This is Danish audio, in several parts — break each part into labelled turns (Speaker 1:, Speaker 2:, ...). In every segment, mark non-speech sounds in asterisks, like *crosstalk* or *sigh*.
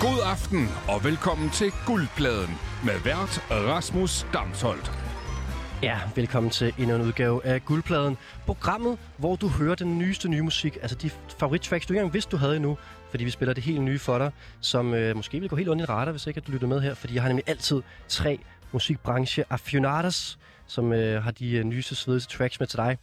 Speaker 1: God aften og velkommen til Guldpladen med vært Rasmus Damsholdt.
Speaker 2: Ja, velkommen til endnu en udgave af Guldpladen. Programmet, hvor du hører den nyeste nye musik, altså de favorittracks, du ikke engang vidste, du havde endnu, fordi vi spiller det helt nye for dig, som øh, måske vil gå helt under din radar, hvis ikke at du lytter med her, fordi jeg har nemlig altid tre musikbranche aficionados, som øh, har de øh, nyeste, svedeste tracks med til dig.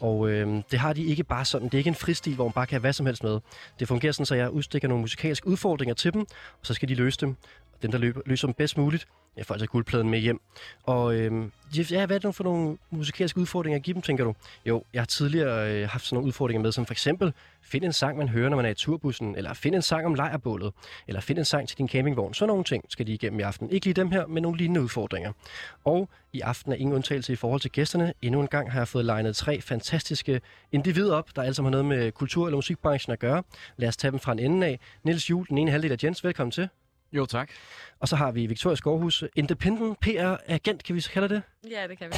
Speaker 2: Og øh, det har de ikke bare sådan. Det er ikke en fristil, hvor man bare kan have hvad som helst med. Det fungerer sådan, så jeg udstikker nogle musikalske udfordringer til dem, og så skal de løse dem. Og dem, der løber, løser dem bedst muligt, jeg får altså guldpladen med hjem. Og øh, Jeff, ja, hvad er det nu for nogle musikalske udfordringer at give dem, tænker du? Jo, jeg har tidligere øh, haft sådan nogle udfordringer med, som for eksempel, find en sang, man hører, når man er i turbussen, eller find en sang om lejrbålet, eller find en sang til din campingvogn. Sådan nogle ting skal de igennem i aften. Ikke lige dem her, men nogle lignende udfordringer. Og i aften er ingen undtagelse i forhold til gæsterne. Endnu en gang har jeg fået legnet tre fantastiske individer op, der alle sammen har noget med kultur- eller musikbranchen at gøre. Lad os tage dem fra en ende af. Niels Juhl, den ene halvdel af Jens, velkommen til.
Speaker 3: Jo, tak.
Speaker 2: Og så har vi Victoria Skovhus, independent PR-agent, kan vi så kalde det?
Speaker 4: Ja, det kan vi.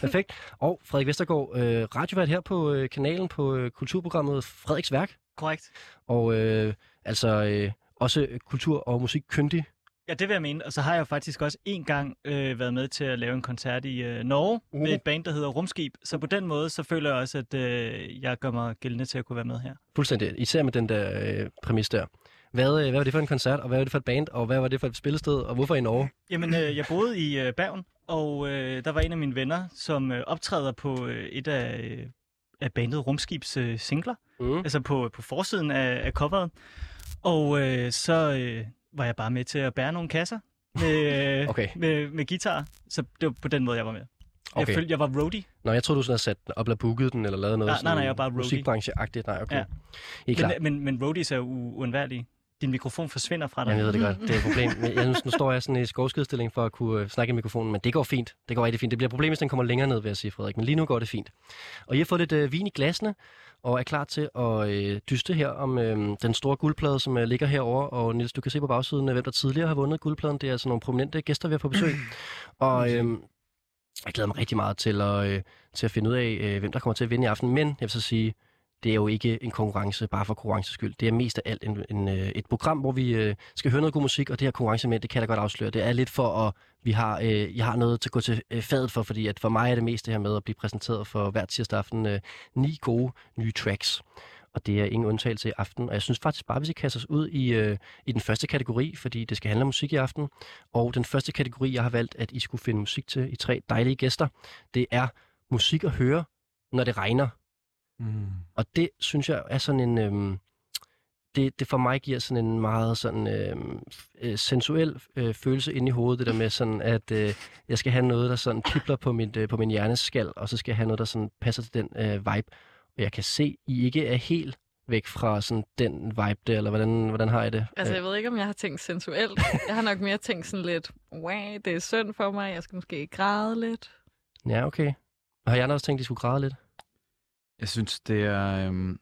Speaker 2: Perfekt. Og Frederik Vestergaard, øh, radiovært her på øh, kanalen på øh, kulturprogrammet Frederiks Værk.
Speaker 3: Korrekt.
Speaker 2: Og øh, altså øh, også øh, kultur- og musikkyndig.
Speaker 3: Ja, det vil jeg mene. Og så har jeg faktisk også en gang øh, været med til at lave en koncert i øh, Norge
Speaker 2: Uh.
Speaker 3: uh. med et band, der hedder Rumskib. Så på den måde, så føler jeg også, at øh, jeg gør mig gældende til at kunne være med her.
Speaker 2: Fuldstændig. Især med den der øh, præmis der. Hvad, øh, hvad var det for en koncert, og hvad var det for et band, og hvad var det for et spillested, og hvorfor i Norge?
Speaker 3: Jamen, øh, jeg boede i øh, Bergen, og øh, der var en af mine venner, som øh, optræder på øh, et af, øh, af bandet Rumskibs øh, singler.
Speaker 2: Mm.
Speaker 3: Altså på, på forsiden af, af coveret. Og øh, så øh, var jeg bare med til at bære nogle kasser med, øh,
Speaker 2: *laughs* Okay.
Speaker 3: med, med guitar. Så det var på den måde, jeg var med. Okay.
Speaker 2: Okay.
Speaker 3: Jeg følte, jeg var roadie.
Speaker 2: Nå, jeg troede, du sådan havde sat den op, eller booket den, eller lavet noget
Speaker 3: Nej, nej, nej, jeg er bare roadie.
Speaker 2: musikbranche-agtigt. Nej, okay. Ja.
Speaker 3: Ja.
Speaker 2: Helt klart.
Speaker 3: Men, men, men roadies er jo u- uundværlige. Din mikrofon forsvinder fra dig.
Speaker 2: Jeg ved det godt, det er et problem. Men Jeg synes, nu står jeg sådan i skovskedstilling for at kunne øh, snakke i mikrofonen, men det går fint. Det går rigtig fint. Det bliver et problem, hvis den kommer længere ned, vil jeg sige, Frederik. Men lige nu går det fint. Og I har fået lidt øh, vin i glasene, og er klar til at øh, dyste her om øh, den store guldplade, som øh, ligger herover. Og Nils, du kan se på bagsiden, øh, hvem der tidligere har vundet guldpladen. Det er altså nogle prominente gæster, vi har på besøg. og øh, jeg glæder mig rigtig meget til at, øh, til at finde ud af, øh, hvem der kommer til at vinde i aften. Men jeg vil så sige, det er jo ikke en konkurrence bare for konkurrences skyld. Det er mest af alt en, en, øh, et program, hvor vi øh, skal høre noget god musik, og det her konkurrenceelement, det kan jeg da godt afsløre. Det er lidt for, at vi har, øh, jeg har noget til at gå til øh, fadet for, fordi at for mig er det mest det her med at blive præsenteret for hver tirsdag aften øh, ni gode nye tracks. Og det er ingen undtagelse i aften. Og jeg synes faktisk bare, hvis I kaster os ud i, øh, i den første kategori, fordi det skal handle om musik i aften. Og den første kategori, jeg har valgt, at I skulle finde musik til, I tre dejlige gæster, det er musik at høre, når det regner.
Speaker 1: Mm.
Speaker 2: Og det synes jeg er sådan en... Øhm, det, det for mig giver sådan en meget sådan øhm, f- øh, sensuel øh, følelse inde i hovedet, det der med sådan, at øh, jeg skal have noget, der sådan pipler på, mit, øh, på min hjerneskal, og så skal jeg have noget, der sådan passer til den øh, vibe. Og jeg kan se, I ikke er helt væk fra sådan den vibe der, eller hvordan, hvordan har I det?
Speaker 4: Altså,
Speaker 2: Øh,
Speaker 4: jeg ved ikke, om jeg har tænkt sensuelt. Jeg har nok mere tænkt sådan lidt, wow, det er synd for mig, jeg skal måske græde lidt.
Speaker 2: ja, okay. Og har jeg også tænkt, at I skulle græde lidt?
Speaker 5: Jeg synes, det er øhm,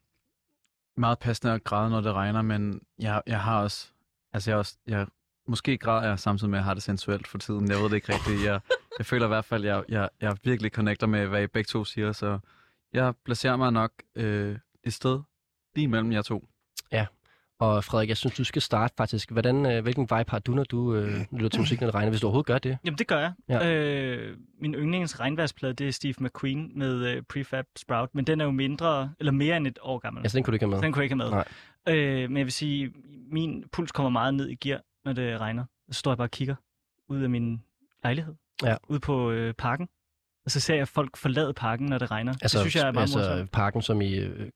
Speaker 5: meget passende at græde, når det regner, men jeg, jeg har også... Altså, jeg, er også, jeg, måske græder jeg samtidig med, at jeg har det sensuelt for tiden. Jeg ved det ikke rigtigt. Jeg, jeg føler i hvert fald, at jeg, jeg, jeg virkelig connecter med, hvad I begge to siger, så jeg placerer mig nok øh, et sted lige mellem jer to.
Speaker 2: Og Frederik, jeg synes, du skal starte faktisk. Hvordan, øh, hvilken vibe har du, når du øh, lytter til musik, når det regner, hvis du overhovedet gør det?
Speaker 3: Jamen, det gør jeg.
Speaker 2: Ja.
Speaker 3: Ja. Øh, min yndlings regnværsplade, det er Steve McQueen med øh, Prefab Sprout, men den er jo mindre, eller mere end et år gammel.
Speaker 2: Altså, den kunne du ikke have med.
Speaker 3: Så den kunne jeg ikke have
Speaker 2: Nej.
Speaker 3: med. Øh, men jeg vil sige, min puls kommer meget ned i gear, når det regner. Så står jeg bare og kigger ud af min lejlighed,
Speaker 2: Ja.
Speaker 3: ude på øh, parken. Og så ser jeg folk forlade parken, når det regner.
Speaker 2: Altså,
Speaker 3: det synes jeg er meget
Speaker 2: altså
Speaker 3: morsomt.
Speaker 2: parken, som i øh,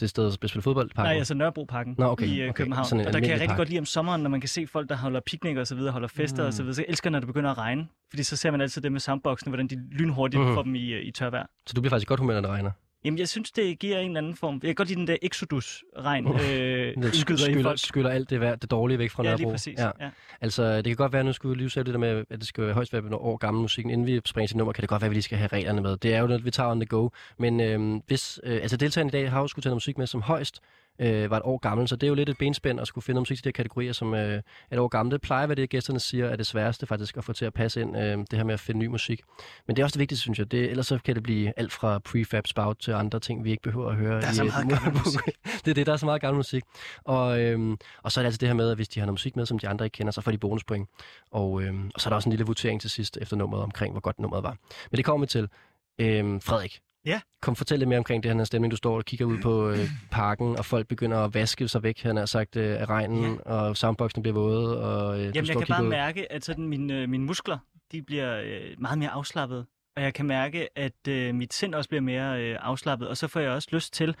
Speaker 2: det sted, der spiller fodboldparken?
Speaker 3: Nej, altså Nørrebroparken
Speaker 2: Nå, okay,
Speaker 3: i øh,
Speaker 2: okay.
Speaker 3: København.
Speaker 2: Sådan en
Speaker 3: og der kan jeg
Speaker 2: almindelig
Speaker 3: rigtig
Speaker 2: park.
Speaker 3: godt lide om sommeren, når man kan se folk, der holder piknik og så videre, holder fester
Speaker 5: Mm.
Speaker 3: og så videre. Så jeg elsker, når det begynder at regne. Fordi så ser man altid det med soundboxen, hvordan de lynhurtigt
Speaker 2: Mhm.
Speaker 3: får dem i, øh, i tørvejr.
Speaker 2: Så du bliver faktisk i godt humør, når det regner?
Speaker 3: Jamen, jeg synes, det giver en eller anden form. Jeg kan godt lide den der exodus-regn,
Speaker 2: Uh.
Speaker 3: øh, skyder
Speaker 2: Det
Speaker 3: i
Speaker 2: skyller,
Speaker 3: folk.
Speaker 2: skyller alt det, vær- det dårlige væk fra
Speaker 3: Ja,
Speaker 2: Nørrebro.
Speaker 3: lige præcis. Ja. Ja.
Speaker 2: Altså, det kan godt være, at nu skulle vi lige sige det der med, at det skal være højst være nogle år gammel musikken. Inden vi springer til nummer, kan det godt være, at vi lige skal have reglerne med. Det er jo noget, vi tager on the go. Men øhm, hvis, øh, altså deltagerne i dag har jo skulle tage noget musik med, som højst øh, var et år gammel, så det er jo lidt et benspænd at skulle finde musik til de her kategorier, som øh, er et år gammel. Det plejer, hvad det er, gæsterne siger, er det sværeste faktisk at få til at passe ind, øh, det her med at finde ny musik. Men det er også det vigtigste, synes jeg. Det, ellers så kan det blive alt fra prefab spout til andre ting, vi ikke behøver at høre.
Speaker 3: Der er så
Speaker 2: i et *laughs*
Speaker 3: meget gammel
Speaker 2: mundbook.
Speaker 3: musik.
Speaker 2: det er det, der er så meget gammel musik. Og, øhm, og så er det altså det her med, at hvis de har noget musik med, som de andre ikke kender, så får de bonuspoint. Og, øhm, og så er der også en lille votering til sidst efter nummeret omkring, hvor godt nummeret var. Men det kommer vi til. Øhm, Frederik,
Speaker 3: Ja.
Speaker 2: kom fortæl lidt mere omkring det her den her stemning. Du står og kigger ud på øh, parken, og folk begynder at vaske sig væk, han har sagt, øh, af regnen, ja. og soundboxen bliver våde, og øh, du
Speaker 3: Jamen,
Speaker 2: står
Speaker 3: jeg
Speaker 2: og
Speaker 3: kan
Speaker 2: kigger
Speaker 3: bare
Speaker 2: ud.
Speaker 3: mærke, at sådan mine, øh, mine muskler de bliver øh, meget mere afslappet. Og jeg kan mærke, at øh, mit sind også bliver mere øh, afslappet. Og så får jeg også lyst til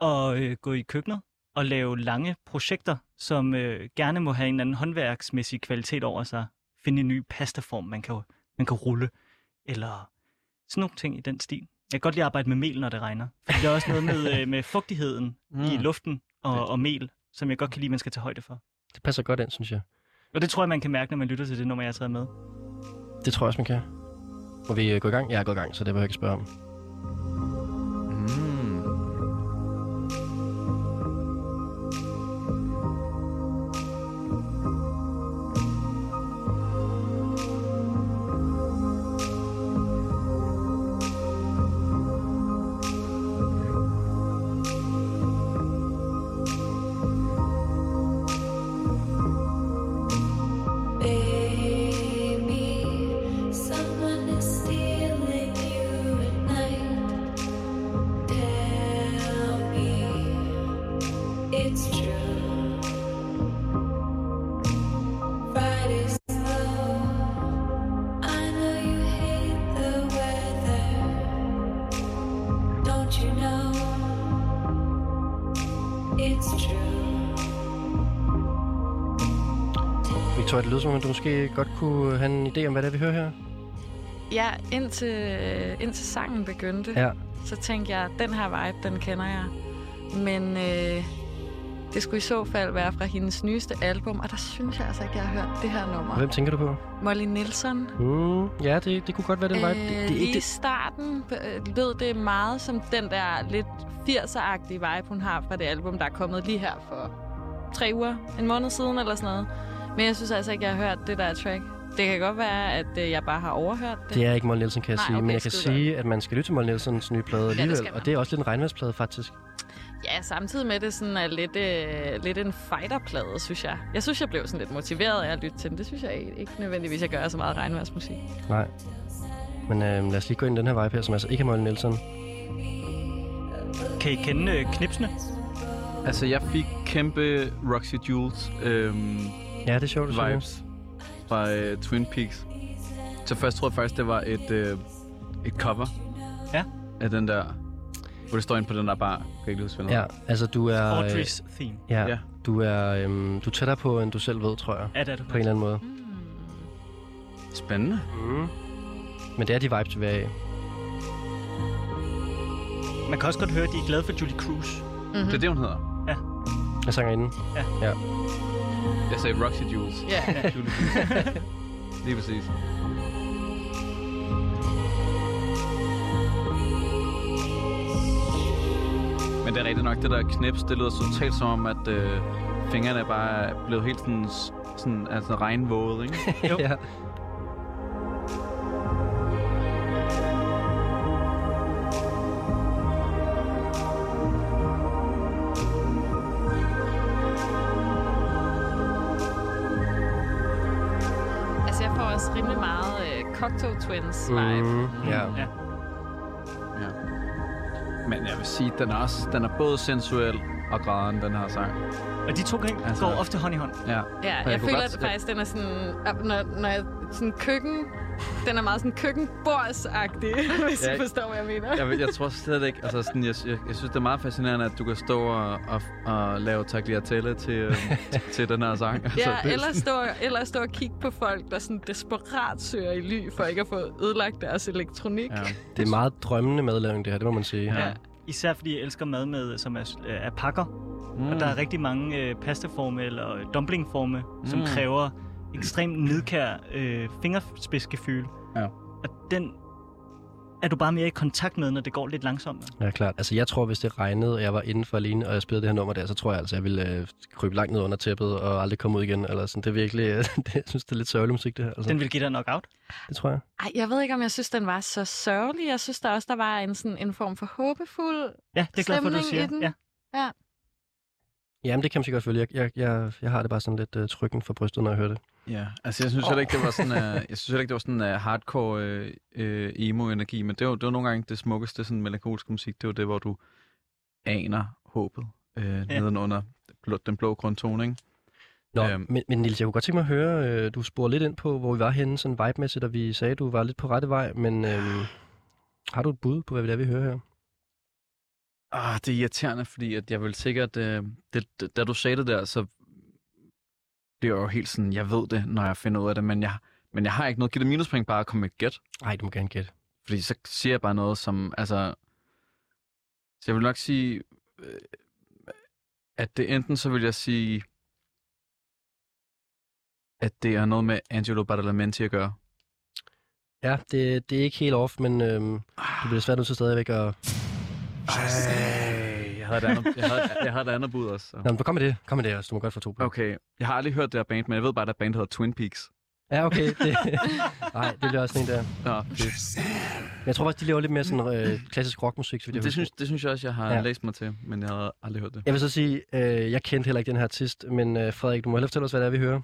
Speaker 3: at øh, gå i køkkenet og lave lange projekter, som øh, gerne må have en eller anden håndværksmæssig kvalitet over sig. Finde en ny pastaform, man kan, man kan rulle. Eller sådan nogle ting i den stil. Jeg kan godt lide at arbejde med mel, når det regner. For det er også noget med, øh, med fugtigheden mm. i
Speaker 5: Mm.
Speaker 3: luften og, og mel, som jeg godt kan lide, man skal tage højde for.
Speaker 2: Det passer godt ind, synes jeg.
Speaker 3: Og det tror jeg, man kan mærke, når man lytter til det nummer, jeg har taget med.
Speaker 2: Det tror jeg også, man kan. Må vi øh, gå i gang? Jeg er gået i gang, så det behøver jeg ikke spørge om.
Speaker 5: Mm.
Speaker 6: Baby, someone is stealing you at night. Tell me it's true. Friday's slow. I know you hate the weather. Don't you know it's true?
Speaker 2: Victoria, det lyder som om, du måske godt kunne have en idé om, hvad det er, vi hører her.
Speaker 4: Ja, indtil, øh, indtil sangen begyndte,
Speaker 2: Ja.
Speaker 4: så tænkte jeg, den her vibe, den kender jeg. Men øh, det skulle i så fald være fra hendes nyeste album, og der synes jeg altså ikke, jeg har hørt det her nummer.
Speaker 2: Og hvem tænker du på?
Speaker 4: Molly Nielsen.
Speaker 2: Mm, ja, det, det kunne godt være den vibe.
Speaker 4: Øh,
Speaker 2: Det, det,
Speaker 4: lige i
Speaker 2: det,
Speaker 4: starten øh, lød det meget som den der lidt 80'er-agtige vibe, hun har fra det album, der er kommet lige her for tre uger, en måned siden eller sådan noget. Men jeg synes altså ikke, jeg har hørt det der track. Det kan godt være, at øh, jeg bare har overhørt det.
Speaker 2: det er ikke Molly Nielsen, kan jeg
Speaker 4: Nej,
Speaker 2: sige.
Speaker 4: okay,
Speaker 2: men jeg kan
Speaker 4: skide
Speaker 2: sige, at man skal lytte til Molly Nielsens nye plade
Speaker 4: det
Speaker 2: alligevel.
Speaker 4: skal man.
Speaker 2: og det er også lidt en regnværsplade, faktisk.
Speaker 4: Ja, samtidig med at det sådan er lidt, øh, lidt en fighterplade, synes jeg. Jeg synes, jeg blev sådan lidt motiveret af at lytte til den. Det synes jeg ikke ikke nødvendigvis, jeg gør så meget regnværsmusik.
Speaker 2: Nej. Men øh, lad os lige gå ind i den her vibe her, som altså ikke er Molly Nielsen.
Speaker 3: Kan I kende øh, knipsene?
Speaker 5: Altså, jeg fik kæmpe Roxy Jules øhm,
Speaker 2: Ja, det er sjovt, du siger det.
Speaker 5: vibes fra øh, Twin Peaks. Så først troede jeg faktisk, det var et, øh, et cover
Speaker 3: Ja.
Speaker 5: af den der, hvor det står ind på den der bar. Jeg kan ikke lige huske, hvad den
Speaker 2: Ja, altså du er... øh,
Speaker 3: Audrey's theme.
Speaker 2: Ja,
Speaker 5: Ja.
Speaker 2: du er, øhm, du er tættere på, end du selv ved, tror jeg.
Speaker 3: Ja, det er det.
Speaker 2: På en eller anden måde.
Speaker 4: Mm.
Speaker 5: hedder. Spændende.
Speaker 2: Mm. Men det er de vibes, vi er af.
Speaker 3: Man kan også godt høre, at de er glade for Julie Cruz.
Speaker 5: Det er det, hun hedder.
Speaker 2: Jeg sanger inden.
Speaker 5: Jeg sagde Roxy Jules.
Speaker 4: Ja,
Speaker 5: Julie Jules. lige præcis. Men det er rigtigt nok, det der knips, det lyder totalt som om, at øh, fingrene bare er blevet helt sådan, sådan altså regnvåde, ikke?
Speaker 3: Jo.
Speaker 2: ja.
Speaker 4: altså jeg får også rimelig meget øh, Cocteau Twins vibe. Mm.
Speaker 2: Mm, ja.
Speaker 3: Ja.
Speaker 5: Ja. Men jeg vil sige, den er, også, den er både sensuel og græden, den her sang.
Speaker 3: Og de to ting
Speaker 5: Altså-
Speaker 3: går ofte hånd i hånd.
Speaker 5: Ja.
Speaker 4: Ja,
Speaker 5: Og
Speaker 4: jeg, jeg
Speaker 5: kunne
Speaker 4: føler
Speaker 5: godt-
Speaker 4: at faktisk, den er sådan, at når, når jeg, sådan køkken, den er meget sådan køkkenbordsagtig, *laughs* hvis
Speaker 5: Ja.
Speaker 4: I forstår, hvad jeg mener.
Speaker 5: Jeg, jeg, jeg tror slet ikke, altså sådan, jeg, jeg, jeg synes, det er meget fascinerende, at du kan stå og, og, og lave tagliatelle til, *laughs* øh, til den her sang. Altså,
Speaker 4: Ja,
Speaker 5: det,
Speaker 4: eller stå, eller stå og kigge på folk, der sådan desperat søger i ly for ikke at få ødelagt deres elektronik.
Speaker 5: Ja.
Speaker 2: Det er meget drømmende madlavning, det her, det må man sige.
Speaker 5: Ja.
Speaker 3: Ja. Især fordi jeg elsker mad, med, som er, øh, er pakker. Mm.
Speaker 5: Mm.
Speaker 3: Og der er rigtig mange øh, pastaforme eller øh, dumplingforme, som
Speaker 5: Mm.
Speaker 3: kræver ekstremt nidkær øh, fingerspidsgefyl.
Speaker 5: Ja.
Speaker 3: Og den er du bare mere i kontakt med, når det går lidt langsommere.
Speaker 2: Ja, klart. Altså, jeg tror, hvis det regnede, og jeg var indenfor alene, og jeg spillede det her nummer der, så tror jeg altså, jeg ville øh, krybe langt ned under tæppet og aldrig komme ud igen. Eller sådan. Det er virkelig, øh, *laughs* det, jeg synes, det er lidt sørgelig musik, det her. Altså,
Speaker 3: Den vil give dig nok out.
Speaker 2: Det tror jeg.
Speaker 4: Ej, jeg ved ikke, om jeg synes, den var så sørgelig. Jeg synes der også, der var en, sådan, en form for håbefuld.
Speaker 3: Ja, det er glad for, du
Speaker 4: Stemning i
Speaker 3: siger.
Speaker 4: den.
Speaker 3: Ja.
Speaker 2: Jamen, det kan man sikkert følge. Jeg, jeg, jeg, jeg har det bare sådan lidt øh, trykken for brystet, når jeg hører det.
Speaker 5: Ja, altså jeg synes heller ikke, det var sådan, uh, jeg synes heller ikke, det var sådan uh, hardcore uh, uh, emo-energi, men det var, det var nogle gange det smukkeste sådan melankolske musik, det var det, hvor du aner håbet uh, ja. nedenunder blå- den blå grundtone, ikke?
Speaker 2: Nå,
Speaker 5: Øhm.
Speaker 2: men, men Niels, jeg kunne godt tænke mig at høre, øh, du sporer lidt ind på, hvor vi var henne sådan vibe-mæssigt, og vi sagde, du var lidt på rette vej, men øh, har du et bud på, hvad det er, vi hører her?
Speaker 5: Ah, det er irriterende, fordi at jeg vil sikkert... Øh, det, det- da du sagde det der, så det er jo helt sådan, jeg ved det, når jeg finder ud af det, men jeg, men jeg har ikke noget. Giv det minuspoint bare at komme med et gæt,
Speaker 2: Nej, du må gerne gætte.
Speaker 5: fordi så siger jeg bare noget, som... Altså, så jeg vil nok sige, øh, at det enten så vil jeg sige, at det er noget med Angelo Badalamenti at gøre.
Speaker 2: Ja, det, det er ikke helt off, men øh, det bliver svært nødt til stadigvæk at...
Speaker 5: Ej, jeg havde et andet, jeg havde, jeg havde et andet bud også. Så.
Speaker 2: Nå, men kom med det. Kom med det, altså. du må godt få to point.
Speaker 5: Okay, jeg har aldrig hørt det her band, men jeg ved bare, at der band hedder Twin Peaks.
Speaker 2: Ja, okay. Det... *laughs* Nej, det bliver også sådan en der.
Speaker 5: Nå, det,
Speaker 2: Men jeg tror faktisk, de laver lidt mere sådan øh, klassisk rockmusik, så vidt jeg
Speaker 5: det,
Speaker 2: husker.
Speaker 5: synes, det synes jeg også, jeg har
Speaker 2: Ja.
Speaker 5: ja. læst mig til, men jeg havde aldrig hørt det.
Speaker 2: Jeg vil så sige, øh, jeg kendte heller ikke den her artist, men øh, Frederik, du må hellere fortælle os, hvad det er, vi hører.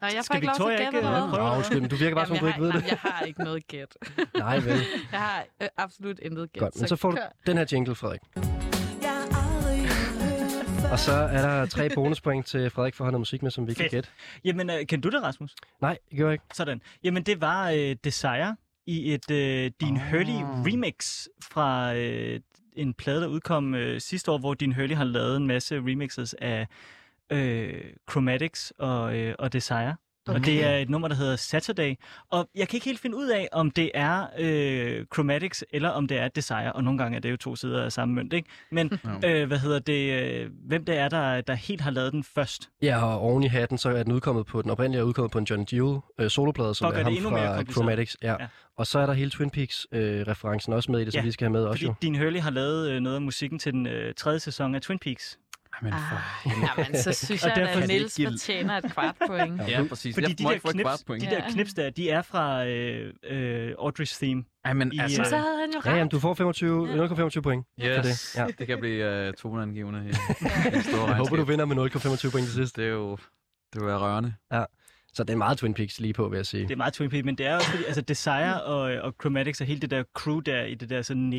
Speaker 4: Nå, jeg får
Speaker 3: Skal
Speaker 4: ikke lov til
Speaker 3: Victoria
Speaker 4: at gætte,
Speaker 3: ikke,
Speaker 4: eller
Speaker 3: øh,
Speaker 4: hvad?
Speaker 3: prøve?
Speaker 2: Nå, undskyld, men du virker bare, som
Speaker 4: Jamen,
Speaker 2: om du
Speaker 4: jeg
Speaker 2: ikke ved
Speaker 4: har,
Speaker 2: det.
Speaker 4: jamen, jeg har ikke noget gæt.
Speaker 2: Nej, vel.
Speaker 4: *laughs* Jeg har øh, absolut intet gæt.
Speaker 2: Godt, men så får du
Speaker 4: kør.
Speaker 2: den her jingle, Frederik. Og så er der
Speaker 4: *laughs*
Speaker 2: tre bonuspoint til Frederik for at have noget musik med, som vi kan
Speaker 3: Fedt.
Speaker 2: gætte.
Speaker 3: Jamen, øh, kan du det, Rasmus?
Speaker 2: Nej, det gjorde jeg ikke.
Speaker 3: Sådan. Jamen, det var øh, Desire i et øh, Din oh. Hurley remix fra øh, en plade, der udkom øh, sidste år, hvor Din Hurley har lavet en masse remixes af øh, Chromatics og, øh, og Desire. Okay. Og det er et nummer, der hedder Saturday. Og jeg kan ikke helt finde ud af, om det er øh, Chromatics, eller om det er Desire. Og nogle gange er det jo to sider af samme mønt, ikke?
Speaker 5: *laughs*
Speaker 3: Men
Speaker 5: Nå.
Speaker 3: øh, hvad hedder det? Øh, hvem det er, der, der helt har lavet den først.
Speaker 2: Ja, og oven i hatten, så er den udkommet på, den oprindelige er udkommet på en John Jewel øh, soloplade, som
Speaker 3: For at
Speaker 2: er
Speaker 3: gøre
Speaker 2: ham
Speaker 3: det endnu mere
Speaker 2: fra
Speaker 3: kompliceret.
Speaker 2: Chromatics. Ja.
Speaker 3: Ja.
Speaker 2: Og så er der hele Twin Peaks-referencen også med i det, som
Speaker 3: Ja,
Speaker 2: vi skal have med også
Speaker 3: Fordi
Speaker 2: jo.
Speaker 3: Dean Hurley har lavet øh, noget af musikken til den øh, tredje sæson af Twin Peaks.
Speaker 5: Ej, men for...
Speaker 4: Ah, jamen, så synes
Speaker 3: Og
Speaker 4: jeg,
Speaker 3: derfor
Speaker 4: at
Speaker 3: kan det
Speaker 4: Niels
Speaker 5: ikke give-
Speaker 4: fortjener et kvart point.
Speaker 2: Ja.
Speaker 5: Ja, præcis.
Speaker 3: Fordi
Speaker 5: jeg
Speaker 3: de
Speaker 5: må
Speaker 3: der
Speaker 5: ikke få et
Speaker 3: knips-
Speaker 5: kvart point.
Speaker 3: De
Speaker 4: Ja.
Speaker 3: der knips der, de er fra øh, øh, Audrey's Theme.
Speaker 5: Ej, men
Speaker 3: I,
Speaker 5: altså...
Speaker 4: Men så havde han jo
Speaker 2: Ja,
Speaker 4: ret.
Speaker 2: jamen, du får 25, 0,25 point. for
Speaker 5: Yes,
Speaker 2: det. Ja.
Speaker 5: det kan blive uh, toneangivende
Speaker 3: *laughs*
Speaker 5: i den store
Speaker 2: Jeg håber, du
Speaker 5: regnskab.
Speaker 2: vinder med 0,25 point til sidst.
Speaker 5: Det er jo... Det vil være rørende.
Speaker 2: Så det er meget Twin Peaks lige på, vil jeg sige.
Speaker 3: Det er meget Twin Peaks, men det er også fordi, altså Desire og, og Chromatics og hele det der crew der i det der sådan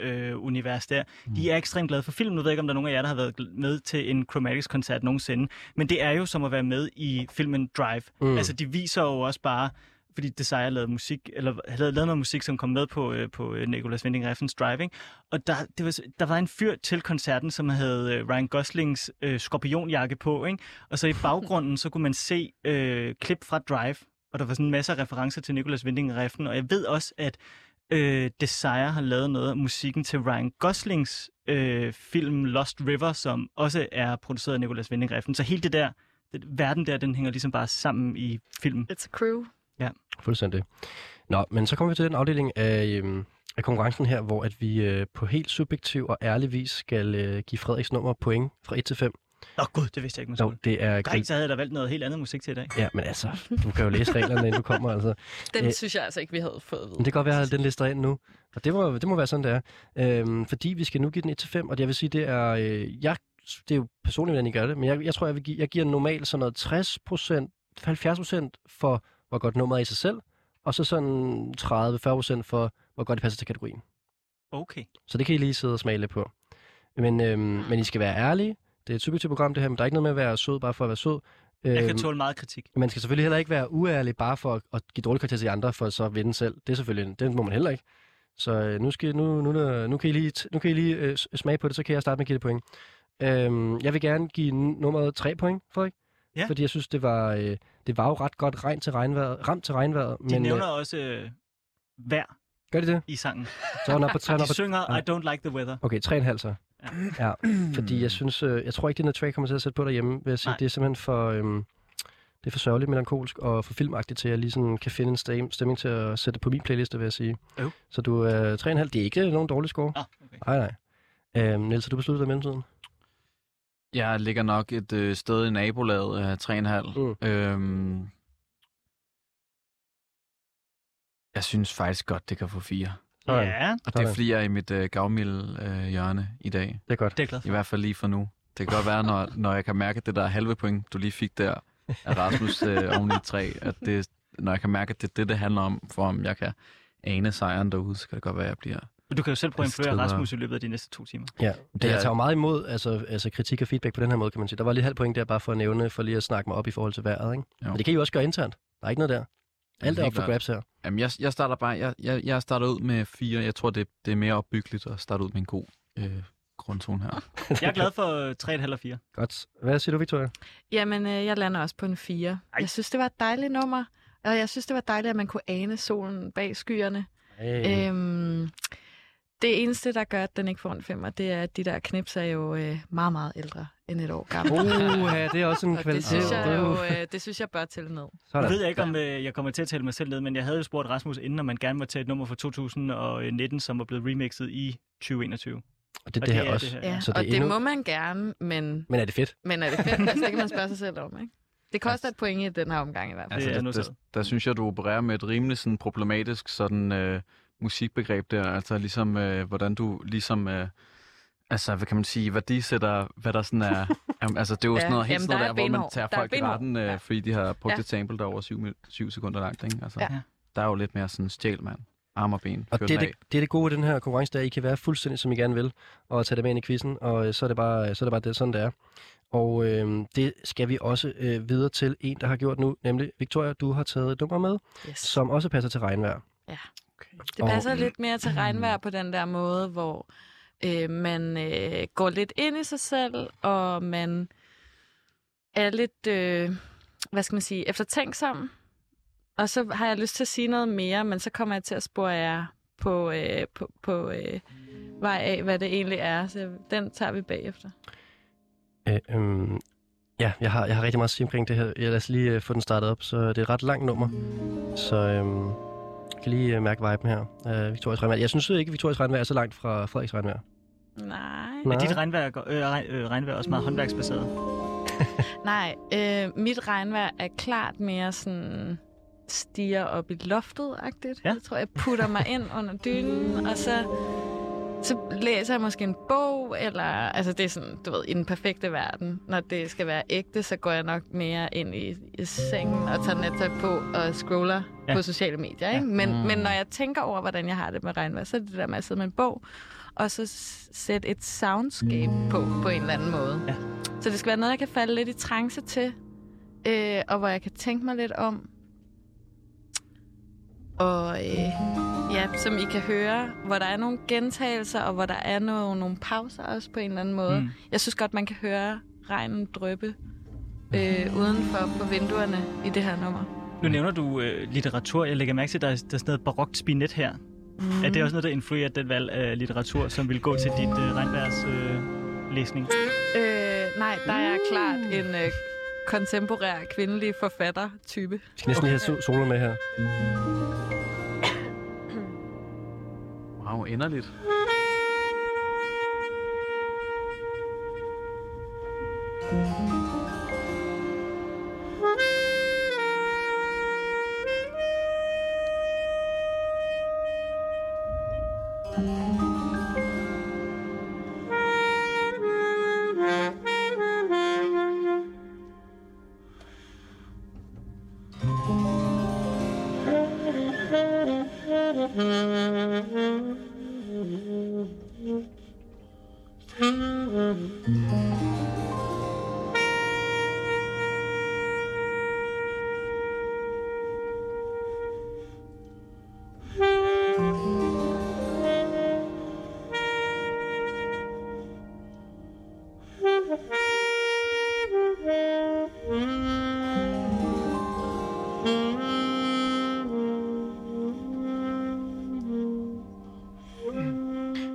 Speaker 3: neon-univers der,
Speaker 2: Mm.
Speaker 3: de er ekstremt glade for film. Nu ved jeg ikke, om der er nogen af jer, der har været gl- med til en Chromatics-koncert nogensinde, men det er jo som at være med i filmen Drive.
Speaker 2: Mm.
Speaker 3: Mm. Altså de viser jo også bare, fordi Desire lavede musik, eller havde lavet noget musik, som kom med på, øh, på øh, Nicolas Winding Refn's Driving. Og der, det var, s- der var en fyr til koncerten, som havde øh, Ryan Goslings øh, skorpionjakke på, ikke? og så i baggrunden, så kunne man se øh, klip fra Drive, og der var sådan en masse referencer til Nicolas Winding Refn, og jeg ved også, at øh, Desire har lavet noget af musikken til Ryan Goslings øh, film Lost River, som også er produceret af Nicolas Winding Refn. Så hele det der, den verden der, den hænger ligesom bare sammen i filmen.
Speaker 4: It's a crew.
Speaker 2: Fuldstændig. Nå, men så kommer vi til den afdeling af, øhm, af konkurrencen her, hvor at vi øh, på helt subjektiv og ærlig vis skal øh, give Frederiks nummer point fra 1 til 5.
Speaker 3: Nå gud, det vidste jeg ikke, man
Speaker 2: Jo,
Speaker 3: skulle.
Speaker 2: det er
Speaker 3: Nej,
Speaker 2: grin.
Speaker 3: så havde jeg da valgt noget helt andet musik til i dag.
Speaker 2: Ja, men altså, du kan jo læse reglerne, inden du kommer. Altså.
Speaker 4: Den
Speaker 2: Øh,
Speaker 4: synes jeg altså ikke, vi havde fået at vide.
Speaker 2: Men det kan godt være, at den lister ind nu. Og det må, det må være sådan, det er. Øhm, fordi vi skal nu give den 1-5, og jeg vil sige, det er... Øh, jeg, det er jo personligt, hvordan I gør det, men jeg, jeg tror, jeg, vil give, jeg giver normalt sådan noget 60 70 for, hvor godt nummeret er i sig selv, og så sådan 30-40 for, hvor godt det passer til kategorien.
Speaker 3: Okay.
Speaker 2: Så det kan I lige sidde og smage lidt på. Men, øhm, men I skal være ærlige. Det er et subjektivt program, det her, men der er ikke noget med at være sød, bare for at være sød. Øhm,
Speaker 3: Jeg kan tåle meget kritik.
Speaker 2: man skal selvfølgelig heller ikke være uærlig bare for at, at give dårlig karakter til de andre, for så at vinde selv. Det er selvfølgelig, det må man heller ikke. Så øh, nu, skal, nu, nu, nu, nu kan I lige, t- nu kan I lige øh, s- smage på det, så kan jeg starte med at give det point. Øhm, jeg vil gerne give n- nummeret 3 point, Frederik.
Speaker 3: Ja.
Speaker 2: Fordi jeg synes, det var, øh, det var jo ret godt regn til regnvejret, ramt til regnvejret.
Speaker 3: De
Speaker 2: men,
Speaker 3: nævner også øh, vejr
Speaker 2: Øh, gør de det?
Speaker 3: i sangen.
Speaker 2: Så er den op på, så er den op
Speaker 3: De
Speaker 2: på
Speaker 3: synger
Speaker 2: nej.
Speaker 3: I don't like the weather.
Speaker 2: Okay, 3,5 så. Ja. Fordi jeg synes, øh, jeg tror ikke, det er noget, Trey kommer til at sætte på derhjemme, vil jeg sige.
Speaker 3: Nej.
Speaker 2: Det er simpelthen for... Øhm, Det er for sørgeligt melankolsk og for filmagtigt til, at jeg lige sådan kan finde en stem- stemning til at sætte på min playliste, vil jeg sige.
Speaker 3: Øv.
Speaker 2: Så du øh, er 3,5. Det er ikke nogen dårlig score.
Speaker 3: Ah, okay.
Speaker 2: Nej, nej. Øhm, Niels, har du besluttet dig i mellemtiden?
Speaker 5: Jeg ligger nok et øh, sted i nabolaget øh, af 3,5.
Speaker 3: Uh.
Speaker 2: Mm.
Speaker 5: Øhm, jeg synes faktisk godt, det kan få 4.
Speaker 2: Sådan.
Speaker 3: Ja,
Speaker 5: Og det er
Speaker 2: Sådan.
Speaker 5: fordi, jeg er i mit øh, gavmilde øh, hjørne i dag.
Speaker 2: Det er godt.
Speaker 3: det er jeg glad
Speaker 5: I
Speaker 3: for.
Speaker 5: hvert fald lige for nu. Det kan godt være, når, når jeg kan mærke, at det der halve point, du lige fik der af Rasmus øh, oven i træ, at det, når jeg kan mærke, at det er det, det handler om, for om jeg kan ane sejren derude, så kan det godt være, at jeg bliver...
Speaker 3: Du kan jo selv prøve at
Speaker 5: Det
Speaker 3: influere
Speaker 5: strider.
Speaker 3: Rasmus i løbet af de næste
Speaker 2: *laughs*
Speaker 3: to timer.
Speaker 2: Ja, det
Speaker 5: er-
Speaker 2: jeg tager jo meget imod altså, altså kritik og feedback på den her måde, kan man sige. Der var lige halv point der bare for at nævne, for lige at snakke mig op i forhold til vejret. Ikke?
Speaker 5: Jo.
Speaker 2: Men det kan I jo også gøre internt. Der er ikke noget der. Alt er
Speaker 5: helt
Speaker 2: op for
Speaker 5: klart.
Speaker 2: grabs her.
Speaker 5: Jamen, jeg, jeg starter bare... Jeg, jeg, jeg starter ud med fire. Jeg tror, det, det er mere opbyggeligt at starte ud med en god øh, grundtone her.
Speaker 3: Jeg er glad for 3,5 og 4.
Speaker 2: Godt. Hvad siger du, Victoria?
Speaker 4: Jamen, øh, jeg lander også på en 4.
Speaker 3: Ej.
Speaker 4: Jeg synes, det var et dejligt nummer. Og jeg synes, det var dejligt, at man kunne ane solen bag skyerne.
Speaker 2: Hey.
Speaker 4: Øhm, det eneste, der gør, at den ikke får en femmer, det er, at de der knips er jo øh, meget, meget ældre end et år gamle.
Speaker 2: Uh, det er også en
Speaker 4: Og det
Speaker 2: kvalitet.
Speaker 4: synes, jeg
Speaker 2: Uh,
Speaker 4: jo, øh, det synes jeg bør tælle ned.
Speaker 3: Nu
Speaker 2: Sådan.
Speaker 3: ved jeg ikke, om øh, jeg kommer til at tale mig selv ned, men jeg havde jo spurgt Rasmus inden, om man gerne må tage et nummer fra 2019, som var blevet remixet i 2021.
Speaker 2: Og det,
Speaker 3: Og
Speaker 2: det
Speaker 3: er
Speaker 2: her også.
Speaker 4: Ja,
Speaker 2: Så
Speaker 4: så
Speaker 2: det
Speaker 4: det
Speaker 2: er
Speaker 4: og det
Speaker 2: endnu-
Speaker 4: må man gerne, men,
Speaker 2: Men er det fedt?
Speaker 4: men er det fedt? altså, det kan man spørge sig selv om, ikke? Det koster et point i den her omgang i hvert fald.
Speaker 3: er
Speaker 5: Altså, der,
Speaker 3: noteret.
Speaker 5: der, der synes jeg, du opererer med et rimelig sådan, problematisk sådan, øh, musikbegreb der. Altså ligesom, øh, hvordan du ligesom... Øh, altså, hvad kan man sige? Værdisætter, hvad der sådan er... jamen, altså, det er jo sådan
Speaker 4: Ja,
Speaker 5: noget, helt
Speaker 4: jamen,
Speaker 5: sådan
Speaker 4: der
Speaker 5: noget
Speaker 4: er
Speaker 5: der, hvor man
Speaker 4: benhård.
Speaker 5: tager
Speaker 4: Der er
Speaker 5: folk i
Speaker 4: benhård.
Speaker 5: retten, øh,
Speaker 4: Ja.
Speaker 5: fordi de har brugt
Speaker 4: Ja.
Speaker 5: et sample, der er over syv, mi- syv sekunder langt. Ikke? Altså,
Speaker 4: Ja.
Speaker 5: Der er jo lidt mere sådan stjæl, mand. Arm og ben.
Speaker 2: Og
Speaker 5: fyr
Speaker 2: det er
Speaker 5: den
Speaker 2: det, det er det gode i den her konkurrence, der I kan være fuldstændig, som I gerne vil, og tage det med ind i quizzen, og øh, så er det bare, så er det bare det, sådan, det er. Og øh, det skal vi også øh, videre til en, der har gjort nu, nemlig Victoria, du har taget et nummer med,
Speaker 4: Yes.
Speaker 2: som også passer til regnvejr.
Speaker 4: Det
Speaker 2: Og-
Speaker 4: passer lidt mere til regnvejr på den der måde, hvor øh, man øh, går lidt ind i sig selv, og man er lidt, øh, hvad skal man sige, eftertænksom. Og så har jeg lyst til at sige noget mere, men så kommer jeg til at spore jer på, øh, på, på øh, vej af, hvad det egentlig er. Så den tager vi bagefter.
Speaker 2: Øh, øhm, ja, jeg har, jeg har rigtig meget at sige omkring det her. Jeg lad os lige øh, få den startet op, så det er et ret langt nummer. Så øhm, jeg kan lige øh, mærke viben her. Øh, Victorias regnvejr. Jeg synes jo ikke, at Victorias regnvejr er så langt fra Frederiks regnvejr.
Speaker 4: Nej.
Speaker 3: Men dit regnvejr, går- øh, regn- øh, regnvejr er også meget håndværksbaseret.
Speaker 4: Nej, øh, mit regnvejr er klart mere sådan stiger op i loftet-agtigt.
Speaker 3: Ja.
Speaker 4: Jeg tror, jeg putter mig ind under dynen, og så, så læser jeg måske en bog, eller altså det er sådan, du ved, i den perfekte verden. Når det skal være ægte, så går jeg nok mere ind i, i sengen og tager nattøj på og scroller
Speaker 3: Ja.
Speaker 4: ja. på sociale medier. Ikke?
Speaker 3: Ja.
Speaker 4: Men,
Speaker 5: Mm.
Speaker 4: mm. men når jeg tænker over, hvordan jeg har det med regnvejr, så er det det der med at sidde med en bog, og så s- sætte et soundscape på, på en eller anden måde.
Speaker 3: Ja.
Speaker 4: Så det skal være noget, jeg kan falde lidt i trance til, øh, og hvor jeg kan tænke mig lidt om. Og øh, ja, som I kan høre, hvor der er nogle gentagelser, og hvor der er nogle, nogle pauser også på en eller anden måde.
Speaker 3: Mm.
Speaker 4: Mm. Jeg synes godt, man kan høre regnen drøbe øh, udenfor på vinduerne i det her nummer.
Speaker 3: Nu nævner du øh, litteratur. Jeg lægger mærke til, at der er, der er sådan noget barokt spinet her. Mm. Er det også noget, der influerer den valg af litteratur, som vil gå til dit øh, regnværs øh, læsning?
Speaker 4: Øh, nej, der er jeg klart en øh, kontemporær kvindelig forfatter-type.
Speaker 2: Jeg skal næsten lige have so- solo med her.
Speaker 5: Wow, inderligt.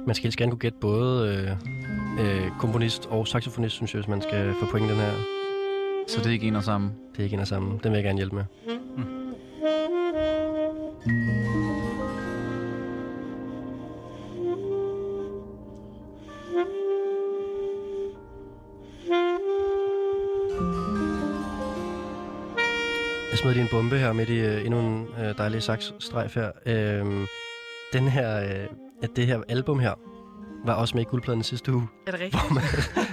Speaker 2: Man skal helst gerne kunne gætte både øh, øh, komponist og saxofonist, synes jeg, hvis man skal få point i den her.
Speaker 5: Så det er ikke en og samme.
Speaker 2: Det er ikke en og samme. Den vil jeg gerne hjælpe med. Jeg smed lige en bombe her midt i øh, endnu en øh, dejlig saksstrejf her. Øhm, den her, øh, at det her album her, var også med i guldpladen sidste *laughs* uge.
Speaker 4: Er det rigtigt?
Speaker 2: Sådan,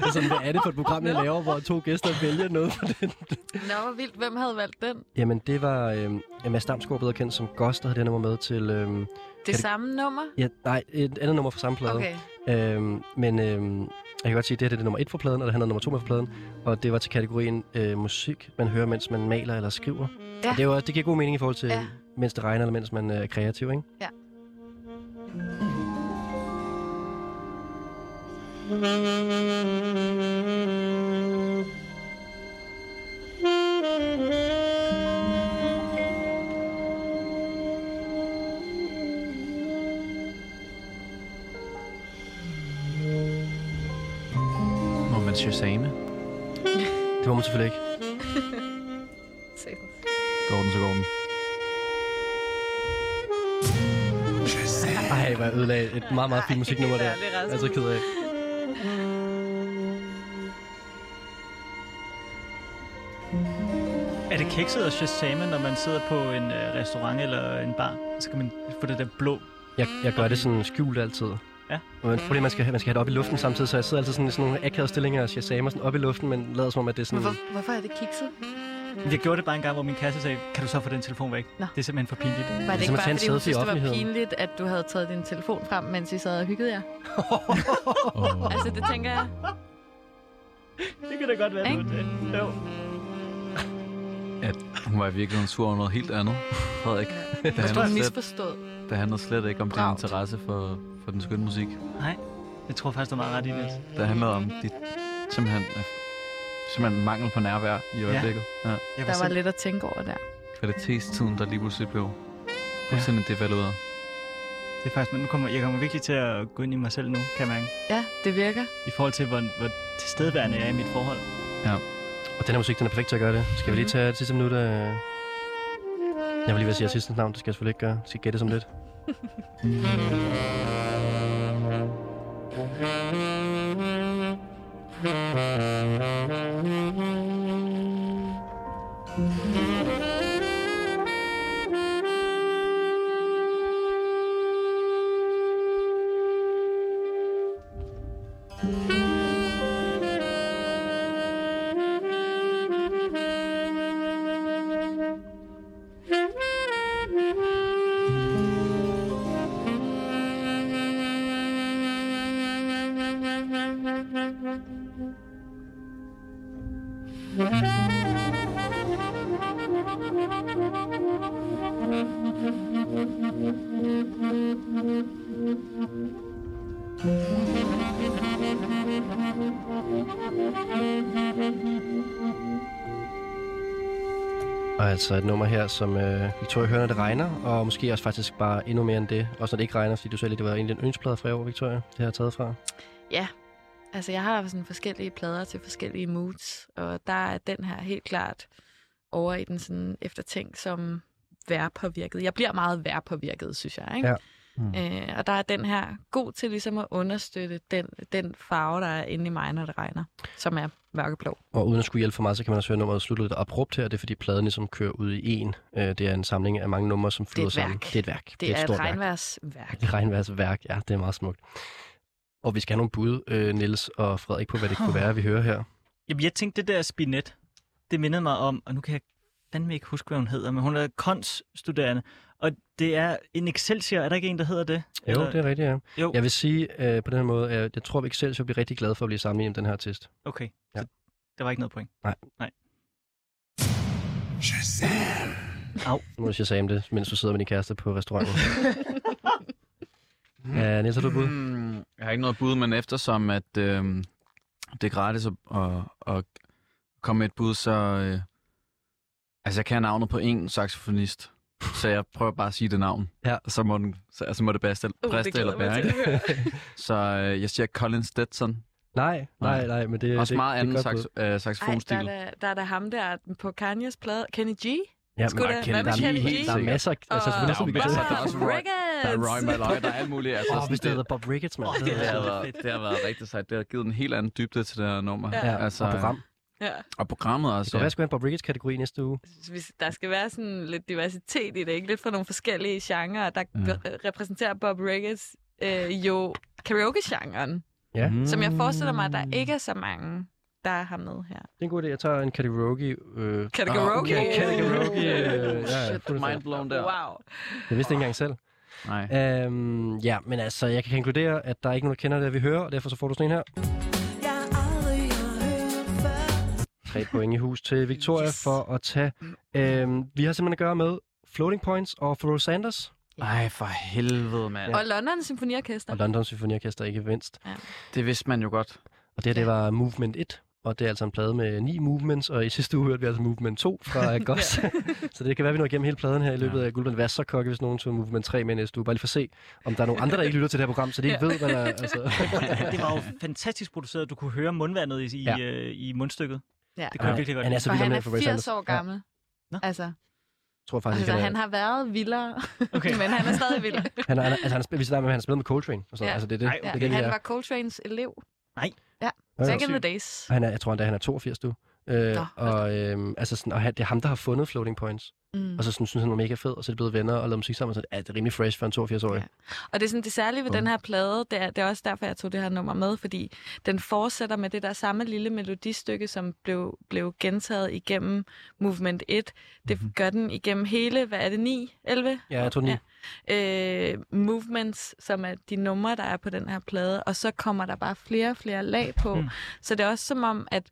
Speaker 2: Altså, hvad er det for et program, jeg laver, hvor to gæster vælger noget for den?
Speaker 4: Nå, hvor vildt. Hvem havde valgt den?
Speaker 2: Jamen, det var øh, Mads Damsgaard, bedre kendt som Ghost, der havde det nummer med til... Øh,
Speaker 4: Det
Speaker 2: det-
Speaker 4: samme nummer?
Speaker 2: ja, nej, et andet nummer fra samme plade.
Speaker 4: Okay.
Speaker 2: Øhm, men øhm, jeg kan godt sige, at det her det er nummer et for pladen, og det her er nummer to med for pladen. Og det var til kategorien øh, musik, man hører, mens man maler eller skriver.
Speaker 4: Ja.
Speaker 2: Og det, er jo også, det giver god mening i forhold til,
Speaker 4: Ja.
Speaker 2: ja. mens det regner, eller mens man øh, er kreativ, ikke?
Speaker 4: Ja.
Speaker 5: Må man shazame?
Speaker 2: Det må man selvfølgelig ikke.
Speaker 5: Går den, så går den.
Speaker 2: Ej, hvor jeg ødelagde et meget, meget fint musiknummer der.
Speaker 4: helt ærligt,
Speaker 2: Jeg er
Speaker 4: Rasmus.
Speaker 2: så ked af.
Speaker 3: Er det kikset at shazame, når man sidder på en øh, restaurant eller en bar? Så kan man få det der blå.
Speaker 4: Mm.
Speaker 2: Jeg, jeg gør det sådan skjult altid.
Speaker 3: Ja.
Speaker 2: Men problemet er, man skal, have- man skal have det op i luften samtidig, så jeg sidder altid sådan i sådan nogle akavede stillinger og shazamer sådan op i luften, men lader som om, at det er sådan...
Speaker 4: Hvor, hvorfor er det kikset?
Speaker 3: Jeg gjorde det bare en gang, hvor min kasse sagde, kan du så få den telefon væk?
Speaker 4: Nå.
Speaker 3: Det er simpelthen for
Speaker 4: *laughs*
Speaker 3: pinligt.
Speaker 4: Var det
Speaker 2: som
Speaker 4: ikke
Speaker 2: at tage en
Speaker 4: bare, fordi
Speaker 2: selfie
Speaker 4: hun
Speaker 2: i
Speaker 4: synes, det var
Speaker 2: offentligheden.
Speaker 4: pinligt, at du havde taget din telefon frem, mens I sad og hyggede jer?
Speaker 5: Oh.
Speaker 4: Altså, det tænker jeg.
Speaker 3: *laughs* Det kan da godt være,
Speaker 4: Ikke?
Speaker 3: det var det. Jo.
Speaker 5: At hun var i virkeligheden sur over noget helt andet, *laughs* Frederik. Det
Speaker 4: Jeg tror,
Speaker 5: handlede
Speaker 4: jeg
Speaker 5: slet,
Speaker 4: misforstået.
Speaker 5: det handlede slet ikke om din
Speaker 4: Bravt.
Speaker 5: interesse for, for den skønne musik.
Speaker 3: Nej, jeg tror faktisk, du er meget ret i det.
Speaker 5: Det handlede om dit simpelthen, øh, simpelthen mangel på nærvær i øjeblikket. Ja. ja.
Speaker 4: Der
Speaker 3: Jeg
Speaker 4: var
Speaker 3: simp-
Speaker 4: lidt at tænke over der.
Speaker 5: Kvalitetstiden, der lige pludselig blev fuldstændig devalueret.
Speaker 3: Det er faktisk, men nu kommer, jeg kommer virkelig til at gå ind i mig selv nu, kan man.
Speaker 4: Ja, det virker.
Speaker 3: I forhold til, hvor, hvor tilstedeværende jeg er i mit forhold.
Speaker 2: Og den her musik, den er perfekt til at gøre det. Skal vi lige tage det sidste minut af... Jeg vil lige ved at sige artistens navn, det skal jeg selvfølgelig ikke gøre. Jeg skal gætte som lidt. Og altså et nummer her, som øh, Victoria hører, når det regner, og måske også faktisk bare endnu mere end det. Også når det ikke regner, fordi du selv det var egentlig en ønskeplade fra i år, Victoria, det her er taget fra.
Speaker 4: Ja, altså jeg har sådan forskellige plader til forskellige moods, og der er den her helt klart over i den sådan eftertænk som værpåvirket. Jeg bliver meget værpåvirket, synes jeg, ikke?
Speaker 2: Ja.
Speaker 5: Mm.
Speaker 4: Øh, og der er den her god til ligesom at understøtte den, den farve, der er inde i mig, når det regner, som er mørkeblå.
Speaker 2: Og uden at skulle hjælpe for meget, så kan man også høre nummeret slutte lidt abrupt her. Det er fordi pladen ligesom kører ud i en. Øh, det er en samling af mange numre, som flyder sammen.
Speaker 4: værk.
Speaker 2: Det er et værk. Det,
Speaker 4: Det, det er et,
Speaker 2: stort
Speaker 4: et
Speaker 2: værk.
Speaker 4: regnværsværk.
Speaker 2: Et regnværsværk, ja, det er meget smukt. Og vi skal have nogle bud, øh, Niels og Frederik, på hvad *laughs* det kunne være, vi hører her.
Speaker 3: Jamen, jeg tænkte, det der spinet, det mindede mig om, og nu kan jeg fandme ikke huske, hvad hun hedder, men hun er konststuderende, og det er en Excelsior, er der ikke en, der hedder det?
Speaker 2: Jo, det er rigtigt, ja.
Speaker 3: Jo,
Speaker 2: Jeg vil sige øh, på den her måde, at jeg tror, at Excelsior bliver rigtig glad for at blive sammenlignet med den her artist.
Speaker 3: okay.
Speaker 2: Ja.
Speaker 3: Ja. Så, der var ikke noget point.
Speaker 2: Nu må jeg sige det, mens du sidder med din kæreste på restauranten.
Speaker 5: *laughs*
Speaker 2: ja, Niels, har du et bud?
Speaker 5: Hmm, jeg har ikke noget bud, men eftersom at øh, det er gratis at, at, at komme med et bud, så... Øh, altså, jeg kan navnet på en saxofonist, så jeg prøver bare at sige det navn.
Speaker 2: Ja.
Speaker 5: Så må, den, så, altså, må det bedste,
Speaker 4: *laughs* Uh,
Speaker 5: briste
Speaker 4: det glæder
Speaker 5: eller
Speaker 4: jeg mig
Speaker 5: bære,
Speaker 4: til
Speaker 5: ikke?
Speaker 4: at høre.
Speaker 5: Så øh, jeg siger Colin Stetson.
Speaker 2: Nej, nej,
Speaker 5: Nej.
Speaker 2: nej, men det
Speaker 5: Også
Speaker 2: det,
Speaker 5: meget
Speaker 2: det er
Speaker 5: anden
Speaker 2: godt bud.
Speaker 5: sax, øh,
Speaker 4: Ej, der er,
Speaker 5: saxofonstil.
Speaker 4: da, der er da ham der på Kanyes plade. Kenny G?
Speaker 2: Ja, men
Speaker 4: Skulle
Speaker 5: der
Speaker 4: da,
Speaker 5: Kenny
Speaker 4: hvad med
Speaker 5: G,
Speaker 4: Kenny
Speaker 5: helt
Speaker 4: G?
Speaker 2: der er
Speaker 5: sikkert.
Speaker 2: masser af... Altså,
Speaker 4: Og-
Speaker 2: selvfølgelig så vi kan
Speaker 5: masser,
Speaker 2: tage-
Speaker 5: der er også Roy-
Speaker 4: Ricketts!
Speaker 5: Der er Roy Malloy, der er alt muligt. Altså,
Speaker 2: Åh,
Speaker 5: sådan
Speaker 2: hvis det havde
Speaker 5: det,
Speaker 2: været Bob Ricketts, mand.
Speaker 3: Åh,
Speaker 2: så
Speaker 3: det
Speaker 5: det,
Speaker 2: havde
Speaker 3: havde
Speaker 5: har
Speaker 2: været-
Speaker 3: været
Speaker 5: været,
Speaker 3: fedt.
Speaker 5: det har været rigtig sejt. Det har givet en helt anden dybde til det her nummer.
Speaker 4: Ja.
Speaker 2: Ja, altså, og program.
Speaker 4: *laughs* Ja.
Speaker 5: Og programmet
Speaker 2: Det
Speaker 5: også,
Speaker 2: kunne
Speaker 5: ja.
Speaker 2: være, skulle have en Bob Ricketts-kategori næste uge.
Speaker 4: hvis der skal være sådan lidt diversitet i det, ikke? Lidt fra nogle forskellige genrer, der
Speaker 5: Ja.
Speaker 4: ja. repræsenterer Bob Ricketts øh, jo karaoke-genren, mm.
Speaker 2: Ja.
Speaker 5: Mm.
Speaker 4: som jeg forestiller mig, der ikke er så mange, der har med
Speaker 2: Det
Speaker 4: her.
Speaker 2: er en god idé. Jeg tager en karaoke... Øh,
Speaker 4: Kan det
Speaker 5: Ah,
Speaker 4: karaoke?
Speaker 5: okay,
Speaker 2: kan det karaoke? øh,
Speaker 4: *laughs*
Speaker 2: ja,
Speaker 5: Shit,
Speaker 2: fuldstændig.
Speaker 5: mind blown der.
Speaker 4: Wow.
Speaker 2: Jeg vidste ikke engang selv.
Speaker 5: Nej.
Speaker 2: Øhm, ja, men altså, jeg kan konkludere, at der er ikke nogen, der kender det, vi hører, og derfor så får du sådan en her. Tre point i hus til Victoria yes.
Speaker 4: Yes.
Speaker 2: for at tage. Øhm, vi har simpelthen at gøre med Floating Points og Pharoah Sanders
Speaker 5: Ej, for helvede, mand.
Speaker 4: Og London Symfoniorkester.
Speaker 2: og London Symfoniorkester, ikke mindst.
Speaker 5: Det vidste man jo godt.
Speaker 2: Og det her, det
Speaker 4: Ja.
Speaker 2: var Movement 1, og det er altså en plade med ni movements, og i sidste uge hørte vi altså Movement 2
Speaker 4: *laughs*
Speaker 2: fra Goss. *laughs* så det kan være, at vi når igennem hele pladen her i løbet
Speaker 5: Ja.
Speaker 2: af Guldband. Vær så kokke, hvis nogen tog Movement 3 med næste uge. Bare lige for at se, om der er nogen andre, der ikke lytter til det her program, så de ikke
Speaker 4: Ja.
Speaker 2: ved, hvad der er.
Speaker 4: *laughs*
Speaker 2: Altså.
Speaker 3: Det var jo
Speaker 2: *laughs*
Speaker 3: fantastisk produceret. Du kunne høre mundvandet i,
Speaker 2: Ja.
Speaker 3: ja. øh, i mundstykket.
Speaker 4: Ja.
Speaker 3: Det kunne jeg
Speaker 2: Ja.
Speaker 3: virkelig godt
Speaker 2: Han er
Speaker 3: lide.
Speaker 2: så
Speaker 4: For
Speaker 2: vild om
Speaker 4: han
Speaker 2: Altså, det
Speaker 4: er
Speaker 2: her Pharoah
Speaker 4: 80
Speaker 2: Sanders.
Speaker 4: år
Speaker 2: Ja,
Speaker 4: gammel.
Speaker 3: Nå.
Speaker 4: Altså,
Speaker 2: tror faktisk,
Speaker 4: altså,
Speaker 2: ikke,
Speaker 4: han har været vildere, *laughs*
Speaker 3: Okay. *laughs*
Speaker 4: men han er stadig vild.
Speaker 2: Han, er, han, er- altså, han, spil, vi snakker med, at han spillede med Coltrane. Og sådan, noget.
Speaker 4: Ja.
Speaker 2: altså, det er det,
Speaker 3: Ej,
Speaker 2: det, er
Speaker 4: Ja.
Speaker 3: okay.
Speaker 2: det, vi
Speaker 4: Han
Speaker 2: er.
Speaker 4: var Coltrane's elev.
Speaker 3: Nej.
Speaker 4: Ja,
Speaker 2: Ja,
Speaker 4: back in the
Speaker 3: Sindssygt.
Speaker 4: days.
Speaker 2: Og han er, jeg tror endda, han er 82, du. Øh,
Speaker 4: Nå, hold
Speaker 2: og øhm, altså sådan, og han, det er ham, der har fundet Floating Points.
Speaker 4: Mm.
Speaker 2: Og så sådan, synes han, han er mega fed, og så er de blevet venner og lavet musik sammen. Og så ja, det er rimelig fresh for en 82-årig. Ja.
Speaker 4: Ja. Og det er sådan det særlige ved
Speaker 2: Mm.
Speaker 4: den her plade, det er, det er også derfor, jeg tog det her nummer med, fordi den fortsætter med det der samme lille melodistykke, som blev, blev gentaget igennem Movement 1. Det mm-hmm. gør den igennem hele, hvad er det, 9? 11?
Speaker 2: Ja, jeg tror ni.
Speaker 4: Øh, movements, som er de numre, der er på den her plade, og så kommer der bare flere og flere lag på.
Speaker 3: Mm.
Speaker 4: Mm. Så det er også som om, at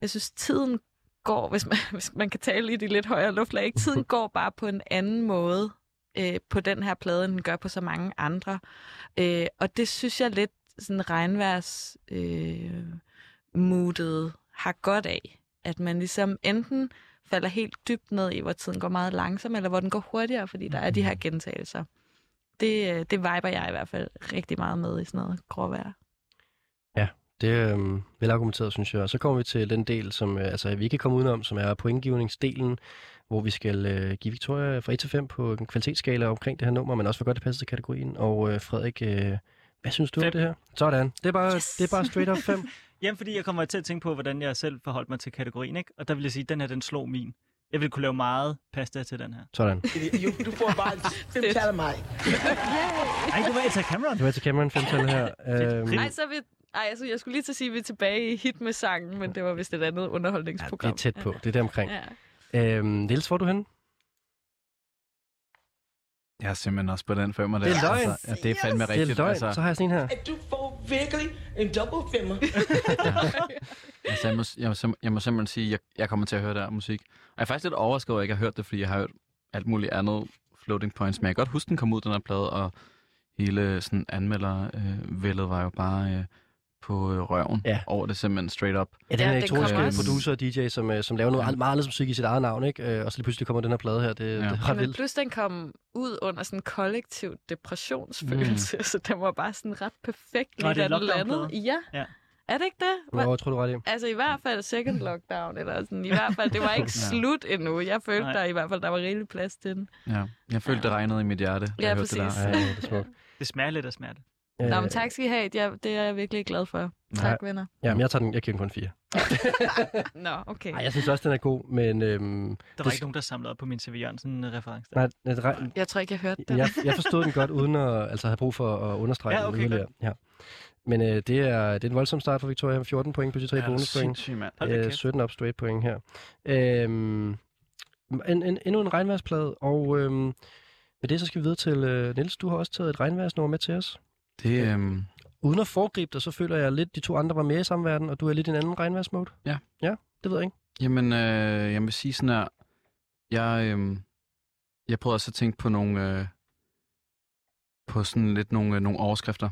Speaker 4: jeg synes, tiden går, hvis man, *laughs* hvis man kan tale i de lidt højere luftlag, ikke? tiden går bare på en anden måde øh, på den her plade, end den gør på så mange andre. Øh, og det synes jeg lidt sådan regnværs øh, moodet har godt af, at man ligesom enten falder helt dybt ned i, hvor tiden går meget langsomt, eller hvor den går hurtigere, fordi der er de
Speaker 2: Mhm.
Speaker 4: her gentagelser. Det, øh, det viber jeg i hvert fald rigtig meget med i sådan noget gråvejr.
Speaker 2: Det er øhm, velargumenteret, synes jeg. Og så kommer vi til den del, som øh, altså, vi ikke kan komme udenom, som er pointgivningsdelen, hvor vi skal øh, give Victoria fra 1 til 5 på en kvalitetsskala omkring det her nummer, men også hvor godt det passer til kategorien. Og øh, Frederik, øh, hvad synes du om
Speaker 3: Fem.
Speaker 2: det her? Sådan. Det er bare, yes.
Speaker 4: Yes.
Speaker 2: det er bare straight up 5.
Speaker 3: Jamen, fordi jeg kommer til at tænke på, hvordan jeg selv forholdt mig til kategorien, ikke? Og der vil jeg sige, at den her, den slog min. Jeg ville kunne lave meget pasta til den her.
Speaker 2: Sådan.
Speaker 7: Du får bare fem tal af mig.
Speaker 3: Ej, det var Elsa Cameron.
Speaker 2: Det var til Cameron 5 *laughs* her. Øhm,
Speaker 4: Nej, så er vi... Ej, altså, jeg skulle lige til at sige, at vi er tilbage i hit med sangen, men det var vist et andet
Speaker 2: ja, det er
Speaker 4: underholdningsprogram.
Speaker 2: tæt på. Det er der omkring.
Speaker 4: Ja.
Speaker 2: Øhm, Niels, hvor er du henne?
Speaker 5: Jeg er simpelthen også på den femmer der.
Speaker 2: Det er løgn.
Speaker 5: Altså, ja, det er fandme
Speaker 2: Det er
Speaker 5: rigtigt.
Speaker 2: løgn.
Speaker 5: altså,
Speaker 2: Så har jeg sådan en her.
Speaker 7: At du får virkelig en double femmer.
Speaker 5: altså, jeg, må, jeg, må, sim- jeg må simpelthen sige, at jeg, jeg kommer til at høre der musik. Og jeg er faktisk lidt overrasket over, at jeg ikke har hørt det, fordi jeg har hørt alt muligt andet floating points. Men jeg kan godt huske, den kom ud, den her plade, og hele sådan anmeldervældet var jo bare øh, på øh, røven
Speaker 2: Ja.
Speaker 5: over det simpelthen straight up.
Speaker 2: Ja, den
Speaker 4: Ja,
Speaker 2: her
Speaker 4: den
Speaker 2: elektroniske
Speaker 5: kommer
Speaker 2: den
Speaker 5: også.
Speaker 2: producer og DJ, som, øh, som laver noget
Speaker 5: Ja.
Speaker 2: ja. meget anderledes musik i sit eget navn, ikke? Øh, Og så lige pludselig kommer den her plade her. Det, ja.
Speaker 5: Ja.
Speaker 2: det er ret
Speaker 4: Men
Speaker 2: vildt.
Speaker 4: plus, den kom ud under sådan en kollektiv depressionsfølelse, mm. *laughs* så den var bare sådan ret perfekt,
Speaker 3: Nå,
Speaker 4: lige
Speaker 3: det er
Speaker 4: da den
Speaker 3: lockdownplade.
Speaker 4: landede. Ja.
Speaker 3: Ja.
Speaker 4: Er det ikke det?
Speaker 2: Jo,
Speaker 4: Hva-
Speaker 2: jeg tror du er ret i.
Speaker 4: Altså i hvert fald second lockdown, eller sådan i hvert fald, det var ikke
Speaker 5: Ja.
Speaker 4: slut endnu. Jeg følte,
Speaker 3: Nej.
Speaker 4: der i hvert fald, der var rigelig plads til den.
Speaker 5: Ja. Jeg følte, det regnede i mit hjerte, da
Speaker 4: Ja,
Speaker 5: jeg hørte det
Speaker 4: præcis.
Speaker 5: der.
Speaker 2: Ej, det er smukt.
Speaker 3: Det smager lidt af smerte.
Speaker 2: Øh,
Speaker 4: Nå, men tak skal I have. Ja, det er jeg virkelig glad for. Tak, venner.
Speaker 2: Ja, men jeg tager den. Jeg giver den kun 4.
Speaker 4: Nå, okay.
Speaker 2: Ej, jeg synes også, den er god, men... Øhm,
Speaker 3: Der var
Speaker 2: Det-
Speaker 3: ikke nogen, der samlede op på min C.V. Jørgensen-reference.
Speaker 2: nej, det er ret-
Speaker 4: Jeg tror ikke, jeg hørte
Speaker 2: Men
Speaker 4: det.
Speaker 2: jeg, jeg forstod den godt, uden at altså, have brug for at understrege
Speaker 3: Ja,
Speaker 2: den
Speaker 3: okay,
Speaker 2: yderligere. Ja. Men øh, det, er, det er en voldsom start for Victoria. 14 point plus de tre
Speaker 5: Ja, det er
Speaker 2: bonuspoint.
Speaker 5: sindssygt, mand.
Speaker 3: Hold da
Speaker 2: Øh,
Speaker 3: kæft.
Speaker 2: 17 up straight point her. Øhm, en, en, endnu en regnværsplade, og øhm, med det så skal vi videre til øh, Niels. Du har også taget et regnværsnummer med til os.
Speaker 5: Det, øhm,
Speaker 2: Uden at foregribe dig, så føler jeg lidt, de to andre var mere i samme verden, og du er lidt i en anden regnværsmode.
Speaker 5: Ja.
Speaker 2: Ja, det ved jeg ikke.
Speaker 5: Jamen, øh, jeg vil sige sådan her. Jeg, øh, jeg prøvede også at tænke på nogle, øh, på sådan lidt nogle, øh, nogle overskrifter,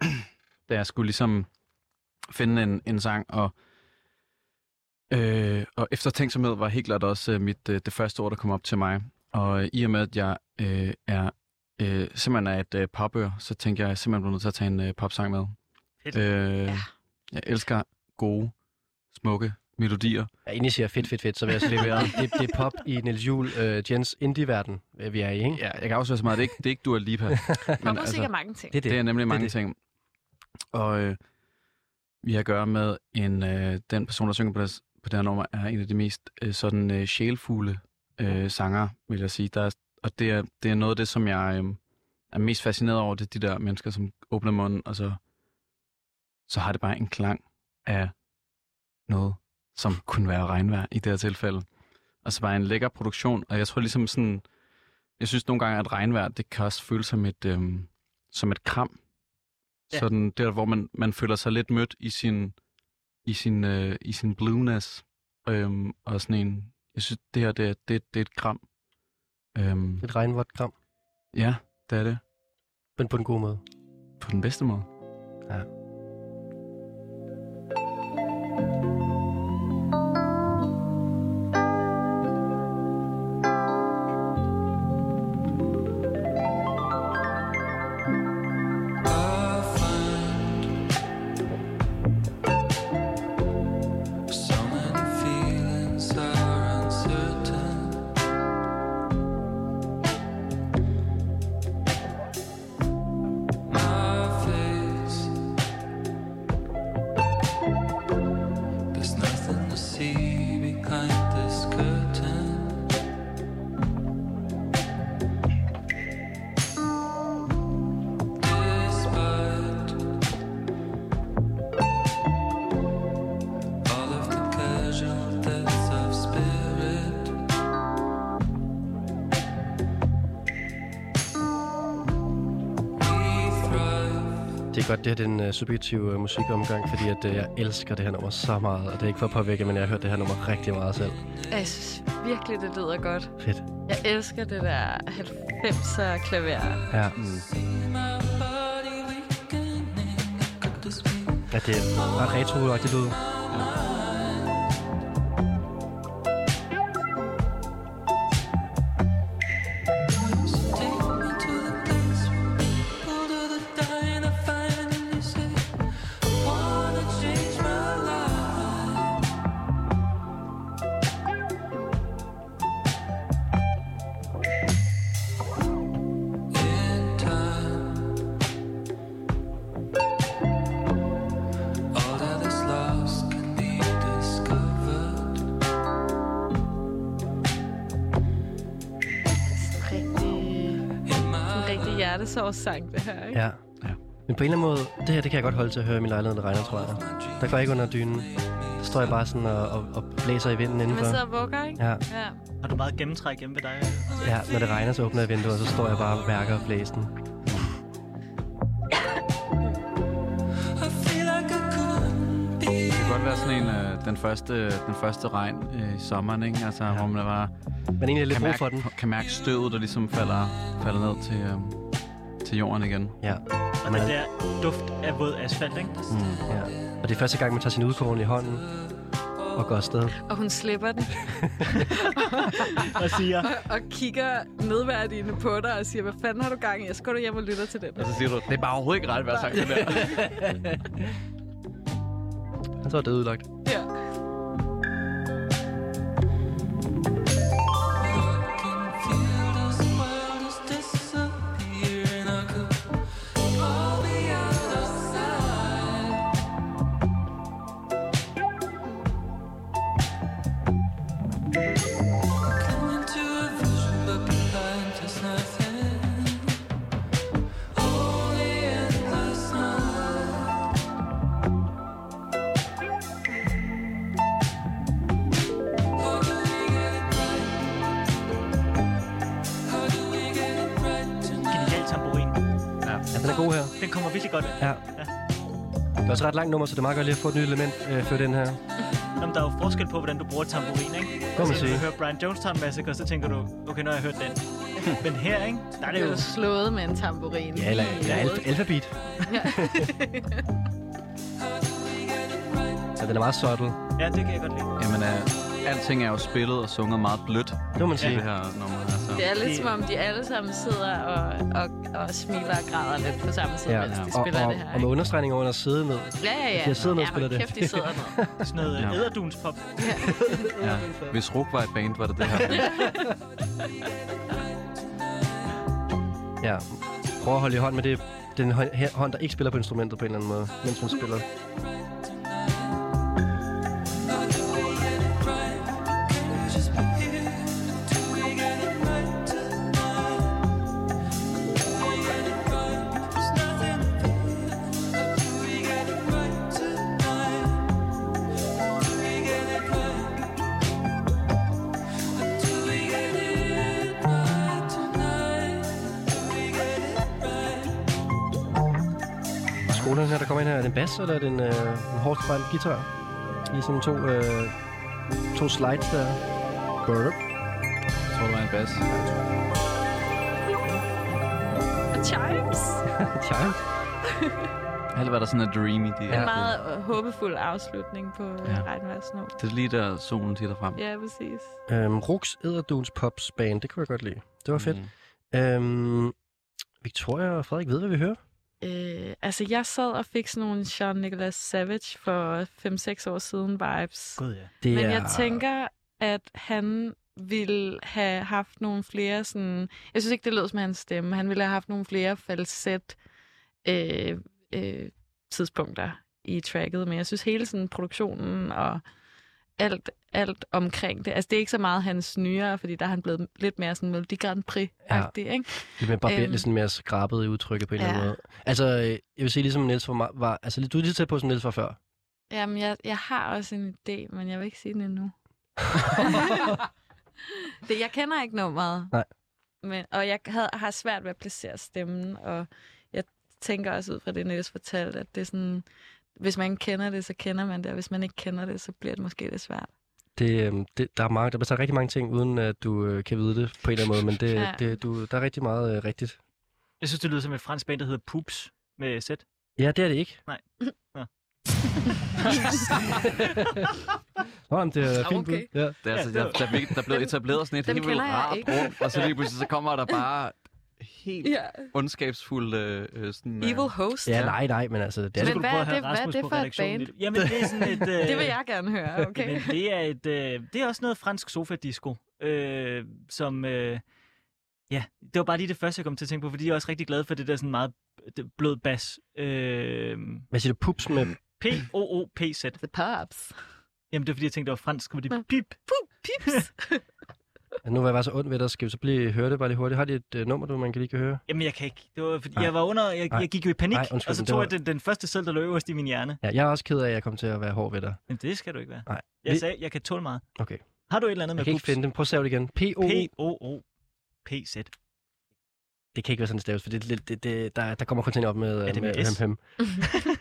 Speaker 5: *clears throat* da jeg skulle ligesom finde en, en sang, og, øh, og eftertænksomhed var helt klart også øh, mit, øh, det første ord, der kom op til mig. Og øh, i og med, at jeg øh, er øh, simpelthen er et øh, popør, så tænkte jeg, at jeg simpelthen blev nødt til at tage en øh, popsang med.
Speaker 3: Fedt.
Speaker 5: Øh, ja. Jeg elsker gode, smukke melodier.
Speaker 2: Ja, inden I siger fedt, fedt, fedt, så vil jeg sige, det, er- det, det er pop i Niels Juhl, øh, Jens indie-verden, øh, vi er i, ikke?
Speaker 5: Ja, jeg kan afsløre så meget. Det er ikke, det er ikke Dua Lipa.
Speaker 4: Men, musik altså, er mange ting.
Speaker 2: Det er det.
Speaker 5: Det er nemlig
Speaker 2: er
Speaker 5: mange
Speaker 2: det.
Speaker 5: ting. Og øh, vi har at gøre med en, øh, den person, der synger på, deres, på det her nummer, er en af de mest øh, sådan øh, sjælfulde øh, sanger, vil jeg sige. Der er, og det er, det er noget af det, som jeg øh, er mest fascineret over, det er de der mennesker, som åbner munden, og så, så har det bare en klang af noget, som kunne være regnvejr i det her tilfælde. Og så bare en lækker produktion, og jeg tror ligesom sådan, jeg synes nogle gange, at regnvejr, det kan også føles som et, øh, som et kram.
Speaker 3: Ja.
Speaker 5: Ja. Sådan der, hvor man, man føler sig lidt mødt i sin, i sin, øh, i sin blueness. Øhm, og sådan en, jeg synes, det her, det er, det, det er et kram. Øhm,
Speaker 2: Et regnvort kram,
Speaker 5: ja, det er det.
Speaker 2: men på en god måde.
Speaker 5: På den bedste måde.
Speaker 8: There's nothing to see behind this curtain. Despite all of the casual deaths of spirit, we thrive.
Speaker 2: Det er godt, det her det er en øh, subjektiv øh, musikomgang, fordi at, øh, jeg elsker det her nummer så meget, og det er ikke for at påvirke, men jeg har hørt det her nummer rigtig meget selv.
Speaker 4: Ja, Jeg synes virkelig, det lyder godt.
Speaker 2: Fedt.
Speaker 4: Jeg elsker det der 90'er klaver.
Speaker 2: Ja,
Speaker 8: Body weakening, could this be?
Speaker 2: ja det er ret retro det lyder.
Speaker 8: Take me to the place Go to the dine I find and you say I wanna change my life In time All that is lost can be discovered
Speaker 4: Sådan Rigtig,
Speaker 8: in
Speaker 4: en
Speaker 8: my
Speaker 4: rigtig hjertesårssang, det her, ikke?
Speaker 2: Ja. ja. Men på en eller anden måde, det her det kan jeg godt holde til at høre i min lejlighed, når det regner, tror jeg. Der går jeg ikke under dynen. Så står jeg bare sådan og, og, og blæser i vinden
Speaker 4: Man
Speaker 2: indenfor.
Speaker 4: sidder og vugger, ikke?
Speaker 2: Ja,
Speaker 4: Ja.
Speaker 3: Har du meget gennemtræk hjemme ved dig?
Speaker 2: ja, når det regner, så åbner jeg vinduet, og så står jeg bare og værker og blæser den.
Speaker 8: I feel like I couldn't be
Speaker 5: Det kan godt være sådan en, øh, den, første, den første regn øh, i sommeren, ikke? Altså, ja. hvor man bare
Speaker 2: Men egentlig er lidt
Speaker 5: kan
Speaker 2: brug
Speaker 5: mærke,
Speaker 2: for den.
Speaker 5: kan mærke støvet, der ligesom falder, falder ned til, øh, til jorden igen.
Speaker 2: Ja.
Speaker 3: Og den der duft af våd asfalt,
Speaker 4: *laughs*
Speaker 3: ikke?
Speaker 2: Mm, ja. Og det er første gang, man tager sin udkåren i hånden og går afsted.
Speaker 4: Og hun slipper den
Speaker 3: Og siger,
Speaker 4: og, og kigger nedværdigende på dig og siger, hvad fanden har du gang i? Jeg skal du hjem og lytter til den.
Speaker 5: Og så siger du, det er bare overhovedet ikke ret, hvad jeg har sagt det der.
Speaker 2: Han så er det udlagt.
Speaker 4: Ja.
Speaker 3: genial tamburin.
Speaker 2: Ja, den er god her.
Speaker 3: Den kommer virkelig godt.
Speaker 2: Ja. Det er også et ret langt nummer, så det er meget godt lige at få et nyt element øh, før den her.
Speaker 3: Nå, men der er jo forskel på, hvordan du bruger tamburin, ikke?
Speaker 2: Må man
Speaker 3: Så
Speaker 2: sige.
Speaker 3: du hører Brian Jones Town Massacre, så tænker du, okay, når jeg
Speaker 2: *laughs*
Speaker 3: hørt den. men her, ikke? Der er det
Speaker 4: Det er
Speaker 3: jo...
Speaker 4: jo slået med en tamburin.
Speaker 2: Ja, eller, eller alf-
Speaker 4: *laughs*
Speaker 2: alfabet. så den er meget subtle.
Speaker 3: Ja, det kan jeg godt lide.
Speaker 5: *laughs* Jamen, øh, alting er jo spillet og sunget meget blødt.
Speaker 2: Det må man
Speaker 5: i
Speaker 2: sige.
Speaker 5: Det her nummer altså. her, så.
Speaker 4: Det er lidt som om, de alle sammen sidder og, og, og smiler og græder lidt på samme tid, ja, mens de
Speaker 2: og,
Speaker 4: spiller
Speaker 2: og,
Speaker 4: det her.
Speaker 2: og med
Speaker 4: ikke?
Speaker 2: understregninger under side ned.
Speaker 4: Ja, ja, ja.
Speaker 2: Jeg sidder ned og
Speaker 4: Ja,
Speaker 2: spiller
Speaker 4: hold
Speaker 2: det.
Speaker 4: kæft, de sidder
Speaker 2: *laughs*
Speaker 4: ned.
Speaker 3: Sådan noget øh,
Speaker 5: Ja.
Speaker 3: ja. æderduns-pop.
Speaker 5: Ja. Hvis Ruk var et band, var det
Speaker 4: *laughs*
Speaker 5: det her.
Speaker 2: Ja. Prøv at holde i hånd med det, den hå- her hånd, der ikke spiller på instrumentet på en eller anden måde, mens man spiller.
Speaker 8: Just be here until we get it right tonight. We get it right. There's nothing to fear until we get it right tonight. Until we get it right. Until we get it right tonight. Until we get it right.
Speaker 2: Skolerne her, der kommer ind her, er det en bas, eller er det en, øh, en hårdt spejlet guitar? Lige sådan to, øh, to slides der. Burp.
Speaker 5: Jeg tror, det var en bas.
Speaker 4: Chimes!
Speaker 2: Charm.
Speaker 5: Alt hvad der sådan er dreamy. Det
Speaker 4: En
Speaker 5: er,
Speaker 4: meget øh, håbefuld afslutning på
Speaker 5: Ja.
Speaker 4: ja. Regnværs nu.
Speaker 5: det er lige der solen titter frem.
Speaker 4: Ja, præcis.
Speaker 2: Øhm, Rux Edderduns Pops Band, det kunne jeg godt lide. Det var fedt. Mm. Øhm, Victoria og Frederik ved, hvad vi hører.
Speaker 4: Øh, altså, jeg sad og fik sådan nogle Sean Nicholas Savage for 5-6 år siden vibes.
Speaker 3: Gud, ja.
Speaker 2: Det
Speaker 4: Men
Speaker 2: er...
Speaker 4: jeg tænker, at han ville have haft nogle flere sådan... Jeg synes ikke, det lød som hans stemme. Han ville have haft nogle flere falset øh, øh, tidspunkter i tracket. Men jeg synes hele sådan produktionen og alt, alt omkring det. Altså, det er ikke så meget hans nyere, fordi der er han blevet lidt mere sådan Melodi Grand Prix-agtig, ikke?
Speaker 2: Lidt mere barber,
Speaker 4: Øhm.
Speaker 2: lidt sådan mere skrabet i udtrykket på en eller anden
Speaker 4: Ja.
Speaker 2: måde. Altså, øh, jeg vil sige, ligesom Niels var, meget- var altså, du er lige så tæt på, som Niels var før.
Speaker 4: Jamen, jeg, jeg har også en idé, men jeg vil ikke sige den *laughs* endnu. det, jeg kender ikke nummeret.
Speaker 2: Nej.
Speaker 4: Men, og jeg havde, har svært ved at placere stemmen, og jeg tænker også ud fra det, Niels fortalte, at det er sådan, hvis man kender det, så kender man det, og hvis man ikke kender det, så bliver det måske lidt svært.
Speaker 2: Det, øhm, det, der, er mange, der er så rigtig mange ting, uden at du øh, kan vide det på en eller anden måde, men det, ja.
Speaker 4: Ja.
Speaker 2: det, du, der er rigtig meget øh, rigtigt.
Speaker 3: Jeg synes, det lyder som et fransk band, der hedder Poops med Z.
Speaker 2: Ja, det er det ikke.
Speaker 3: Nej. Nå.
Speaker 2: *laughs* Nå, men det er
Speaker 4: Ah,
Speaker 2: fint
Speaker 4: okay.
Speaker 2: bud. Ja.
Speaker 5: Det er, altså, der, der, der, der blev etableret sådan et
Speaker 4: dem
Speaker 5: helt vildt
Speaker 4: kender jeg
Speaker 5: rart
Speaker 4: ikke.
Speaker 5: rum, og så lige pludselig så kommer der
Speaker 4: *laughs*
Speaker 5: bare helt
Speaker 4: Ja.
Speaker 5: ondskabsfuld øh, øh, sådan...
Speaker 4: Evil host.
Speaker 2: ja, nej, nej, men altså, det er
Speaker 4: Men
Speaker 3: Så
Speaker 2: det.
Speaker 3: skulle du
Speaker 4: hvad
Speaker 3: prøve
Speaker 4: er
Speaker 3: at have
Speaker 4: det- hvad er
Speaker 3: Rasmus
Speaker 4: det
Speaker 3: på
Speaker 4: for et
Speaker 3: redaktionen
Speaker 4: band?
Speaker 3: lidt. Jamen, det er sådan
Speaker 4: *laughs*
Speaker 3: et... Øh,
Speaker 4: Det vil jeg gerne høre, okay?
Speaker 3: Jamen, det er, et, øh, det er også noget fransk sofa-disco, øh, som... Øh, ja, det var bare lige det første, jeg kom til at tænke på, fordi jeg er også rigtig glad for det der sådan meget det- blød bas. Øh,
Speaker 2: Hvad siger du? Pups med...
Speaker 4: *laughs*
Speaker 3: P-O-O-P-Z.
Speaker 4: The Pops.
Speaker 3: Jamen, det var fordi, jeg tænkte, det var fransk, fordi
Speaker 4: Nå.
Speaker 3: pip.
Speaker 4: Pips.
Speaker 2: Nu var jeg bare så ond ved dig. Skal vi så blive høre det bare lige hurtigt? Har de et øh, nummer, du man kan lige kan høre?
Speaker 3: Jamen, jeg kan ikke. Det var, fordi
Speaker 2: Nej.
Speaker 3: jeg var under... Jeg,
Speaker 2: Nej.
Speaker 3: jeg gik jo i panik,
Speaker 2: Nej, undskyld,
Speaker 3: og så
Speaker 2: men det
Speaker 3: tog
Speaker 2: var-
Speaker 3: jeg den, den første selv, der lå øverst i min hjerne.
Speaker 2: Ja, jeg er også ked af, at jeg kom til at være hård ved dig.
Speaker 3: Men det skal du ikke være.
Speaker 2: Nej.
Speaker 3: Jeg
Speaker 2: Vi-
Speaker 3: sagde, jeg kan tåle meget.
Speaker 2: Okay.
Speaker 3: Har du et eller andet
Speaker 2: Jeg
Speaker 3: med
Speaker 2: kan ikke
Speaker 3: pups?
Speaker 2: finde dem. Prøv at sæve det igen. p o
Speaker 3: P-O-O-P-Z.
Speaker 2: Det kan ikke være sådan stavet, for det, det, det, det, der, der kommer kun ting op med, øh,
Speaker 3: Er det med
Speaker 2: med
Speaker 3: S?
Speaker 2: høm, høm.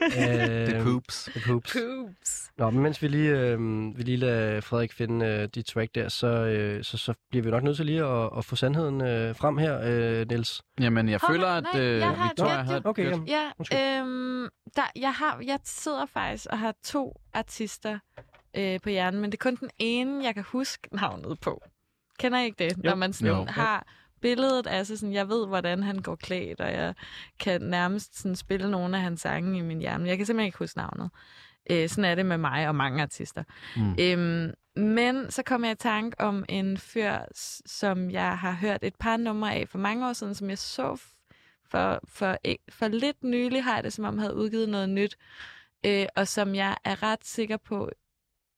Speaker 5: øh, The poops.
Speaker 2: The Øhm, poops.
Speaker 4: Poops.
Speaker 2: Nå, men mens vi lige, øh, vi lige lader Frederik finde øh, de track der, så, øh, så, så bliver vi nok nødt til lige at, at få sandheden øh, frem her, øh, Niels.
Speaker 5: Jamen, jeg
Speaker 4: Hov,
Speaker 5: føler,
Speaker 4: nej,
Speaker 5: at
Speaker 4: nej,
Speaker 5: øh,
Speaker 4: jeg har et
Speaker 5: Victoria
Speaker 4: gæt,
Speaker 5: har
Speaker 4: jo.
Speaker 5: et
Speaker 2: Okay,
Speaker 5: gæt.
Speaker 2: jamen,
Speaker 4: Ja,
Speaker 2: Undskyld.
Speaker 4: øhm, der, jeg, har, jeg sidder faktisk og har to artister øh, på hjernen, men det er kun den ene, jeg kan huske navnet på. Kender I ikke det? Jo. Når man sådan
Speaker 5: Jo.
Speaker 4: jo. har billedet af sig, sådan, jeg ved, hvordan han går klædt, og jeg kan nærmest sådan, spille nogle af hans sange i min hjerne. Jeg kan simpelthen ikke huske navnet. Øh, sådan er det med mig og mange artister.
Speaker 5: Mm.
Speaker 4: Mm. Øhm, men så kom jeg i tanke om en fyr, s- som jeg har hørt et par numre af for mange år siden, som jeg så f- for, for, ikke- for lidt nylig, har jeg det som om, havde udgivet noget nyt, øh, og som jeg er ret sikker på,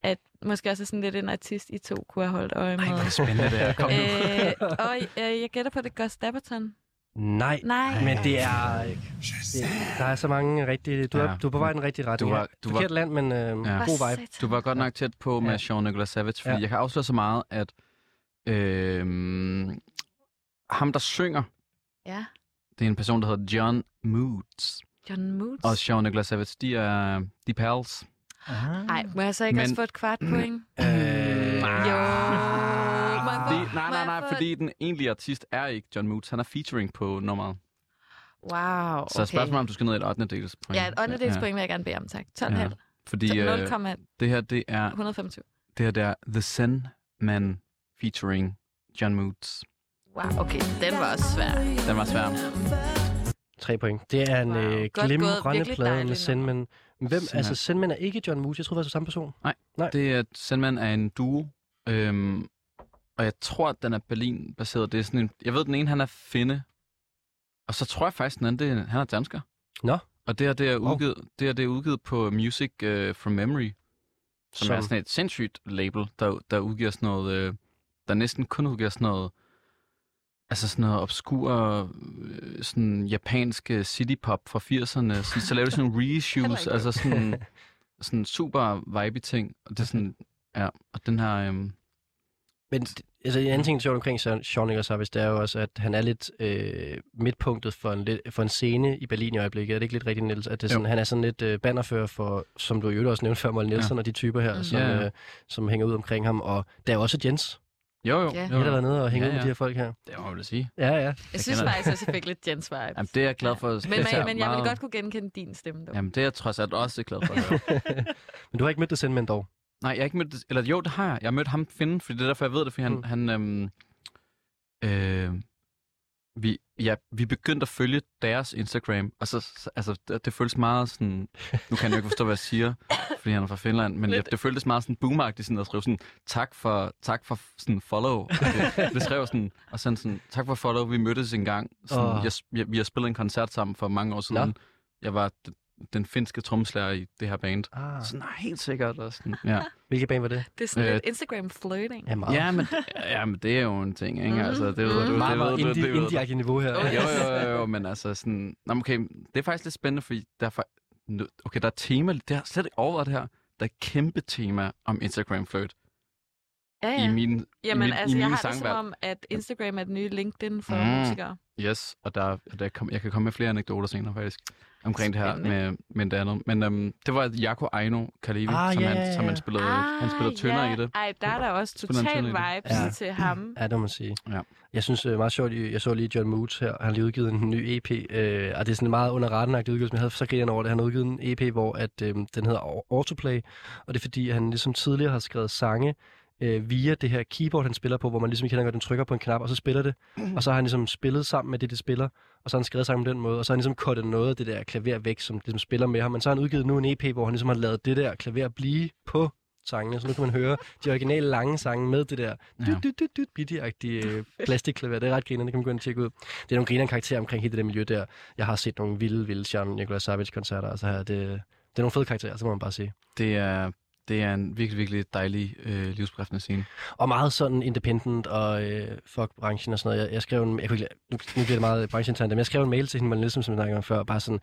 Speaker 4: at måske også er sådan lidt en artist, I to kunne have holdt øje med.
Speaker 5: Ej, hvor er *laughs* det spændende, det er. Kom nu.
Speaker 4: Øh, og øh, jeg gætter på, at det er Gus Dapperton.
Speaker 2: Nej,
Speaker 4: Nej.
Speaker 2: men det er... Det, der er så mange rigtige... Du, ja.
Speaker 5: Ja.
Speaker 2: er, du er på vej i den rigtige retning.
Speaker 5: Du
Speaker 2: Du
Speaker 5: var-
Speaker 2: var,
Speaker 5: du
Speaker 2: du
Speaker 5: var-
Speaker 2: Forkert land, men øh, ja. god vibe.
Speaker 4: Satan.
Speaker 5: Du var godt nok tæt på med
Speaker 2: Ja.
Speaker 5: Sean Nicholas Savage, fordi
Speaker 2: Ja.
Speaker 5: jeg kan afsløre så meget, at øh, ham, der synger,
Speaker 4: Ja.
Speaker 5: det er en person, der hedder John Moods.
Speaker 4: John Moods.
Speaker 5: Og Sean Nicholas Savage, de er, de er pals.
Speaker 3: Aha.
Speaker 4: Nej, må jeg så ikke men...
Speaker 5: Men- Mm.
Speaker 4: også få et kvart point?
Speaker 2: Øh,
Speaker 4: Jo. Må jeg få...
Speaker 5: Fordi, Ah. nej,
Speaker 4: må
Speaker 5: nej,
Speaker 4: jeg
Speaker 5: nej,
Speaker 4: få-
Speaker 5: fordi den egentlige artist er ikke John Moods. Han er featuring på nummeret.
Speaker 4: Wow, okay.
Speaker 5: Så spørgsmålet er, om du skal ned i et 8. dels point.
Speaker 4: Ja, et åndedelspoint vil jeg gerne bede om, tak. 12,5.
Speaker 5: Ja.
Speaker 4: Ja.
Speaker 5: Fordi øh,
Speaker 4: 0,125.
Speaker 5: det her, det er det her der The Zen Man featuring John Moods.
Speaker 4: Wow, okay, den var også svær.
Speaker 5: Den var svær.
Speaker 2: Tre point. Det er en
Speaker 4: Wow.
Speaker 2: wow.
Speaker 4: Godt gået.
Speaker 2: glimrende
Speaker 4: Virkelig
Speaker 2: plade
Speaker 4: dejligt
Speaker 2: med
Speaker 4: nummer.
Speaker 2: Sandman. Hvem,
Speaker 5: Sandman.
Speaker 2: altså Sandman er ikke John Moose. Jeg troede, det var samme person.
Speaker 5: Det er, Sandman er en duo, øhm, og jeg tror, at den er Berlin-baseret. Det er sådan en, jeg ved, den ene, han er finne, og så tror jeg faktisk, den anden, det er, han er dansker.
Speaker 2: Nå.
Speaker 5: Og det her, det er
Speaker 2: Wow.
Speaker 5: udgivet, det her, det er udgivet på Music uh, from Memory, som, som, er sådan et sindssygt label, der, der udgiver sådan noget, øh, der næsten kun udgiver sådan noget, altså sådan noget obskur, øh, sådan japansk øh, citypop fra 80'erne, så, så laver de
Speaker 4: *laughs*
Speaker 5: sådan nogle reissues,
Speaker 4: Heller ikke
Speaker 5: altså
Speaker 4: *laughs*
Speaker 5: sådan, sådan super vibe ting, og det er sådan, ja, og den her, øhm,
Speaker 2: Men d- altså, en anden ting, der er sjovt omkring Søren- Sean Nichols Harris, det er jo også, at han er lidt øh, midtpunktet for en, lidt, for en scene i Berlin i øjeblikket. Er det ikke lidt rigtigt, Niels? At det er
Speaker 5: Jo.
Speaker 2: sådan, han er sådan lidt øh, bannerfører for, som du i øvrigt også nævnte før, Molly Nielsen ja. og de typer her,
Speaker 4: Mm.
Speaker 2: som,
Speaker 5: Ja,
Speaker 2: ja,
Speaker 5: ja.
Speaker 2: Øh, som hænger ud omkring ham. Og der er også Jens.
Speaker 5: jo jo,
Speaker 4: Ja.
Speaker 2: Jeg
Speaker 5: jo,
Speaker 2: har
Speaker 5: jo,
Speaker 2: været nede og hænge ja, ud
Speaker 5: Ja,
Speaker 2: med
Speaker 5: ja.
Speaker 2: de her folk her.
Speaker 5: det må man da sige.
Speaker 2: Ja, ja.
Speaker 4: Jeg synes
Speaker 5: kender det.
Speaker 4: faktisk også, jeg fik lidt Jens vibe.
Speaker 5: Jamen, det er jeg glad for.
Speaker 4: Men,
Speaker 5: Det
Speaker 4: men,
Speaker 5: tager
Speaker 4: men jeg vil
Speaker 5: meget-
Speaker 4: godt kunne genkende din stemme, dog.
Speaker 5: Jamen, det er jeg trods alt også glad for at høre.
Speaker 2: Men du har ikke mødt det sendmænd dog.
Speaker 5: Nej, jeg har ikke mødt... det- Eller jo, det har jeg. Jeg har mødt ham finde, fordi det er derfor, jeg ved det, fordi han...
Speaker 2: Mm.
Speaker 5: Mm. han øhm, øh, vi, ja, vi begyndte at følge deres Instagram, og så, så- altså, det, det føltes meget sådan... Nu kan jeg jo ikke forstå, hvad jeg
Speaker 2: *laughs*
Speaker 5: siger, fordi han er fra Finland, men jeg, det føltes meget sådan boomagtigt, sådan at skrive sådan, tak for, tak for sådan follow. Og Det,
Speaker 2: *laughs*
Speaker 5: det skrev jeg sådan, og sådan, sådan, tak for follow, vi mødtes en gang. Sådan,
Speaker 2: Åh.
Speaker 5: oh. jeg, jeg, vi har spillet en koncert sammen for mange år siden.
Speaker 2: Nå.
Speaker 5: Jeg var den, den finske tromslærer i det her band.
Speaker 2: Ah.
Speaker 5: Sådan, nej, helt sikkert. Og sådan, ja.
Speaker 2: Hvilket band var det?
Speaker 4: Det er sådan
Speaker 5: Øh,
Speaker 4: lidt Instagram-flirting.
Speaker 2: Ja, meget.
Speaker 5: Ja, men, ja, men det er jo en ting,
Speaker 4: Mhm.
Speaker 5: ikke? Altså, det ved du, det ved
Speaker 2: meget,
Speaker 5: du,
Speaker 2: meget
Speaker 5: det ved
Speaker 2: indie-
Speaker 5: du.
Speaker 2: indie-agtigt niveau her.
Speaker 4: Oh, ja.
Speaker 5: Jo, jo, jo, jo, men altså sådan... Nå, men okay, det er faktisk lidt spændende, fordi der er, fa- Nå, okay, der er et tema, det har jeg slet ikke overvejet det her. Der er et kæmpe tema om Instagram flirt
Speaker 4: Ja,
Speaker 5: ja. i min...
Speaker 4: Jamen,
Speaker 5: min- i
Speaker 4: altså, jeg
Speaker 5: mine
Speaker 4: har det som
Speaker 5: sangvalg.
Speaker 4: om, at Instagram er den nye LinkedIn for
Speaker 5: Mm.
Speaker 4: musikere.
Speaker 5: Yes, og der, og der kom, jeg kan komme med flere anekdoter senere faktisk omkring det her
Speaker 4: Spændende.
Speaker 5: med, med det andet. Men øhm, det var Jaco Aino Kalevi,
Speaker 2: Ah,
Speaker 5: som,
Speaker 2: ja, ja,
Speaker 5: han, som
Speaker 2: ja.
Speaker 5: han spillede,
Speaker 4: Ah,
Speaker 5: han spillede tyndere i det.
Speaker 4: Ej, der er der også
Speaker 5: Spiller han
Speaker 4: total
Speaker 5: tyndere i
Speaker 4: vibes
Speaker 2: Ja.
Speaker 4: ja. til ham.
Speaker 2: Ja, det må man sige.
Speaker 5: Ja.
Speaker 2: Jeg synes øh, meget sjovt, jeg så lige John Moods her, han har lige udgivet en ny EP, øh, og det er sådan en meget underrettenagtig udgivelse, men jeg havde så grinerende over det. Han har udgivet en EP, hvor at, øh, den hedder Au- Autoplay, og det er fordi, han ligesom tidligere har skrevet sange øh, via det her keyboard, han spiller på, hvor man ligesom kender godt, den trykker på en knap, og så spiller det, og så har han ligesom spillet sammen med det, det spiller, og så har han skrevet sangen på den måde, og så har han ligesom kottet noget af det der klaver væk, som ligesom spiller med ham, men så har han udgivet nu en EP, hvor han ligesom har lavet det der klaver blive på sangene, så nu kan man høre de originale lange sange med det der
Speaker 5: Ja.
Speaker 2: dyt, dyt, dyt, dyt, bitty-agtige øh, plastikklaver. Det er ret griner, det kan man gå ind og tjekke ud. Det er nogle griner karakterer omkring hele det der miljø der. Jeg har set nogle vilde, vilde Sean Nicolas Savage-koncerter, altså her, det, det er nogle fede karakterer, så må man bare sige.
Speaker 5: Det er, det er en virkelig, virkelig dejlig øh, livsbekræftende scene.
Speaker 2: Og meget sådan independent og øh, fuck branchen og sådan noget. Jeg, jeg skrev en, jeg kunne ikke, lade- nu, nu bliver det meget brancheinternt, men jeg skrev en mail til hende, Malin Nielsen, som vi snakkede om før, bare sådan,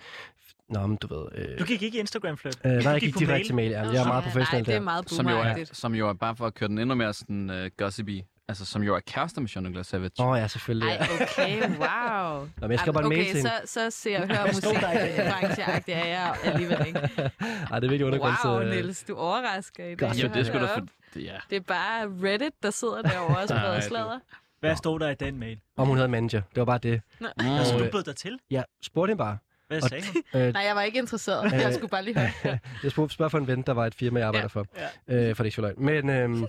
Speaker 2: nå, men du ved... Øh,
Speaker 3: Du gik ikke i Instagram-flirt?
Speaker 2: øh, nej, jeg
Speaker 3: du gik
Speaker 2: gik
Speaker 3: på
Speaker 2: direkte
Speaker 3: mail?
Speaker 2: til mail. Jamen, jeg er meget
Speaker 4: Ja,
Speaker 2: professionel
Speaker 4: Nej, det
Speaker 2: der.
Speaker 4: er meget
Speaker 5: Som jo, er,
Speaker 4: boomeragtigt.
Speaker 5: som jo er, bare for at køre den endnu mere sådan uh, gossipy, altså som jo er kærester med Sean Glass Savage.
Speaker 2: Åh oh, ja, selvfølgelig.
Speaker 4: Ej,
Speaker 2: Ja.
Speaker 4: okay, wow.
Speaker 2: Nå, men jeg skrev bare en mail
Speaker 4: okay,
Speaker 2: til hende. *laughs*
Speaker 4: så, så ser jeg hører *laughs* musikbrancheagtigt er jeg alligevel ikke.
Speaker 2: Ej, det er virkelig undergrunds...
Speaker 4: Wow,
Speaker 2: øh,
Speaker 4: Niels, du overrasker i dag.
Speaker 2: Godt.
Speaker 5: Ja,
Speaker 2: Jo,
Speaker 5: det er sgu da
Speaker 4: Hold
Speaker 5: for...
Speaker 4: op.
Speaker 5: det- Ja.
Speaker 4: Det er bare Reddit, der sidder derovre og
Speaker 5: Nej,
Speaker 4: spreder
Speaker 5: det-
Speaker 4: slader.
Speaker 3: Hvad stod der i den mail?
Speaker 2: Om hun havde en manager. Det var bare det.
Speaker 5: Mm.
Speaker 3: Hvad
Speaker 2: Og,
Speaker 3: stod
Speaker 2: øh,
Speaker 3: Altså, du bød dig til?
Speaker 2: Jeg spurgte hende bare.
Speaker 3: Hvad
Speaker 2: og-
Speaker 3: sagde hun?
Speaker 2: Øh,
Speaker 4: Nej, jeg var ikke interesseret.
Speaker 2: Øh.
Speaker 4: Jeg skulle bare lige høre.
Speaker 2: Jeg spurgte spørg for en ven, der var et firma, jeg arbejder ja. for. Ja. Øh, for det er ikke så løgn. Men, øhm,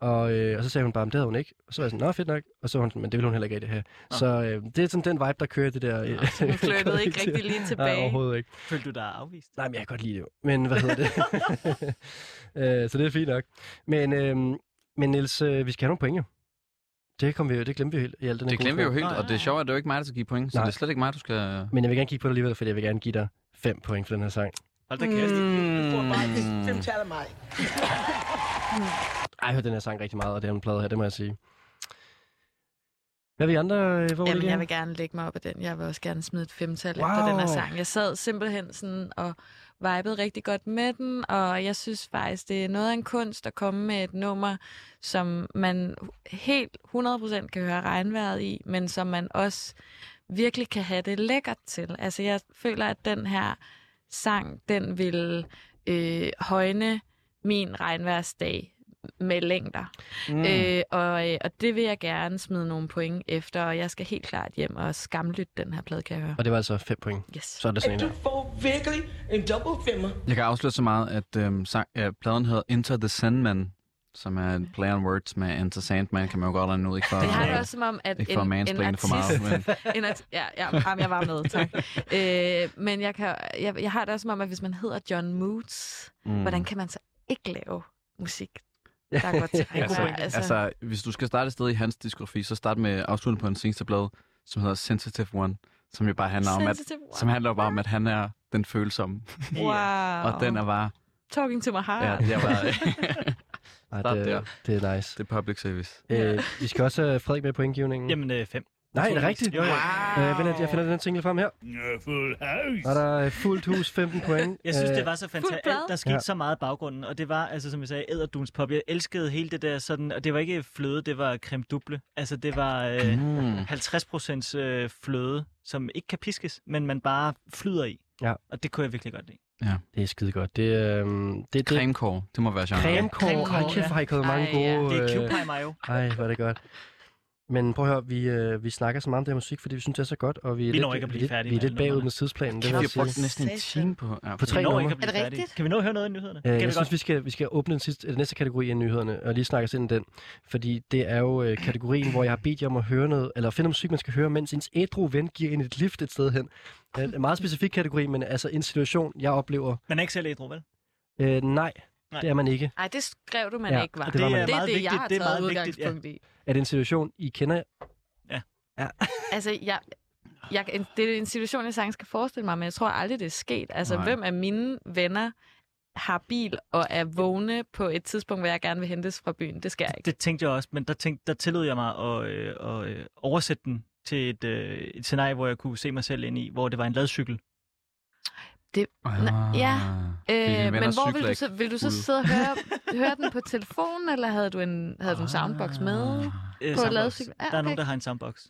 Speaker 2: og, øh, og så sagde hun bare, "Men det havde hun ikke. Og så var jeg sådan, nå fedt nok. Og så var hun sådan, men det ville hun heller ikke rigtig have. Så øh, det er sådan den vibe, der kører i det der. Øh,
Speaker 4: Så
Speaker 2: *laughs*
Speaker 4: hun flirtede ikke rigtig lige
Speaker 2: Nej,
Speaker 4: tilbage.
Speaker 2: overhovedet ikke.
Speaker 3: Følte du dig afvist?
Speaker 2: Nej, men jeg kan godt lide det jo. Men hvad hedder det? *laughs* øh, så det er fint nok. Men, øh, men Niels, øh, vi skal have nogle point jo. Det, kom vi, jo- det glemte vi jo helt. I alt den her
Speaker 5: Det
Speaker 2: gode
Speaker 5: glemmer vi jo
Speaker 2: snak.
Speaker 5: helt, og det er sjovt, at det er jo ikke mig, der skal give point, så
Speaker 2: Nej.
Speaker 5: det er slet ikke mig, du skal...
Speaker 4: Mm.
Speaker 2: Men jeg vil gerne kigge på det alligevel, fordi jeg vil gerne give dig 5 point for den her sang.
Speaker 3: Hold da kæft.
Speaker 4: Mm,
Speaker 7: Du får bare et fem tal af mig.
Speaker 2: Ej, jeg hørte den her sang rigtig meget, og det er en plade her, det må jeg sige. Hvad er vi andre? øh, Hvor
Speaker 4: Jamen,
Speaker 2: ligger
Speaker 4: jeg
Speaker 2: I?
Speaker 4: vil gerne lægge mig op af den. Jeg vil også gerne smide et femtal wow. efter den her
Speaker 2: Wow.
Speaker 4: sang. Jeg sad simpelthen sådan og vibede rigtig godt med den, og jeg synes faktisk, det er noget af en kunst at komme med et nummer, som man helt 100% kan høre regnvejret i, men som man også virkelig kan have det lækkert til. Altså, jeg føler, at den her sang, den vil øh, højne min regnværsdag med længder. Mm. Øh, og, øh, og det vil jeg gerne smide nogle point efter, og jeg skal helt klart hjem og skamlytte den her plade, kan jeg høre.
Speaker 2: Og det var altså 5 point.
Speaker 4: Yes.
Speaker 2: Så er det sådan en
Speaker 7: Du
Speaker 2: her.
Speaker 7: får virkelig en dobbelt femmer.
Speaker 5: Jeg kan afsløre så meget, at øhm, sang, øh, pladen hedder Enter the Sandman, som er et play on words med Enter Sandman, kan man jo godt regne ud, ikke for,
Speaker 4: Men jeg har det
Speaker 5: øh,
Speaker 4: også som om, at
Speaker 5: ikke for at
Speaker 4: en, en
Speaker 5: mansplaine
Speaker 4: artist...
Speaker 5: for meget. Men,
Speaker 4: en arti- ja, ja jamen, jeg var med,
Speaker 5: *laughs*
Speaker 4: tak. Øh, men jeg, kan, jeg, jeg har det også som om, at hvis man hedder John Moods, *laughs*
Speaker 5: mm.
Speaker 4: hvordan kan man så ikke lave musik,
Speaker 2: *laughs*
Speaker 4: der går til
Speaker 5: altså,
Speaker 4: regler?
Speaker 5: altså, altså, hvis du skal starte et sted i hans diskografi, så start med afslutningen på hans seneste blad, som hedder Sensitive One, som jo bare handler om, at,
Speaker 4: sensitive word.
Speaker 5: som handler jo bare om, at han er den følsomme,
Speaker 3: øh,
Speaker 4: Wow.
Speaker 5: og den er bare,
Speaker 4: Talking to my heart.
Speaker 5: ja,
Speaker 4: Ja.
Speaker 5: det er bare
Speaker 2: Ej,
Speaker 5: Stop der.
Speaker 2: det, det er nice.
Speaker 5: *laughs* det er public service.
Speaker 2: Øh, vi skal også have Frederik med på indgivningen.
Speaker 3: Jamen, øh, fem.
Speaker 2: Nej, det er rigtigt.
Speaker 3: Jo, jo.
Speaker 2: Øh, vent, lidt, jeg finder den her single frem her. Og der er fuldt hus 15 point.
Speaker 3: *laughs* Jeg synes,
Speaker 2: Øh,
Speaker 3: det var så fantastisk.
Speaker 4: blad.
Speaker 3: Alt, der skete
Speaker 2: Ja.
Speaker 3: ja. så meget i baggrunden, og det var, altså, som jeg sagde, æderduns pop. Jeg elskede hele det der sådan, og det var ikke fløde, det var creme duble. Altså, det var øh,
Speaker 5: Mm.
Speaker 3: 50 procents øh, fløde, som ikke kan piskes, men man bare flyder i.
Speaker 2: Ja.
Speaker 3: Og det kunne jeg virkelig godt lide.
Speaker 2: Det er skide godt. Det, øh, det, det,
Speaker 5: Cremekår, det må være genre.
Speaker 2: Cremekår.
Speaker 3: Cremekår,
Speaker 2: Hold kæft,
Speaker 3: ja.
Speaker 2: hvor har I kommet mange
Speaker 4: Ej, ja.
Speaker 2: gode...
Speaker 3: Det er
Speaker 2: øh,
Speaker 3: Cube Mayo.
Speaker 2: Ej, hvor er det godt. Men prøv at høre, vi, øh, vi snakker så meget om det her musik, fordi vi synes, det er så godt, og vi er
Speaker 3: Vi
Speaker 2: lidt,
Speaker 3: når ikke at blive
Speaker 2: lidt,
Speaker 3: færdige
Speaker 2: vi er lidt
Speaker 3: med alle
Speaker 2: bagud
Speaker 3: numrene.
Speaker 2: med tidsplanen. Det
Speaker 5: Vi
Speaker 2: vil jeg
Speaker 5: har
Speaker 2: sige.
Speaker 5: brugt næsten en time på... Ja,
Speaker 2: På tre
Speaker 3: Vi når
Speaker 2: numre.
Speaker 3: ikke at blive
Speaker 7: Er det
Speaker 3: færdige.
Speaker 7: rigtigt?
Speaker 3: Kan vi nå at høre noget i nyhederne?
Speaker 2: Øh,
Speaker 3: kan vi
Speaker 2: jeg synes,
Speaker 3: godt?
Speaker 2: vi skal, vi skal åbne den, sidste, den næste kategori af nyhederne, og lige snakke os ind i den. Fordi det er jo øh, kategorien, hvor jeg har bedt jer om at høre noget, eller finde noget musik, man skal høre, mens ens ædru ven giver en et lift et sted hen. Øh, en meget specifik kategori, men altså en situation, jeg oplever.
Speaker 3: Man er ikke selv ædru, vel?
Speaker 2: Øh, nej, nej,
Speaker 3: Nej.
Speaker 2: det er man ikke.
Speaker 4: Ej, det skrev du, man
Speaker 2: Ja,
Speaker 4: ja, ikke var.
Speaker 2: det var man
Speaker 4: det,
Speaker 2: ikke.
Speaker 4: er
Speaker 3: Meget
Speaker 4: det, jeg
Speaker 3: vigtigt,
Speaker 4: har
Speaker 3: det er
Speaker 4: taget
Speaker 3: meget vigtigt,
Speaker 4: udgangspunkt i.
Speaker 2: Er det en situation, I kender?
Speaker 4: Altså, jeg, jeg, en- det er en situation, jeg sagtens skal forestille mig, men jeg tror aldrig, det er sket. Altså,
Speaker 5: Nej.
Speaker 4: Nej. hvem af mine venner har bil og er vågne på et tidspunkt, hvor jeg gerne vil hentes fra byen? Det sker ikke.
Speaker 3: Det tænkte jeg også, men der, tænkte, der tillod jeg mig at, øh, at øh, oversætte den til et, øh, et scenarie, hvor jeg kunne se mig selv ind i, hvor det var en ladcykel.
Speaker 5: Ah,
Speaker 4: ja.
Speaker 5: dine venner
Speaker 4: Øh, men hvor
Speaker 5: cykler
Speaker 4: vil du
Speaker 5: ikke
Speaker 4: så, vil du så
Speaker 5: fulde.
Speaker 4: sidde og høre, høre den på telefonen, eller havde du en, havde du en soundbox
Speaker 5: Ah.
Speaker 4: med?
Speaker 3: Øh,
Speaker 4: På
Speaker 3: soundbox.
Speaker 4: ladcykel? Ja,
Speaker 3: Der er
Speaker 4: okay.
Speaker 3: nogen, der har en soundbox.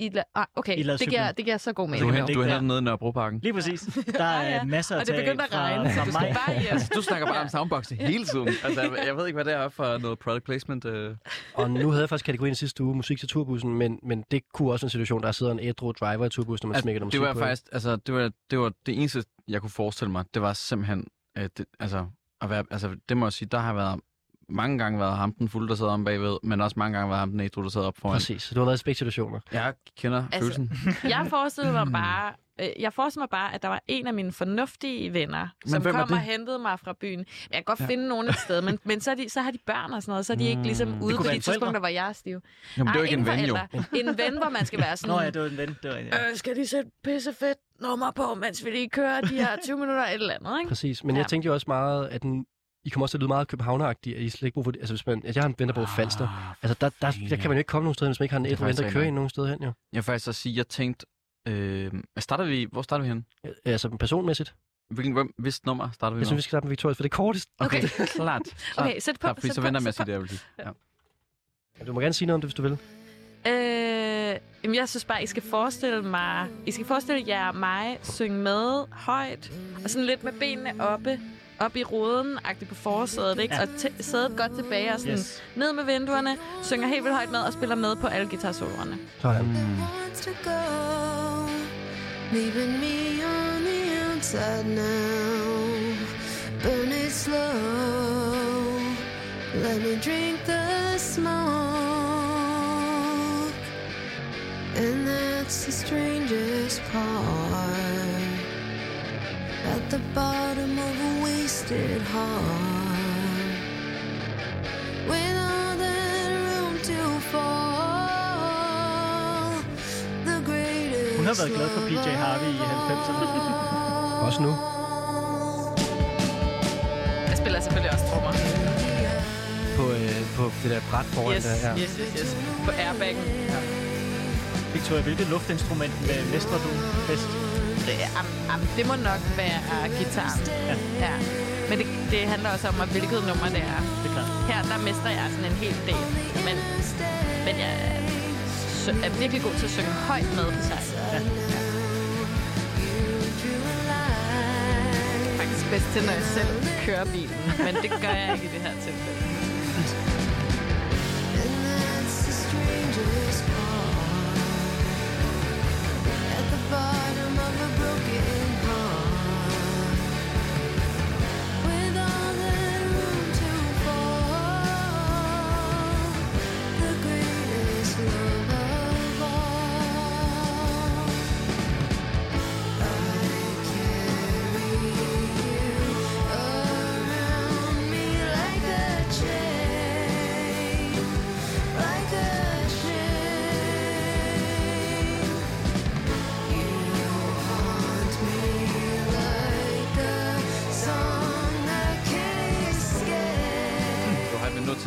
Speaker 4: I la- ah, okay,
Speaker 3: I
Speaker 4: det
Speaker 3: ladcyklen.
Speaker 4: giver, det giver så god
Speaker 5: Du
Speaker 4: mening.
Speaker 5: henter,
Speaker 3: det
Speaker 5: du
Speaker 3: er
Speaker 5: henter
Speaker 3: der.
Speaker 5: den nede i
Speaker 4: *laughs*
Speaker 5: Nørrebroparken.
Speaker 3: Lige præcis. Der er
Speaker 4: Ja, ja.
Speaker 3: masser
Speaker 4: Og
Speaker 3: at
Speaker 4: det
Speaker 3: tage
Speaker 4: begyndte at
Speaker 3: fra,
Speaker 4: regne, så
Speaker 3: fra
Speaker 4: du skal
Speaker 3: mig.
Speaker 4: bare hjem.
Speaker 5: Altså, Du snakker bare om soundboxen hele tiden. Altså, jeg ved ikke, hvad det er for noget product placement. Øh.
Speaker 2: Og nu havde jeg faktisk kategorien sidste uge, musik til turbussen, men, men det kunne også være en situation, der sidder en ædru driver i turbussen, når man altså, smækker noget
Speaker 5: det
Speaker 2: musik
Speaker 5: var
Speaker 2: på.
Speaker 5: faktisk, altså, det var, det var det eneste, jeg kunne forestille mig. Det var simpelthen, øh, det, altså, at være, altså, det må jeg sige, der har været mange gange været ham den fulde, der sidder om bagved, men også mange gange været ham den ædru, der sidder op foran.
Speaker 2: Præcis, så du har været i spekulationer.
Speaker 5: Jeg kender altså,
Speaker 4: Altså, *laughs*
Speaker 5: følelsen. *laughs*
Speaker 4: Jeg forestillede
Speaker 5: Hmm.
Speaker 4: mig bare, øh, jeg forestillede mig bare, at der var en af mine fornuftige venner,
Speaker 5: Men
Speaker 4: som
Speaker 5: hvem var
Speaker 4: kom og
Speaker 5: det?
Speaker 4: hentede mig fra byen. Men Jeg kan godt ja. finde nogen et sted, men, men så, er de, så har de børn og sådan noget, så er de ikke
Speaker 5: Hmm.
Speaker 4: ligesom ude på
Speaker 3: være
Speaker 4: de
Speaker 3: en forælder.
Speaker 4: tidspunkter, hvor jeg er stiv.
Speaker 5: Jamen, det er jo
Speaker 4: Ej,
Speaker 5: ikke en ven, jo.
Speaker 4: forældre. En ven, hvor man skal
Speaker 5: *laughs*
Speaker 4: være sådan,
Speaker 3: Nå ja, det var en ven. Det var, ja.
Speaker 4: øh, skal de sætte pissefedt nummer på, mens vi lige kører de her 20 minutter et eller andet, ikke?
Speaker 2: Præcis, men ja.
Speaker 4: Ja.
Speaker 2: jeg tænkte jo også meget, at den, I kommer også til at lyde meget københavneragtige, at I slet ikke brug for det. Altså, hvis man, at jeg har en ven, der
Speaker 5: Ah,
Speaker 2: bor i Falster. Altså, der, der, der, kan man jo ikke komme nogen steder, hen, hvis man ikke har en
Speaker 5: Det er
Speaker 2: ædru ven, der
Speaker 5: faktisk
Speaker 2: kører
Speaker 5: rigtig
Speaker 2: en nogen steder hen, jo.
Speaker 5: Jeg vil faktisk så sige, jeg tænkte, øh, starter vi, hvor starter vi hen?
Speaker 2: Altså, personmæssigt.
Speaker 5: Hvilken, hvem, hvis nummer starter vi
Speaker 2: Jeg synes, vi skal starte med Victoria, for det er kortest.
Speaker 5: Okay,
Speaker 4: Okay.
Speaker 5: klart.
Speaker 4: *laughs* Okay, sæt på,
Speaker 5: klart, fordi
Speaker 4: sæt
Speaker 5: så
Speaker 4: på,
Speaker 5: venter jeg med at
Speaker 4: sæt
Speaker 5: sige det, jeg vil sige. Ja.
Speaker 2: Du må gerne sige noget om det, hvis du vil.
Speaker 4: Øh, jamen, jeg synes bare, I skal forestille mig... I skal forestille jer mig synge med højt, og sådan lidt med benene oppe, op i roden, agtigt på forsædet, ikke? Ja.
Speaker 3: Ja.
Speaker 4: Og tæ- sædet godt tilbage og sådan
Speaker 3: Yes.
Speaker 4: ned med vinduerne, synger helt vildt højt med og spiller med på alle guitarsolerne.
Speaker 2: Sådan.
Speaker 8: wants to go, leaving me on the outside now. Burn it slow, let me drink the smoke, and that's the strangest part. At the bottom of a wasted heart with all that room to fall. The greatest
Speaker 3: Hun har været glad for PJ Harvey i 90'erne.
Speaker 2: Også nu.
Speaker 4: Jeg spiller selvfølgelig også trommer.
Speaker 2: På, øh, på det der bræt foran
Speaker 4: Yes,
Speaker 2: der. Ja.
Speaker 4: yes, yes, yes. På airbaggen.
Speaker 3: Victoria, hvilket luftinstrument med mestrer du bedst?
Speaker 4: Øh, am, am, det må nok være uh, gitaren. Ja. ja. Men det, det handler også om, at hvilket nummer det er.
Speaker 3: Det er klart.
Speaker 4: Her, der mister jeg sådan en hel del. Men, men jeg er, sø- er virkelig god til at synge højt med på sig. Ja. Faktisk bedst til, når jeg selv kører bilen. Men det gør jeg ikke i det her tilfælde.
Speaker 8: With all the room to fall,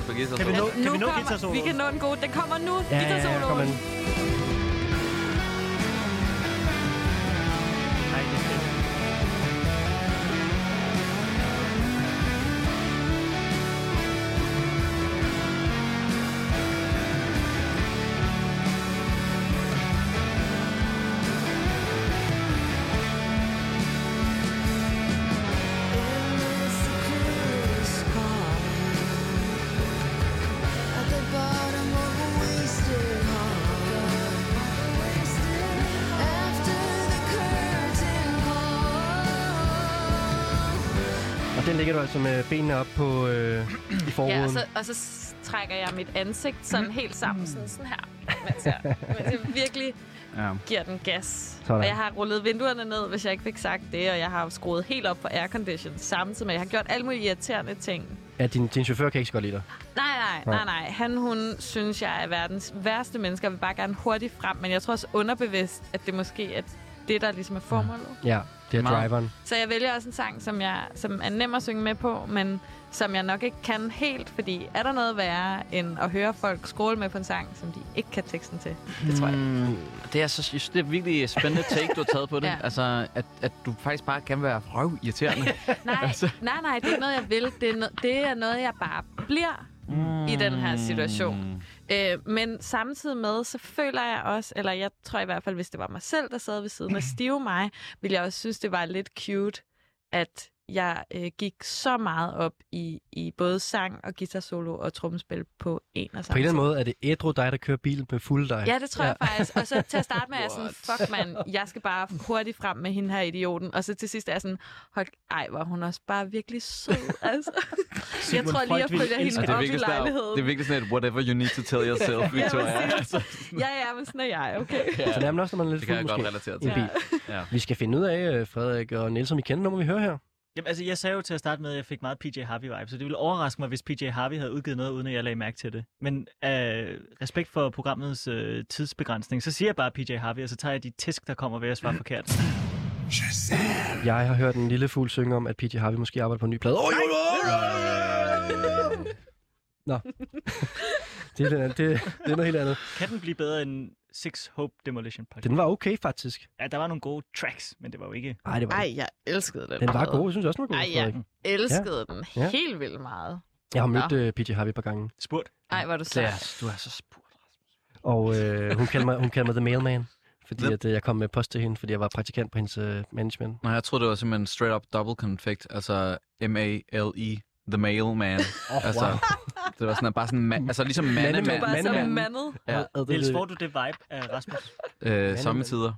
Speaker 5: på guitar
Speaker 9: Kan vi
Speaker 5: solo.
Speaker 9: nå, kan vi nå
Speaker 4: kommer-
Speaker 9: guitar
Speaker 4: Vi kan nå en god. Den kommer nu.
Speaker 2: Ja, ja, ja,
Speaker 4: guitar
Speaker 2: kom ind.
Speaker 9: Nej, det er fedt.
Speaker 2: Og den ligger du altså med benene op på, øh, i
Speaker 4: Ja, og
Speaker 2: forruden.
Speaker 5: altså-
Speaker 4: så, og så s- trækker jeg mit ansigt sådan helt sammen, sådan, sådan her, mens jeg, mens jeg virkelig
Speaker 5: Ja.
Speaker 4: giver den gas.
Speaker 2: Sådan.
Speaker 4: Og jeg har rullet vinduerne ned, hvis jeg ikke fik sagt det, og jeg har jo skruet helt op for aircondition samtidig med, at jeg har gjort alle mulige irriterende ting.
Speaker 2: Ja, din, din chauffør kan ikke så godt lide dig.
Speaker 4: Nej, nej, nej, nej. Han, hun, synes jeg er verdens værste mennesker, vil bare gerne hurtigt frem, men jeg tror også underbevidst, at det måske er det, der ligesom er formålet.
Speaker 2: Ja, det er
Speaker 5: Meget.
Speaker 2: driveren.
Speaker 4: Så jeg vælger også en sang, som, jeg, som er nem at synge med på, men som jeg nok ikke kan helt, fordi er der noget værre end at høre folk skråle med på en sang, som de ikke kan teksten til? Det tror jeg.
Speaker 5: Mm, det er, så, jeg synes, det er virkelig spændende take, du har taget på det.
Speaker 4: *laughs* Ja.
Speaker 5: ja. Altså, at, at du faktisk bare kan være røv irriterende.
Speaker 4: Nej, nej, nej, det er ikke noget, jeg vil. Det er, no- det er noget, jeg bare bliver mm. *laughs* i den her
Speaker 5: Mm.
Speaker 4: situation. Øh, men samtidig med, så føler jeg også, eller jeg tror i hvert fald, hvis det var mig selv, der sad ved siden af stive mig, ville jeg også synes, det var lidt cute, at jeg øh, gik så meget op i, i både sang og guitar solo og trommespil på en og
Speaker 2: På en
Speaker 4: samme
Speaker 2: eller
Speaker 4: tid.
Speaker 2: anden måde er det ædru dig, der kører bilen med fuld dig.
Speaker 4: Ja, det tror jeg faktisk. Og så til at starte med er jeg sådan, fuck mand, jeg skal bare hurtigt frem med hende her idioten. Og så til sidst er jeg sådan, hold, ej, hvor er hun også bare virkelig sød, altså. jeg tror lige, jeg
Speaker 9: Freud ville
Speaker 4: følger
Speaker 9: elske
Speaker 4: hende
Speaker 5: Og det er
Speaker 4: op i
Speaker 5: virkelig sådan, at- det er
Speaker 4: lejligheden.
Speaker 5: virkelig sådan, at whatever you need to tell
Speaker 4: *laughs*
Speaker 5: yourself, Victoria. altså,
Speaker 4: Ja, ja, men sådan er jeg, okay.
Speaker 2: Så nærmest også, når man er lidt
Speaker 5: det kan
Speaker 2: fuld,
Speaker 5: jeg godt
Speaker 2: måske.
Speaker 5: relatere
Speaker 2: En
Speaker 5: til.
Speaker 2: bil.
Speaker 5: Ja.
Speaker 2: Vi skal finde ud af, øh, Frederik og Niels, om I kender nummer, vi hører her.
Speaker 9: Jamen, altså, jeg sagde jo til at starte med, at jeg fik meget PJ Harvey-vibe, så det ville overraske mig, hvis PJ Harvey havde udgivet noget, uden at jeg lagde mærke til det. Men af respekt for programmets øh, tidsbegrænsning, så siger jeg bare PJ Harvey, og så tager jeg de tæsk, der kommer ved at svare forkert.
Speaker 2: Jeg har hørt en lille fugl synge om, at PJ Harvey måske arbejder på en ny plade. Oh, jo, jo, jo. Nå. *laughs* det, er, det, det er noget helt andet.
Speaker 9: Kan den blive bedre end Six Hope Demolition Podcast?
Speaker 2: Den var okay, faktisk.
Speaker 9: Ja, der var nogle gode tracks, men det var jo ikke...
Speaker 2: Nej, det var
Speaker 4: Ej, jeg elskede den.
Speaker 2: Den var
Speaker 4: plade.
Speaker 2: god. Jeg synes også, den var god,
Speaker 4: Ej, ja.
Speaker 2: Frederik.
Speaker 4: Elskede den
Speaker 2: Ja.
Speaker 4: helt vildt meget.
Speaker 2: Jeg har mødt uh, PJ Harvey et par gange,
Speaker 9: Spurgt.
Speaker 4: Ej, hvor er du sej.
Speaker 5: Du er så spurgt.
Speaker 2: og øh, hun, kalder mig, hun kalder mig The Mailman, fordi
Speaker 5: The-
Speaker 2: at, øh, jeg kom med post til hende, fordi jeg var praktikant på hendes øh, management.
Speaker 5: Nej, jeg tror det var simpelthen straight up double conflict. Altså M-A-L-E, E, the mailman.
Speaker 2: Oh,
Speaker 5: altså, det var sådan, at bare sådan, ma- altså ligesom
Speaker 4: Du er
Speaker 5: mandemand.
Speaker 2: Mandemand.
Speaker 4: bare så
Speaker 2: Mandemanden.
Speaker 4: mandet.
Speaker 5: Ja,
Speaker 2: Og, og det,
Speaker 9: Niels, får
Speaker 2: det,
Speaker 9: du det vibe af Rasmus?
Speaker 5: øh, samme tider.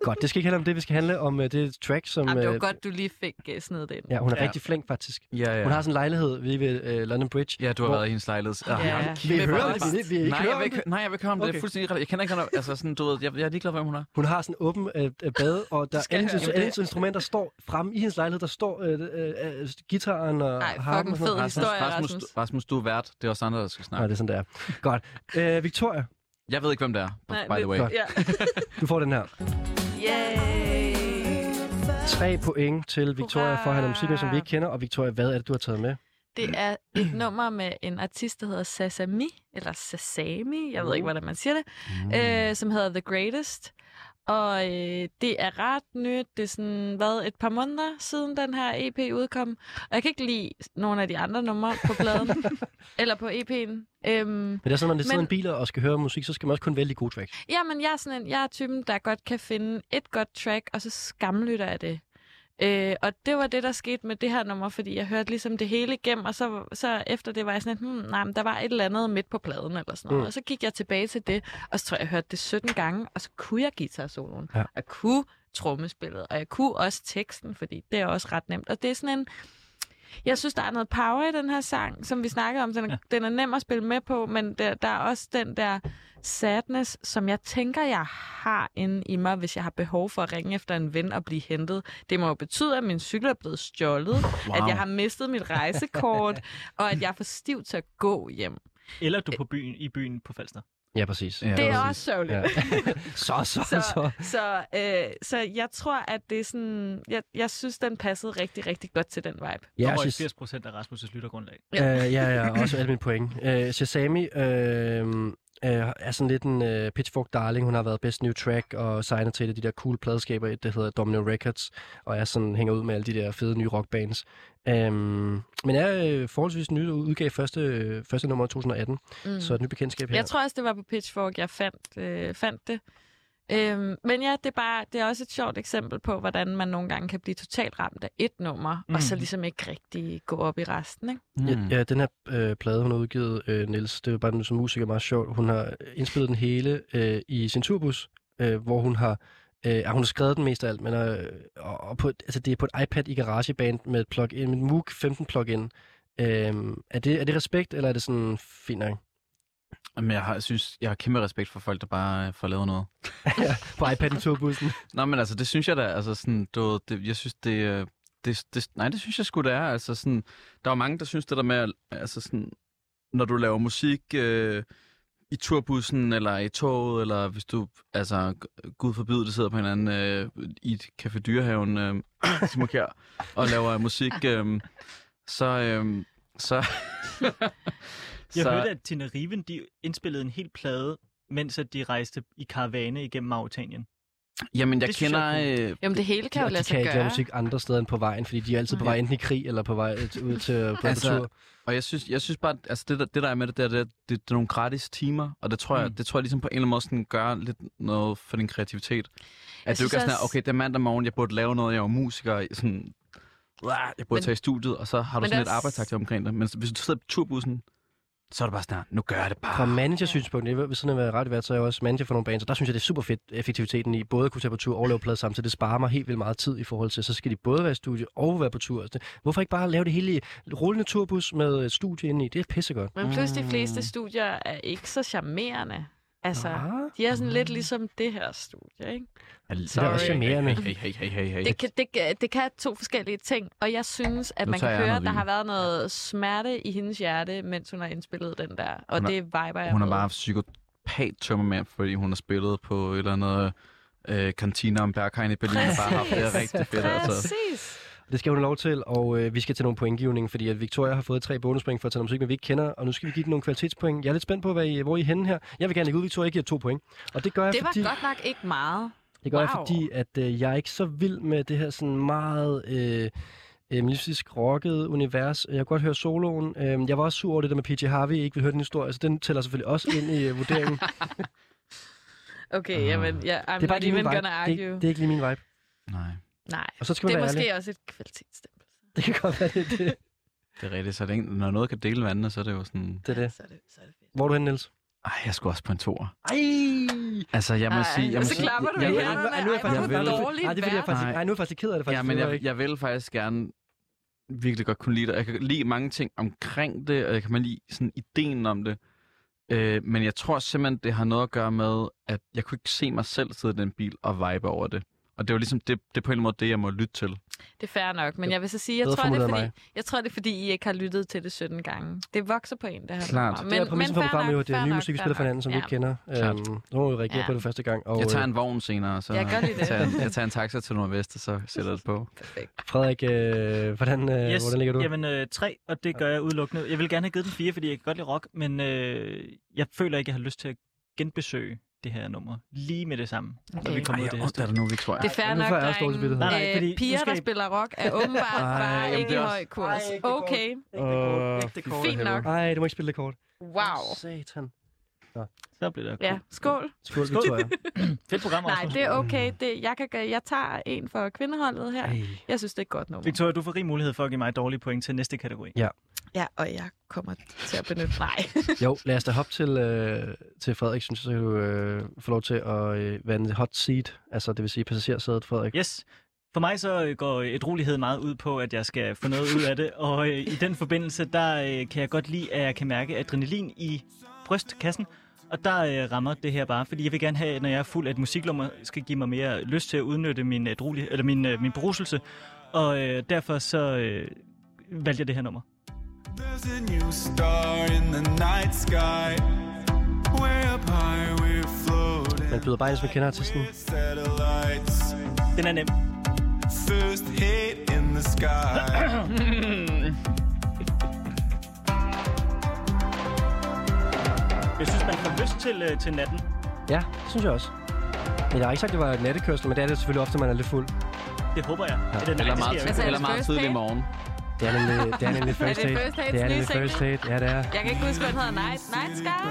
Speaker 2: godt, det skal ikke handle om det. Vi skal handle om uh, det track, som...
Speaker 4: Jamen, det var
Speaker 2: øh,
Speaker 4: godt, du lige fik uh, snedet det ind.
Speaker 2: Ja, hun er
Speaker 5: Ja.
Speaker 2: rigtig flink, faktisk.
Speaker 5: Ja, ja.
Speaker 2: Hun har sådan en lejlighed lige ved uh, London Bridge.
Speaker 5: Ja, du har
Speaker 2: Hvor-
Speaker 5: været i hendes lejlighed. Ah,
Speaker 4: Ja.
Speaker 5: hold
Speaker 2: Vi
Speaker 5: kæft,
Speaker 2: hører
Speaker 5: hvor er
Speaker 2: det, vi ikke- vi ikke
Speaker 5: nej,
Speaker 2: hører
Speaker 5: jeg
Speaker 2: om
Speaker 5: vil ikke, nej, jeg vil ikke høre om det. Det
Speaker 2: Okay.
Speaker 5: er fuldstændig rigtigt. Jeg kender ikke, hende. altså sådan, du ved, jeg, jeg er ligeglad, hvem hun er.
Speaker 2: Hun har sådan åben øh, øh, bade, og der er alle hendes- alle hendes instrumenter står fremme i hendes lejlighed. Der står øh, øh, øh, gitaren og
Speaker 4: Ej,
Speaker 2: harpen
Speaker 4: fucking
Speaker 2: og sådan noget.
Speaker 4: fed historie,
Speaker 5: Rasmus,
Speaker 4: Rasmus.
Speaker 5: Rasmus, du er vært. Det er også andre, der skal
Speaker 2: Nej,
Speaker 5: snakke.
Speaker 2: det er sådan, det er. Godt. Øh, Victoria,
Speaker 5: Jeg ved ikke, hvem det er, by
Speaker 4: Nej,
Speaker 5: the
Speaker 4: det-
Speaker 5: way.
Speaker 4: Ja.
Speaker 2: du får den her.
Speaker 4: Yay!
Speaker 2: Tre point til Victoria for at have noget musik med, som vi ikke kender. Og Victoria, hvad er det, du har taget med?
Speaker 4: Det er et nummer med en artist, der hedder Sasami, eller Sasami, jeg ved ikke, hvordan man siger det, mm. øh, som hedder The Greatest. Og øh, det er ret nyt. Det er sådan været et par måneder siden den her EP udkom. Og jeg kan ikke lide nogle af de andre numre på pladen, eller på EP'en. Øhm,
Speaker 2: Men det er sådan, når man sidder i en
Speaker 4: Men-
Speaker 2: bil og skal høre musik, så skal man også kun vælge de gode tracks.
Speaker 4: Jamen, jeg er, sådan en, jeg er typen, der godt kan finde et godt track, og så skamlytter jeg det. Øh, og det var det, der skete med det her nummer, fordi jeg hørte ligesom det hele igennem, og så, så efter det var jeg sådan, hmm, nej, men der var et eller andet midt på pladen eller sådan
Speaker 2: Mm.
Speaker 4: noget. Mm. Og så gik jeg tilbage til det, og så tror jeg, jeg hørte det 17 gange, og så kunne jeg guitar-soloen.
Speaker 2: Ja.
Speaker 4: Ja. Jeg kunne trommespillet, og jeg kunne også teksten, fordi det er også ret nemt. Og det er sådan en... Jeg synes, der er noget power i den her sang, som vi snakkede om. Den er, ja. den er nem at spille med på, men der, der er også den der sadness, som jeg tænker, jeg har inde i mig, hvis jeg har behov for at ringe efter en ven og blive hentet. Det må jo betyde, at min cykel er blevet stjålet, wow. at jeg har mistet mit rejsekort, og at jeg er for stiv til at gå hjem.
Speaker 9: Eller du er på byen, i byen på Falster?
Speaker 2: Ja, præcis.
Speaker 5: Ja,
Speaker 4: det er
Speaker 5: præcis.
Speaker 4: også sørgeligt. *laughs*
Speaker 2: Ja. *laughs*
Speaker 4: Ja.
Speaker 2: Så, så, så.
Speaker 4: Så-
Speaker 2: så.
Speaker 4: Så, øh, så jeg tror, at det er sådan... Jeg, jeg synes, den passede rigtig, rigtig godt til den vibe.
Speaker 2: Ja,
Speaker 9: og røg
Speaker 2: Shaz-
Speaker 9: 80 procent af Rasmus' lyttergrundlag.
Speaker 2: Øh, ja, ja, også alle mine point. Øh, Shazami øh, øh, er sådan lidt en øh, pitchfork darling. Hun har været best new track og signet til et af de der cool pladeskaber, et, der hedder Domino Records, og er sådan hænger ud med alle de der fede nye rockbands. Øh, men er øh, forholdsvis ny og udgav første, øh, første nummer i 2018,
Speaker 4: Mm.
Speaker 2: mm. så et nyt bekendtskab her.
Speaker 4: Jeg tror også, det var på Pitchfork, jeg fandt, øh, fandt det. Øhm, men ja, det er, bare, det er også et sjovt eksempel på, hvordan man nogle gange kan blive totalt ramt af et nummer, mm. og
Speaker 5: Mhm.
Speaker 4: så ligesom ikke rigtig gå op i resten. Ikke?
Speaker 5: Mm.
Speaker 2: Ja, ja, den her øh, plade, hun har udgivet, øh, Niels, det er jo bare den som musiker meget sjovt. Hun har indspillet den hele øh, i sin turbus, øh, hvor hun har, øh, ja, hun har skrevet den mest af alt, men øh, og, og på, et- altså, det er på et iPad i garageband med et plug-in, med et Moog 15 plug-in. Øh, er, det, er det respekt, eller er det sådan fint nok?
Speaker 5: Men jeg, har, jeg synes, jeg har kæmpe respekt for folk, der bare øh, får lavet noget.
Speaker 2: På iPad i turbussen.
Speaker 5: Nå, men altså, det synes jeg da, altså sådan, du, ved, det, jeg synes, det, øh, det, det, nej, det synes jeg sgu, det er, altså sådan, der er jo mange, der synes det der med, at, altså sådan, når du laver musik øh, i turbussen, eller i toget, eller hvis du, altså, g- gud forbyde, det sidder på hinanden øh, i et café dyrehaven, øh, *coughs* Simon Kjær, og laver musik, øh, så, øh, så, *laughs*
Speaker 9: Jeg så... hørte, at Tina Riven de indspillede en hel plade, mens at de rejste i karavane igennem Mauretanien.
Speaker 5: jamen, jeg
Speaker 9: det synes
Speaker 5: kender,
Speaker 9: jeg
Speaker 5: øh,
Speaker 4: Jamen det hele kan jo
Speaker 2: og de
Speaker 4: lade
Speaker 2: kan
Speaker 4: sig
Speaker 2: ikke lave
Speaker 4: gøre.
Speaker 2: musik andre steder end på vejen, fordi de er altid på vej enten i krig eller på vej øh, ud til på
Speaker 5: Altså,
Speaker 2: altså, tur.
Speaker 5: Og jeg synes, jeg synes bare, at- altså det der, det der er med det der, det, er, det, det er nogle gratis timer, og det tror jeg,
Speaker 9: Mm.
Speaker 5: mm. det tror jeg ligesom på en eller anden måde sådan gør lidt noget for din kreativitet. At du
Speaker 4: synes
Speaker 5: ikke er sådan,
Speaker 4: også-
Speaker 5: her, okay, det er mandag morgen, jeg burde lave noget, jeg er jo musiker, jeg er sådan, "Uah, jeg burde
Speaker 4: Men-
Speaker 5: men, tage i studiet, og så har du
Speaker 4: men
Speaker 5: sådan lidt
Speaker 4: det er også-
Speaker 5: arbejdsaktiv omkring det. Men hvis du sidder på turbussen, så er det bare sådan her, nu gør jeg det bare.
Speaker 4: Ah,
Speaker 2: Fra managersynspunkt, jeg ved, ved siden af at være radiovært, så er jeg også manager for nogle bands, og der synes jeg, det er super fedt effektiviteten i både at kunne tage på tur og lave plader samtidig. Det sparer mig helt vildt meget tid i forhold til, så skal de både være i studie og være på tur. Altså, det- Hvorfor ikke bare lave det hele i rullende turbus med øh, studie indeni? Det er pissegodt.
Speaker 4: Men plus de
Speaker 5: Mm.
Speaker 4: fleste studier er ikke så charmerende. Altså,
Speaker 2: Ah,
Speaker 4: de er sådan
Speaker 5: Mm.
Speaker 4: lidt ligesom det her studie, ikke?
Speaker 2: det er da også
Speaker 4: Sorry.
Speaker 2: charmerende.
Speaker 5: Hey, hey, hey, hey, hey.
Speaker 4: Det kan, det, kan- det kan to forskellige ting, og jeg synes, at
Speaker 5: Nu
Speaker 4: man kan
Speaker 5: tager jeg
Speaker 4: høre, at
Speaker 5: noget
Speaker 4: der
Speaker 5: vin.
Speaker 4: har været noget smerte i hendes hjerte, mens hun har indspillet den der, og
Speaker 5: Hun er-
Speaker 4: det viber jeg
Speaker 5: Hun har
Speaker 4: med.
Speaker 5: bare haft psykopat tømmer med, fordi hun har spillet på et eller andet øh, kantiner om Berghain i Berlin, og bare haft det
Speaker 4: Præcis.
Speaker 5: rigtig fedt. Altså.
Speaker 4: Præcis.
Speaker 2: Det skal hun have lov til, og øh, vi skal til nogle pointgivning, fordi at Victoria har fået tre bonuspoint for at tage noget musik, men vi ikke kender, og nu skal vi give den nogle kvalitetspoint. Jeg er lidt spændt på, hvad I, hvor I er henne her. Jeg vil gerne lægge ud, Victoria, jeg giver to point. Og det gør jeg,
Speaker 4: Det var
Speaker 2: fordi...
Speaker 4: godt nok ikke meget.
Speaker 2: Det gør wow. jeg,
Speaker 4: Wow.
Speaker 2: fordi at øh, jeg er ikke så vild med det her sådan meget øh, øh, mystisk rocket univers. Jeg kunne godt høre soloen. Øh, jeg var også sur over det der med PJ Harvey, ikke vil høre den historie, så den tæller selvfølgelig også ind i
Speaker 4: *laughs*
Speaker 2: øh, vurderingen. det
Speaker 4: Okay, uh, jamen, ja,
Speaker 2: er
Speaker 4: I'm
Speaker 2: bare ikke
Speaker 4: not
Speaker 2: lige
Speaker 4: even
Speaker 2: min vibe. Det er,
Speaker 4: gonna
Speaker 2: ikke,
Speaker 4: argue.
Speaker 2: det er ikke lige min vibe.
Speaker 5: Nej,
Speaker 4: Nej,
Speaker 2: Og så skal man
Speaker 4: det er
Speaker 2: være
Speaker 4: måske
Speaker 2: ærlig.
Speaker 4: også et kvalitetsstempel.
Speaker 2: *laughs* Det kan godt være, det er det.
Speaker 5: det er rigtigt. Så er det en, når noget kan dele vandene, så er det jo sådan...
Speaker 2: det, er det.
Speaker 4: Så er det, så er det fedt.
Speaker 2: Hvor er du henne, Niels?
Speaker 5: Ej, jeg skulle også på en toer. Ej! Altså, jeg må Ej, sige... Jeg må
Speaker 4: så
Speaker 5: sige,
Speaker 4: klapper du
Speaker 5: jeg,
Speaker 4: i
Speaker 5: jeg,
Speaker 4: hænderne.
Speaker 2: Ej, nu er jeg
Speaker 4: Ej,
Speaker 2: faktisk-
Speaker 4: hvor er
Speaker 5: jeg vil-
Speaker 4: du
Speaker 5: Ej,
Speaker 4: dårlig
Speaker 2: Nej, det er fordi, jeg
Speaker 4: vært.
Speaker 2: faktisk...
Speaker 5: Nej.
Speaker 2: Ej, nu er jeg faktisk ked af det, faktisk.
Speaker 5: ja, men
Speaker 2: Det var
Speaker 5: jeg,
Speaker 2: ikke-
Speaker 5: jeg vil faktisk gerne virkelig godt kunne lide det. Jeg kan lide mange ting omkring det, og jeg kan man lide sådan ideen om det. Øh, men jeg tror simpelthen, det har noget at gøre med, at jeg kunne ikke se mig selv sidde i den bil og vibe over det. Og det var ligesom det, det er på en eller anden måde det, jeg må lytte til.
Speaker 4: Det er fair nok, men jeg vil så sige, jeg
Speaker 2: Bedre
Speaker 4: tror, det er,
Speaker 2: formuleret
Speaker 4: fordi, jeg tror, det er, fordi I ikke har lyttet til det 17 gange. Det vokser på en, det her.
Speaker 5: Klart.
Speaker 4: nummer.
Speaker 2: Det er præmissen for
Speaker 4: fair
Speaker 2: programmet, jo,
Speaker 4: nok,
Speaker 2: det er
Speaker 4: fair
Speaker 2: ny
Speaker 4: nok,
Speaker 2: musik, vi
Speaker 4: fair
Speaker 2: spiller for
Speaker 4: nok.
Speaker 2: hinanden, som vi ikke kender.
Speaker 5: Klart.
Speaker 2: Øhm, nu må vi reagere
Speaker 4: Ja.
Speaker 2: på det første gang. Og
Speaker 5: Jeg tager
Speaker 2: øh,
Speaker 5: en vogn senere, så
Speaker 4: Jeg gør lige det.
Speaker 5: tager, jeg tager en taxa til Nordvest, og så sætter jeg det på.
Speaker 2: Frederik, øh, hvordan, øh,
Speaker 9: Yes,
Speaker 2: hvordan ligger du?
Speaker 9: Jamen øh, tre, og det gør jeg udelukkende. Jeg vil gerne have givet den fire, fordi jeg kan godt lide rock, men øh, jeg føler ikke, jeg har lyst til at genbesøge det her nummer lige med det samme, okay. når vi
Speaker 4: Okay.
Speaker 9: kommer ud af det her.
Speaker 5: er der nu, Victoria.
Speaker 4: Det er fair
Speaker 2: nu
Speaker 4: nok,
Speaker 2: får jeg også dårlig
Speaker 4: drenge.
Speaker 2: samvittighed.
Speaker 9: Nej, nej,
Speaker 4: Øh,
Speaker 9: fordi nu
Speaker 4: piger,
Speaker 9: skal
Speaker 4: der
Speaker 9: I-
Speaker 4: spiller rock, er åbenbart
Speaker 5: Ej,
Speaker 4: bare
Speaker 5: jamen,
Speaker 4: ikke
Speaker 5: det
Speaker 4: i
Speaker 5: er også-
Speaker 4: høj kurs.
Speaker 7: Ej, det er
Speaker 4: Okay,
Speaker 5: Åh,
Speaker 4: fint nok.
Speaker 2: Nej, du må ikke spille det kort.
Speaker 4: Wow.
Speaker 2: Satan.
Speaker 9: Så bliver det
Speaker 4: Ja, skål.
Speaker 2: Skål, Victoria.
Speaker 9: fedt program.
Speaker 4: Nej,
Speaker 9: Rasmus.
Speaker 4: det er okay. Det, jeg, kan gøre, jeg tager en for kvindeholdet her.
Speaker 2: *laughs* Ej.
Speaker 4: Jeg synes, det er et godt nummer.
Speaker 9: Victoria, du får rig mulighed for at give mig dårlige point til næste kategori.
Speaker 4: Ja, og jeg kommer til at benytte mig.
Speaker 2: Jo, lad os da hoppe til, øh, til Frederik, synes jeg, så kan du øh, få lov til at øh, være en hot seat, altså det vil sige passagersædet, Frederik.
Speaker 9: Yes. For mig så øh, går et rolighed meget ud på, at jeg skal få noget ud af det, og øh, i den forbindelse, der øh, kan jeg godt lide, at jeg kan mærke adrenalin i brystkassen, og der øh, rammer det her bare, fordi jeg vil gerne have, når jeg er fuld, at musiklummer skal give mig mere lyst til at udnytte min, adrolig, eller min, øh, min beruselse, og øh, derfor så øh, valgte jeg det her nummer.
Speaker 8: There's a new star in the night sky, way up high.
Speaker 2: Man byder bare ind, hvis man kender artisten.
Speaker 8: Satellites,
Speaker 3: Den er nem.
Speaker 8: first hit in the sky. *clears throat*
Speaker 3: Jeg synes, man får lyst til, øh, til natten.
Speaker 2: Ja, det synes jeg også. Men jeg har ikke sagt, at det var et nattekørsel, men det er det selvfølgelig ofte, man er lidt fuld.
Speaker 3: Det håber jeg. Ja. Eller,
Speaker 5: Eller
Speaker 3: nej, det
Speaker 5: meget,
Speaker 3: sker jo ikke.
Speaker 4: Altså,
Speaker 5: eller meget
Speaker 4: first
Speaker 5: tidlig
Speaker 4: date?
Speaker 5: morgen.
Speaker 2: Det er nemlig, det er
Speaker 4: *laughs*
Speaker 2: nemlig first
Speaker 4: det
Speaker 2: date.
Speaker 4: first dates
Speaker 2: Det er nemlig
Speaker 4: nye
Speaker 2: first
Speaker 4: single?
Speaker 2: date. Ja, det er.
Speaker 4: *laughs* Jeg kan ikke huske, hvad den hedder. Night, Night Sky.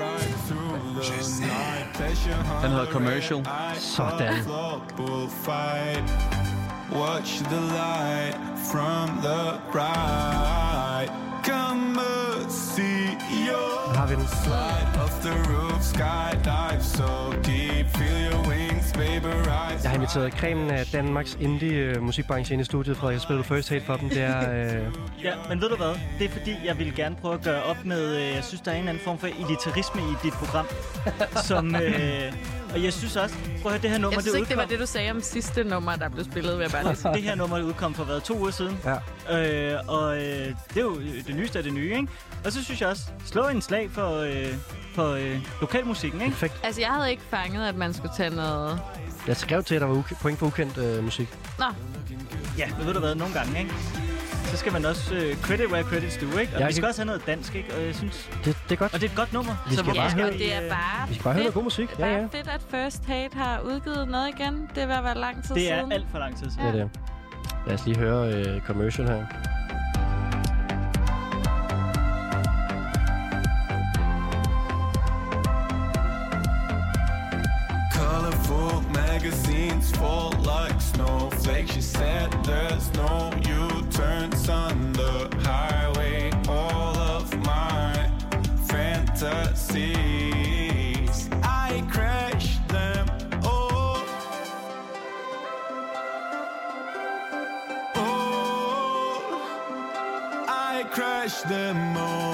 Speaker 8: right through the night. Pleasure hunt.
Speaker 5: Den hedder Commercial.
Speaker 2: Sådan.
Speaker 8: Club bullfight. Watch the light from the bright. Come and see your
Speaker 2: Der har vi den.
Speaker 8: light off the roof. Skydive so deep. Feel your wings vaporize.
Speaker 2: Jeg har inviteret kremen af Danmarks indie øh, musikbranche ind i studiet, Frederik. Jeg spillede first date for dem. Det er, øh,
Speaker 3: Ja, men ved du hvad? Det er fordi, jeg ville gerne prøve at gøre op med, øh, jeg synes, der er en eller anden form for elitarisme i dit
Speaker 4: *laughs*
Speaker 3: program. som, øh, og jeg synes også, prøv at høre, det her nummer,
Speaker 4: Jeg synes
Speaker 3: det,
Speaker 4: ikke, det var
Speaker 3: udkom,
Speaker 4: det, du sagde om sidste nummer, der blev spillet, ved jeg bare lige sige.
Speaker 3: det... det her nummer udkom for hvad, to uger siden.
Speaker 2: ja.
Speaker 3: Øh, og øh, det er jo øh, det nyeste af det nye, ikke? Og så synes jeg også, slå en slag for, øh, for øh, lokalmusikken, ikke?
Speaker 2: Perfekt.
Speaker 4: Altså, jeg havde ikke fanget, at man skulle tage noget...
Speaker 2: Jeg skrev til, at der var uke- point på ukendt øh, musik.
Speaker 4: Nå,
Speaker 3: Ja, men ved du hvad, nogle gange, ikke? Så skal man også øh, credit where credit's due, ikke? Og
Speaker 2: Jeg
Speaker 3: jeg vi skal
Speaker 2: kan-
Speaker 3: også have noget dansk, ikke? Og jeg synes,
Speaker 2: Det, det er godt.
Speaker 3: og det er et godt nummer.
Speaker 2: Vi skal
Speaker 4: ja,
Speaker 2: bare høre,
Speaker 4: og det
Speaker 3: øh,
Speaker 4: er bare
Speaker 2: vi skal bare høre noget god musik. Ja,
Speaker 4: bare
Speaker 2: ja.
Speaker 4: fedt, at First Hate har udgivet noget igen. Det var været lang tid
Speaker 3: Det
Speaker 4: siden.
Speaker 3: er alt for lang tid siden.
Speaker 2: Det er det. Lad os lige høre øh, commercial her.
Speaker 8: Colorful magazines fall like snowflakes. You said there's no U-turns on the highway. All of my fantasies, I crash them all. All. Oh, I crash them all.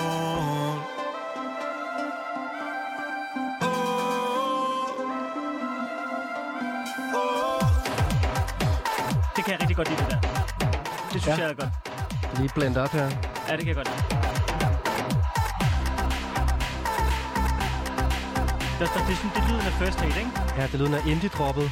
Speaker 8: All. Oh.
Speaker 3: Det kan jeg rigtig godt lide, det der. Det synes
Speaker 2: Ja.
Speaker 3: ja. jeg er godt.
Speaker 2: Lige blend op her.
Speaker 3: Ja, det kan jeg godt lide. Det, er også bare- det, synes, det lyder af first aid, ikke?
Speaker 2: Ja, det lyder af indie-droppet.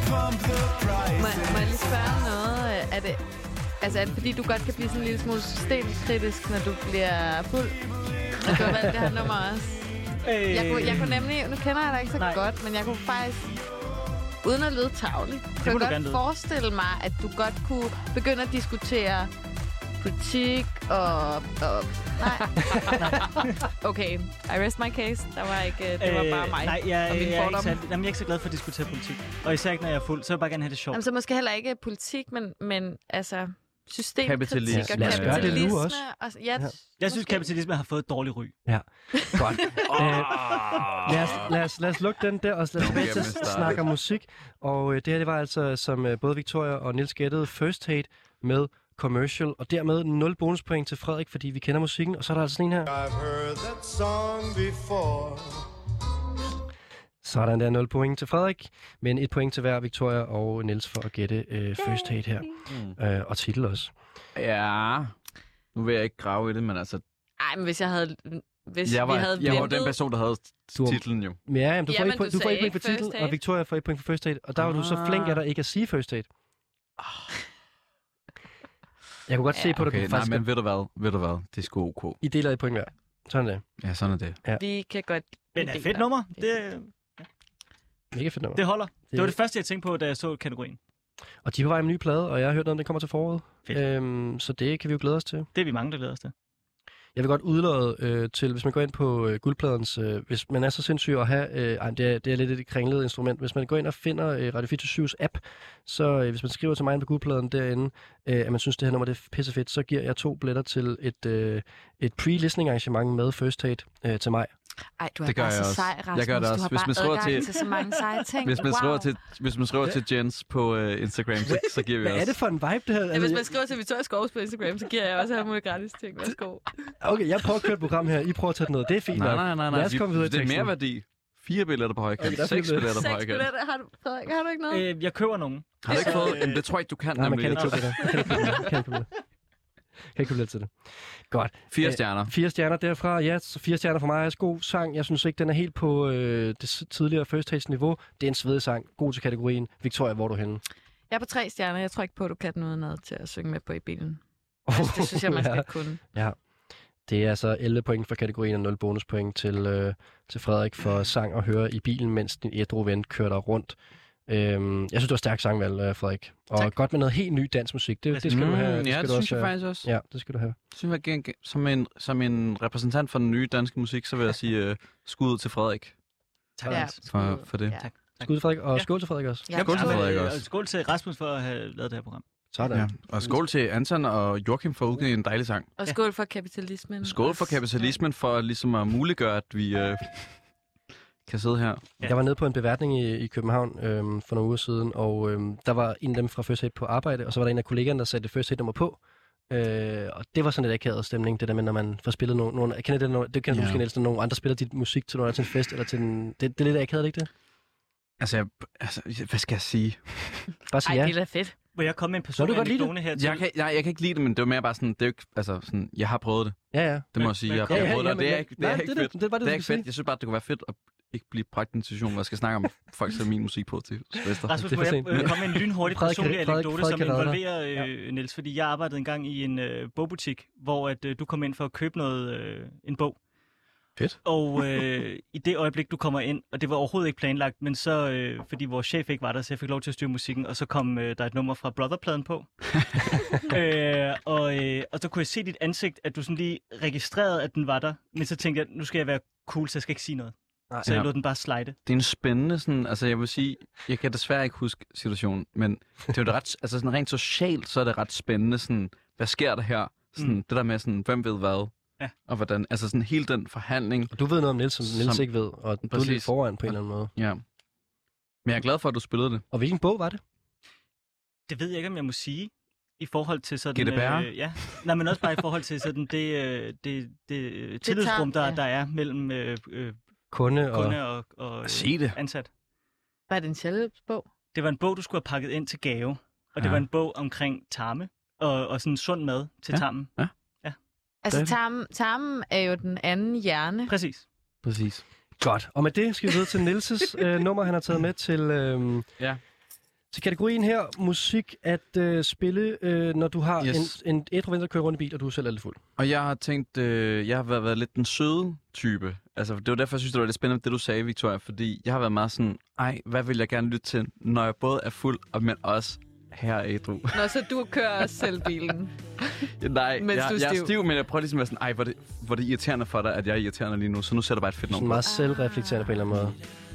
Speaker 4: Må, må jeg lige spørge om noget? Er det, altså, er det fordi, du godt kan blive sådan en lille smule systemkritisk, når du bliver fuld? At du har valgt det her nummer også?
Speaker 3: Øh,
Speaker 4: Jeg kunne, jeg kunne nemlig, nu kender jeg dig ikke så
Speaker 3: Nej.
Speaker 4: Nej. godt, men jeg kunne faktisk, uden at lyde tavlig, kunne
Speaker 3: må
Speaker 4: jeg
Speaker 3: du gerne
Speaker 4: godt
Speaker 3: lyde.
Speaker 4: forestille mig, at du godt kunne begynde at diskutere politik og... og
Speaker 3: *laughs*
Speaker 4: nej. okay, I rest my case. Der var ikke, det var bare mig
Speaker 3: Øh, nej,
Speaker 4: og mine
Speaker 3: jeg, jeg, jeg, er ikke
Speaker 4: fordomme.
Speaker 3: særlig, jamen, jeg er ikke så glad for at diskutere politik. Og især ikke, når jeg er fuld, så vil jeg bare gerne have det sjovt.
Speaker 4: Jamen, så måske heller ikke politik, men, men altså systemkritik
Speaker 5: Kapitalisme.
Speaker 4: og
Speaker 5: Lad os gøre
Speaker 2: det nu
Speaker 4: kapitalisme.
Speaker 2: også.
Speaker 4: Og, ja, ja.
Speaker 3: jeg synes, kapitalisme har fået et dårligt ry.
Speaker 2: *laughs* Godt. Æh, Øh, lad, os, lad, os, lad os lukke den der, og lad os
Speaker 5: Don't
Speaker 2: tilbage
Speaker 5: get
Speaker 2: til
Speaker 5: me
Speaker 2: at
Speaker 5: started.
Speaker 2: snakke om musik. Og øh, det her, det var altså, som øh, både Victoria og Nils gættede, First Hate med Commercial. Og dermed 0 bonuspoint til Frederik, fordi vi kender musikken. Og så er der altså sådan en her.
Speaker 8: I've heard that song before.
Speaker 2: Sådan der, 0 point til Frederik. Men et point til hver, Victoria og Nils for at gætte øh, First Hate her. Øh, og titel også.
Speaker 5: Ja. Nu vil jeg ikke grave i det, men altså...
Speaker 4: Ej, men hvis jeg havde... Hvis
Speaker 5: Jeg
Speaker 4: vi
Speaker 5: var,
Speaker 4: havde
Speaker 5: jeg var
Speaker 4: ventet-
Speaker 5: den person, der havde
Speaker 2: Du var-
Speaker 5: titlen jo.
Speaker 2: Men Ja, jamen, du får
Speaker 4: Jamen,
Speaker 2: et point,
Speaker 4: du
Speaker 2: du får
Speaker 4: sagde
Speaker 2: et point for
Speaker 4: ikke first Ah.
Speaker 2: titlen,
Speaker 4: date.
Speaker 2: og Victoria får et point for first date. Og der var du så flink af dig ikke at sige first date.
Speaker 4: Ah.
Speaker 2: Jeg kunne godt se
Speaker 4: Ja.
Speaker 2: på dig,
Speaker 5: Okay,
Speaker 2: okay,
Speaker 5: nej,
Speaker 2: faktisk,
Speaker 5: men ved du hvad? Ved du hvad? Det er sgu ok.
Speaker 2: I deler et point hver. Sådan er det.
Speaker 5: Ja, sådan er det.
Speaker 4: Vi kan godt...
Speaker 3: Men det er et fedt nummer. Det,
Speaker 2: Mega fedt nummer.
Speaker 3: det holder. Det var
Speaker 2: Det-
Speaker 3: det første, jeg tænkte på, da jeg så kategorien.
Speaker 2: Og de er på vej med en ny plade, og jeg har hørt noget om, den kommer til foråret.
Speaker 3: Fedt.
Speaker 2: Øhm, så det kan vi jo glæde os til.
Speaker 3: Det er vi mange, der glæder os til.
Speaker 2: Jeg vil godt udlade øh, til, hvis man går ind på øh, guldpladens, øh, hvis man er så sindssyg at have, øh, ej, det, er, det er lidt et kringlet instrument, hvis man går ind og finder øh, Radio 24 app, så øh, hvis man skriver til mig inde på guldpladen derinde, øh, at man synes, det her nummer det er pissefedt, så giver jeg to billetter til et, øh, et pre-listening arrangement med First Hate øh, til mig.
Speaker 4: Ej, du er
Speaker 5: Det gør
Speaker 4: bare
Speaker 5: jeg
Speaker 4: så
Speaker 5: også.
Speaker 4: sej,
Speaker 5: Jeg
Speaker 4: Rasmus.
Speaker 5: gør det også.
Speaker 4: Du har
Speaker 5: Hvis
Speaker 4: bare
Speaker 5: man skriver
Speaker 4: adgang til...
Speaker 5: til-
Speaker 4: så mange
Speaker 5: *laughs*
Speaker 4: seje ting.
Speaker 5: Hvis man
Speaker 4: wow.
Speaker 5: skriver til, hvis man skriver til Jens på øh, Instagram, så, så giver vi
Speaker 2: Hvad er det
Speaker 5: også.
Speaker 2: for en vibe, det her?
Speaker 4: Ja, hvis man
Speaker 2: Altså,
Speaker 4: skriver til Victoria Skovs på Instagram, så giver jeg også alle mulige gratis ting. Værsgo.
Speaker 2: okay, jeg prøver at køre et program her. I prøver at tage noget. Det er fint
Speaker 5: Nej,
Speaker 2: nok.
Speaker 5: nej, nej, nej.
Speaker 2: Lad os
Speaker 5: Vi-
Speaker 2: komme videre i
Speaker 5: det er
Speaker 2: teksten.
Speaker 5: mere værdi. Fire billetter på højkant,
Speaker 2: Okay, der er
Speaker 5: okay, seks
Speaker 2: fire billetter.
Speaker 5: billetter på
Speaker 4: Seks
Speaker 5: højkant.
Speaker 4: billetter har du, Frederik. Har du ikke noget?
Speaker 3: Øh, jeg køber nogen.
Speaker 5: Har du ikke fået? Jamen, det tror jeg ikke, du kan.
Speaker 2: Nej, man kan
Speaker 5: nemlig.
Speaker 2: ikke købe det der. Kan ikke købe det. Kan ikke købe det. Kan ikke købe det til det. Godt.
Speaker 5: Fire
Speaker 2: Øh,
Speaker 5: stjerner.
Speaker 2: Fire stjerner derfra. Ja, så fire stjerner for mig. er god sang. Jeg synes ikke, den er helt på øh, det s- tidligere first taste niveau. Det er en svedig sang. God til kategorien. Victoria, hvor er du henne?
Speaker 4: Jeg er på tre stjerner. Jeg tror ikke på, at du kan den uden ad til at synge med på i
Speaker 5: *laughs*
Speaker 4: bilen. Altså, det synes jeg,
Speaker 2: *laughs*
Speaker 4: man skal kunne.
Speaker 2: Det er altså 11 point for kategorien og 0 bonuspoint til, øh, til Frederik for sang og høre i bilen, mens din ædru ven kører dig rundt. Øhm, jeg synes, det var stærkt sangvalg, øh, Frederik. Og tak. godt med noget helt ny dansmusik. Det, det skal du have.
Speaker 5: Mm, ja,
Speaker 2: skal
Speaker 5: det
Speaker 2: du
Speaker 5: synes jeg
Speaker 2: have.
Speaker 5: faktisk også.
Speaker 2: Ja, det skal du have.
Speaker 5: Synes jeg, gen- gen- som, en, som en repræsentant for den nye danske musik, så vil jeg sige uh, skud ud til Frederik.
Speaker 3: Tak.
Speaker 4: Ja.
Speaker 3: Ja.
Speaker 5: For- for det.
Speaker 4: Ja.
Speaker 2: Skud til Frederik, og
Speaker 3: Ja.
Speaker 2: skål til Frederik også.
Speaker 4: Ja,
Speaker 5: Skål til
Speaker 4: tak.
Speaker 5: Frederik
Speaker 3: og
Speaker 5: også.
Speaker 3: skål til Rasmus for at have lavet det her program.
Speaker 2: Sådan.
Speaker 5: Ja. Og skål til Anton og Joachim for at udgive en dejlig sang.
Speaker 4: Og skål for kapitalismen.
Speaker 5: Skål for
Speaker 4: Også.
Speaker 5: kapitalismen for ligesom at muliggøre, at vi uh, kan sidde her.
Speaker 2: Ja. Jeg var nede på en beværtning i, i København øhm, for nogle uger siden, og øhm, der var en af dem fra First Hit på arbejde, og så var der en af kollegaerne, der satte First Hit-nummer på. Øh, og det var sådan lidt akavet stemning, det der med, når man får spillet nogle... nogle jeg kender det, nogle, det kender du
Speaker 5: Ja.
Speaker 2: måske, Niels, når nogle andre spiller dit musik til, når der er til en fest eller til en... Det, det er lidt akavet, ikke det?
Speaker 5: Altså, jeg, altså, jeg- hvad skal jeg sige?
Speaker 2: Bare sig
Speaker 4: Ej,
Speaker 2: ja.
Speaker 4: det er da fedt.
Speaker 3: Hvor jeg kom med en
Speaker 2: Nå,
Speaker 3: personlig
Speaker 2: du kan godt lide
Speaker 3: anekdote her til.
Speaker 5: Jeg kan, nej, jeg kan ikke lide det, men det var mere bare sådan, det er jo ikke, altså, sådan, jeg har prøvet det.
Speaker 2: Ja, ja.
Speaker 5: Det må jeg sige, jeg har
Speaker 3: Ja,
Speaker 5: prøvet det, og
Speaker 2: men
Speaker 5: det er
Speaker 2: jeg-
Speaker 5: ikke, det
Speaker 2: nej,
Speaker 5: er ikke
Speaker 2: det,
Speaker 5: fedt.
Speaker 2: Det, det, var det,
Speaker 5: Det er
Speaker 2: du
Speaker 5: ikke
Speaker 2: skulle
Speaker 5: fedt. Jeg synes bare, det kunne være fedt at ikke blive bragt i en situation, hvor jeg skal snakke om for eksempel min musik på til Svester.
Speaker 3: Rasmus,
Speaker 2: Det er
Speaker 3: må
Speaker 2: for
Speaker 3: jeg
Speaker 2: sent.
Speaker 3: øh, komme med en lynhurtig
Speaker 2: Frederik
Speaker 3: personlig
Speaker 2: kan- Frederik-
Speaker 3: anekdote,
Speaker 2: Frederik
Speaker 3: som
Speaker 2: kan redde dig.
Speaker 3: involverer øh, Niels? Fordi jeg arbejdede engang i en øh, bogbutik, hvor at, øh, du kom ind for at købe noget, øh, en bog.
Speaker 5: Fedt.
Speaker 3: Og øh, i det øjeblik, du kommer ind, og det var overhovedet ikke planlagt, men så, øh, fordi vores chef ikke var der, så jeg fik lov til at styre musikken, og så kom øh, der et nummer fra Brotherpladen
Speaker 2: *laughs*
Speaker 3: på. øh, og, øh, og så kunne jeg se dit ansigt, at du sådan lige registrerede, at den var der, men så tænkte jeg, nu skal jeg være cool, så jeg skal ikke sige noget.
Speaker 2: Nej.
Speaker 3: Så jeg
Speaker 5: Ja.
Speaker 3: lod den bare slide.
Speaker 5: Det er en spændende sådan, altså jeg vil sige, jeg kan desværre ikke huske situationen, men det er jo det ret, altså sådan rent socialt, så er det ret spændende sådan, hvad sker der her? Sådan,
Speaker 3: Mm.
Speaker 5: Det der med sådan, hvem ved hvad?
Speaker 3: Ja.
Speaker 5: Og hvordan, altså sådan hele den forhandling.
Speaker 2: Og du ved noget om Niels, som Niels
Speaker 5: Som-
Speaker 2: ikke ved, og du er lidt
Speaker 5: Præcis.
Speaker 2: foran på en eller anden måde.
Speaker 5: Ja. Men jeg er glad for, at du spillede det.
Speaker 2: Og hvilken bog var det?
Speaker 3: Det ved jeg ikke, om jeg må sige i forhold til sådan...
Speaker 5: GDPR?
Speaker 3: Øh, ja, Nej, men også bare i forhold til sådan det, øh, det, det øh, tillidsrum,
Speaker 4: tager-
Speaker 3: der,
Speaker 4: ja.
Speaker 3: der er mellem øh, øh,
Speaker 2: Kunde og...
Speaker 3: kunde og, og øh,
Speaker 5: Se det.
Speaker 3: ansat.
Speaker 4: Var det en selvhjælpsbog?
Speaker 3: Det var en bog, du skulle have pakket ind til gave, og det
Speaker 5: Ja.
Speaker 3: var en bog omkring tarme og, og sådan sund mad til
Speaker 5: Ja.
Speaker 3: tarmen.
Speaker 4: Altså,
Speaker 5: Det er
Speaker 4: tarmen, tarmen er jo den anden hjerne.
Speaker 3: Præcis.
Speaker 5: Præcis.
Speaker 2: Godt, og med det skal vi videre til *laughs* Nilses øh, nummer, han har taget med til, øh,
Speaker 5: Ja.
Speaker 2: til kategorien her, musik at øh, spille, øh, når du har
Speaker 5: Yes.
Speaker 2: en, en ædru ven, der kører rundt i bil, og du selv er lidt fuld.
Speaker 5: Og jeg har tænkt, øh, jeg har været, været lidt den søde type. Altså, det var derfor, jeg synes, det var lidt spændende, det du sagde, Victoria, fordi jeg har været meget sådan, ej, hvad vil jeg gerne lytte til, når jeg både er fuld, og- men også her er ædru.
Speaker 4: Nå, så du kører også selv bilen.
Speaker 5: Nej,
Speaker 4: Mens
Speaker 5: jeg,
Speaker 4: du er
Speaker 5: jeg er
Speaker 4: stiv.
Speaker 5: stiv, men jeg prøver ligesom at være sådan, ej, hvor er det, hvor er det irriterende for dig, at jeg er irriterende lige nu, så nu sætter jeg bare et fedt
Speaker 2: Sådan
Speaker 5: nummer.
Speaker 2: meget selvreflekterende på en eller anden måde.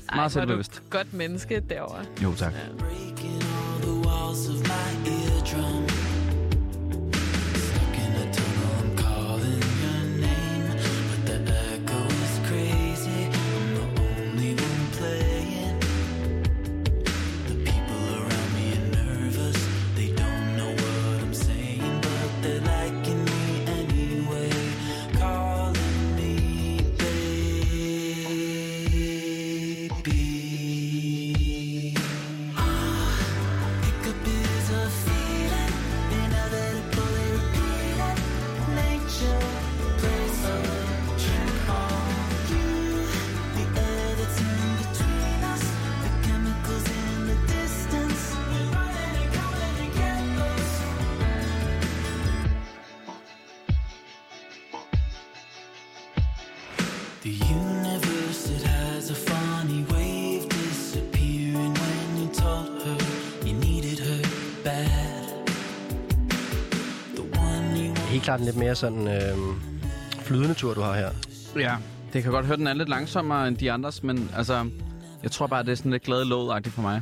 Speaker 4: Ej,
Speaker 5: Meget
Speaker 4: hvor er du
Speaker 5: selvbevidst.
Speaker 4: et godt menneske derovre.
Speaker 5: på. Jo, tak.
Speaker 6: breaking all the walls of my eardrum. Stuck in a tunnel, I'm calling your name, but the echo is crazy. I'm the only one playing. The people around me are nervous. They don't know what I'm saying, but they're liking me anyway. Calling me baby. Ah, Hiccup is a feeling, inevitably repeated. Nature plays a trick on you. The air that's in between us, the chemicals in the distance. We're running and calling to get lost. The universe, it has a funny way of disappearing when you told her you needed her bad. The one you
Speaker 2: Det er helt klart en lidt mere sådan øh, flydende tur, du har her.
Speaker 5: Ja, det kan godt høre, den er lidt langsommere end de andres, men altså, jeg tror bare, det er sådan lidt glade låd for mig.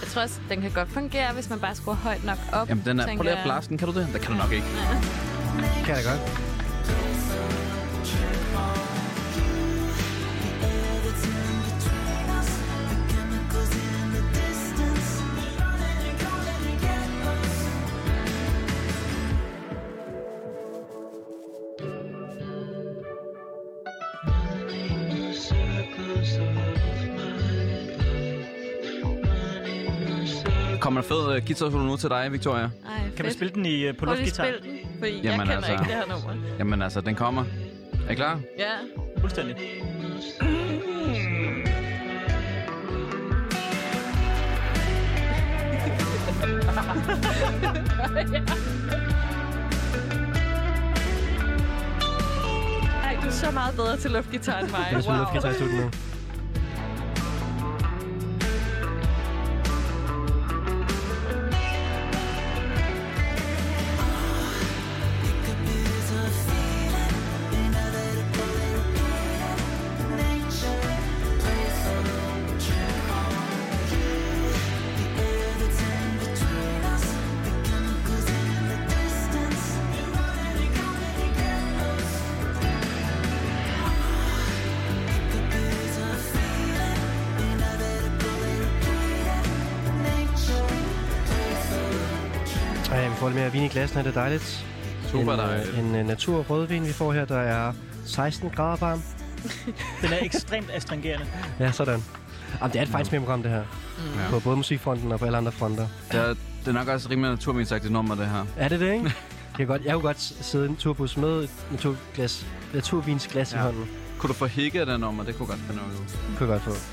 Speaker 4: Jeg tror også, den kan godt fungere, hvis man bare skruer højt nok op.
Speaker 5: Jamen, den er,
Speaker 4: tænker
Speaker 5: prøv lige at
Speaker 4: jeg.
Speaker 5: blaste den, kan du det? Det kan du nok ikke.
Speaker 2: Kan jeg da godt.
Speaker 5: Kommer der fed uh, guitar solo nu til dig, Victoria?
Speaker 4: Ej, fedt.
Speaker 3: Kan vi spille den i, øh, på
Speaker 4: Prøv lige at
Speaker 3: luftgitar?
Speaker 4: spille den, fordi jeg
Speaker 5: Jamen
Speaker 4: kender
Speaker 5: altså.
Speaker 4: ikke det her nummer.
Speaker 5: Jamen altså, den kommer. Er I klar?
Speaker 4: Ja.
Speaker 3: Fuldstændig.
Speaker 4: Ej, du er så meget bedre til luftgitar end mig.
Speaker 2: Jeg vil spille luftgitar i studiet nu. Ej, vi får lidt mere vin i glasene, det er dejligt.
Speaker 5: Super
Speaker 2: en, øh,
Speaker 5: dejligt.
Speaker 2: En øh, natur rødvin, vi får her, der er 16 grader varm.
Speaker 3: Den er ekstremt astringerende.
Speaker 2: Ja, sådan. Jamen, det er et fejlsmemprogram, det her.
Speaker 5: Ja.
Speaker 2: Ja. På både musikfronten og på alle andre fronter.
Speaker 5: Det er, det er nok også rimelig naturvinsagtigt nummer, det her.
Speaker 2: Er det det, ikke? Jeg, kan godt, jeg kunne godt sidde i en turbus med et naturglas, naturvinsglas ja. i
Speaker 5: Ja.
Speaker 2: hånden.
Speaker 5: Kunne du få hikke af det nummer? Det kunne godt være noget.
Speaker 2: Kunne jeg godt få.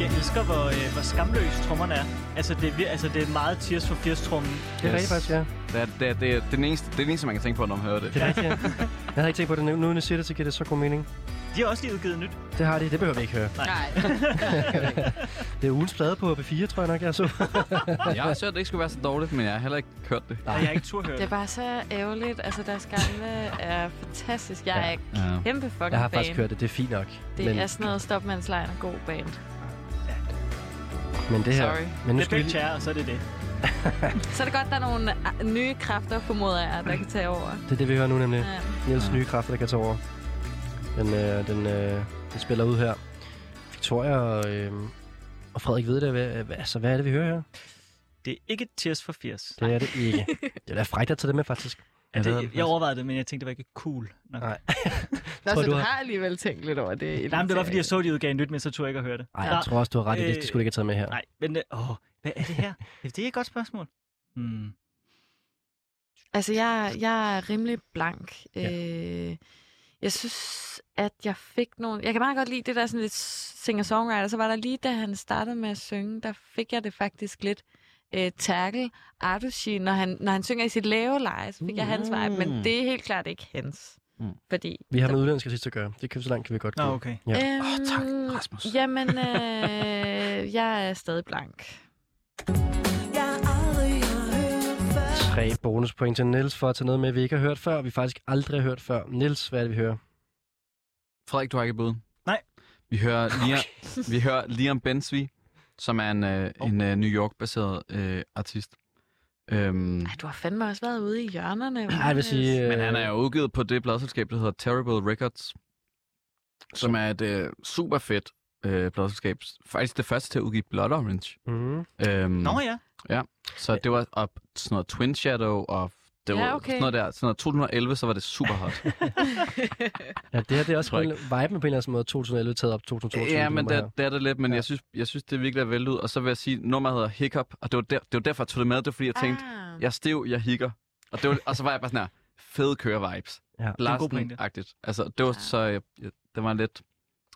Speaker 3: Jeg elsker, hvor, øh, hvor skamløs trommerne er. Altså, det er, vir- altså, det er meget Tears for Fears-trummen.
Speaker 2: Det er
Speaker 5: Yes.
Speaker 2: yes. rigtigt faktisk, ja.
Speaker 5: Det er, det, er, det, er, det, er den eneste, det er den eneste, man kan tænke på, når man hører det.
Speaker 2: Det er rigtigt, ja. *laughs* Jeg havde ikke tænkt på det, nu når jeg siger det, så giver det så god mening.
Speaker 3: De har også lige udgivet nyt.
Speaker 2: Det har de, det behøver vi ikke høre.
Speaker 4: Nej.
Speaker 2: Det er ugens plade på B4, tror jeg nok, jeg så.
Speaker 5: Jeg har hørt, det ikke skulle være så dårligt, men jeg har heller ikke hørt det.
Speaker 3: Og jeg har ikke turhørt.
Speaker 4: Det er bare så ærgerligt. Altså, deres gamle er fantastisk. Jeg er
Speaker 5: Ja.
Speaker 4: kæmpe fucking
Speaker 2: Jeg har
Speaker 4: fan.
Speaker 2: faktisk hørt det, det er fint nok.
Speaker 4: Det er sådan noget stopmandslejr og god band.
Speaker 2: men det her,
Speaker 4: Sorry.
Speaker 2: Men nu
Speaker 3: Det er
Speaker 2: skal vi
Speaker 3: begge
Speaker 2: lige,
Speaker 3: tjære, og så er det det.
Speaker 4: Så er det godt, der er nogle ah, nye kræfter, formoder jeg, der kan tage over.
Speaker 2: det er det, vi hører nu nemlig.
Speaker 4: Ja.
Speaker 2: Niels nye kræfter, der kan tage over. Den, øh, den, øh, den spiller ud her. Victoria og, øh, og Frederik ved det. Hvad, hvad- altså, hvad er det, vi hører her?
Speaker 3: Det er ikke Tears for Fears.
Speaker 2: Det er det
Speaker 4: *laughs*
Speaker 2: ikke. Det er da frækt at tage det med, faktisk.
Speaker 3: Ja,
Speaker 5: det havde den
Speaker 3: det, jeg overvejede det, men jeg tænkte, det var ikke cool nok.
Speaker 2: Nej.
Speaker 3: Nej,
Speaker 4: Nå,
Speaker 2: Tror
Speaker 4: så
Speaker 2: du
Speaker 4: du
Speaker 2: har-
Speaker 4: har alligevel tænkt lidt over det.
Speaker 3: Nej men det var, fordi jeg så, de udgav nyt, men så turde jeg ikke at høre det.
Speaker 2: Ej, jeg tror også, du har ret i det. Det skulle du ikke have taget med her.
Speaker 3: Nej, men øh, åh, hvad er det
Speaker 2: *laughs*
Speaker 3: her? Det er et godt spørgsmål. Hmm.
Speaker 4: Altså, jeg, jeg er rimelig blank. Øh, jeg synes, at jeg fik nogle... Jeg kan meget godt lide det der sådan lidt singer-songwriter. Så var der lige, da han startede med at synge, der fik jeg det faktisk lidt øh, Terkel Ardushi. Når han, når han synger i sit lave leje, så fik mm. jeg hans vibe. Men det er helt klart ikke hans.
Speaker 5: Mm.
Speaker 4: Mm. Fordi...
Speaker 2: Vi har med udlandske sidst at gøre. Det hmm. kan, så langt kan vi godt
Speaker 3: Nå,
Speaker 2: gå.
Speaker 3: okay.
Speaker 2: Ja.
Speaker 4: Øhm,
Speaker 5: Åh, tak, Rasmus.
Speaker 4: Jamen, øh, jeg er stadig blank.
Speaker 2: Tre bonuspoint til Niels for at tage noget med, vi ikke har hørt før. og Vi faktisk aldrig har hørt før. Niels, hvad er det, vi hører?
Speaker 5: Frederik, du har ikke et bud?
Speaker 3: Nej.
Speaker 5: Vi
Speaker 3: *laughs*
Speaker 5: hører, Liam, vi hører Liam Bensby, som er en, øh,
Speaker 3: Oh.
Speaker 5: en øh, New York-baseret øh, artist. Øhm,
Speaker 4: Ej, du har fandme også været ude i hjørnerne.
Speaker 2: Ej, jeg vil sige... Øh,
Speaker 5: Men han er jo udgivet på det pladselskab, der hedder Terrible Records, som er et øh, super fedt øh, pladselskab. Faktisk det første til at udgive Blood Orange.
Speaker 2: Mm,
Speaker 5: Øhm,
Speaker 3: Nå ja,
Speaker 5: Så det var op, sådan noget Twin Shadow og det var
Speaker 4: Ja,
Speaker 5: ja,
Speaker 4: okay.
Speaker 5: okay. sådan noget der. Sådan noget 2011, så var det super hot.
Speaker 2: ja, det her det er også
Speaker 5: Tror
Speaker 2: en,
Speaker 5: jeg
Speaker 2: viben på en eller anden måde 2011 taget op 2022.
Speaker 5: ja, men
Speaker 2: nummer her.
Speaker 5: det, det, er det lidt, men
Speaker 2: Ja.
Speaker 5: ja. jeg, synes, jeg synes, det er virkelig er vældig ud. Og så vil jeg sige, nummeret hedder Hiccup, og det var, der, det var derfor, jeg tog det med. Det var fordi, jeg tænkte,
Speaker 4: Ah.
Speaker 5: jeg er stiv, jeg hikker. Og, det var, og så var jeg bare sådan her, fed køre-vibes.
Speaker 2: Ja. Det er en
Speaker 3: god pointe.
Speaker 5: Larsen-agtigt. Altså, det var
Speaker 4: Ja.
Speaker 5: så, øh, ja, det var lidt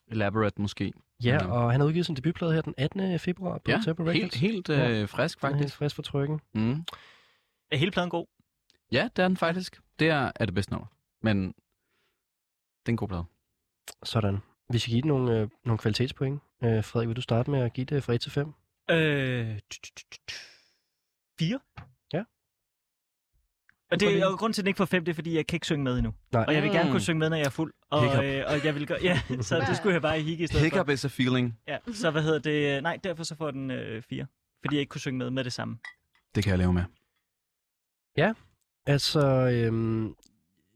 Speaker 5: elaborate måske.
Speaker 2: Ja,
Speaker 5: Mhm.
Speaker 2: og han har udgivet sin debutplade her den 18. februar på
Speaker 5: Ja,
Speaker 2: Turbo Records.
Speaker 5: helt, helt
Speaker 2: Ja.
Speaker 5: øh, frisk
Speaker 2: Den er
Speaker 5: faktisk.
Speaker 2: Helt frisk for trykken.
Speaker 5: Mm.
Speaker 3: er hele pladen god?
Speaker 5: Ja, det er den faktisk. Det er, er det bedste nummer. Men det er en god plade.
Speaker 2: Sådan. Vi skal give den nogle, øh, nogle kvalitetspoint. Øh, Frederik, vil du starte med at give det fra 1 til 5?
Speaker 3: Øh, t- t- t- t- fire?
Speaker 2: Ja.
Speaker 3: Og, det, og grunden til, at den ikke får fem, det er, fordi jeg kan ikke synge med endnu.
Speaker 2: Nej.
Speaker 3: Og jeg vil gerne
Speaker 5: Mm.
Speaker 3: kunne synge med, når jeg er fuld. Og,
Speaker 2: Hiccup.
Speaker 3: øh, og jeg vil gøre, ja, så det skulle jeg bare hikke i stedet
Speaker 5: Hiccup is a feeling.
Speaker 3: for. Ja, så hvad hedder det? Nej, derfor så får den øh, fire. Fordi jeg ikke kunne synge med med det samme.
Speaker 5: Det kan jeg lave med.
Speaker 2: Altså, øhm,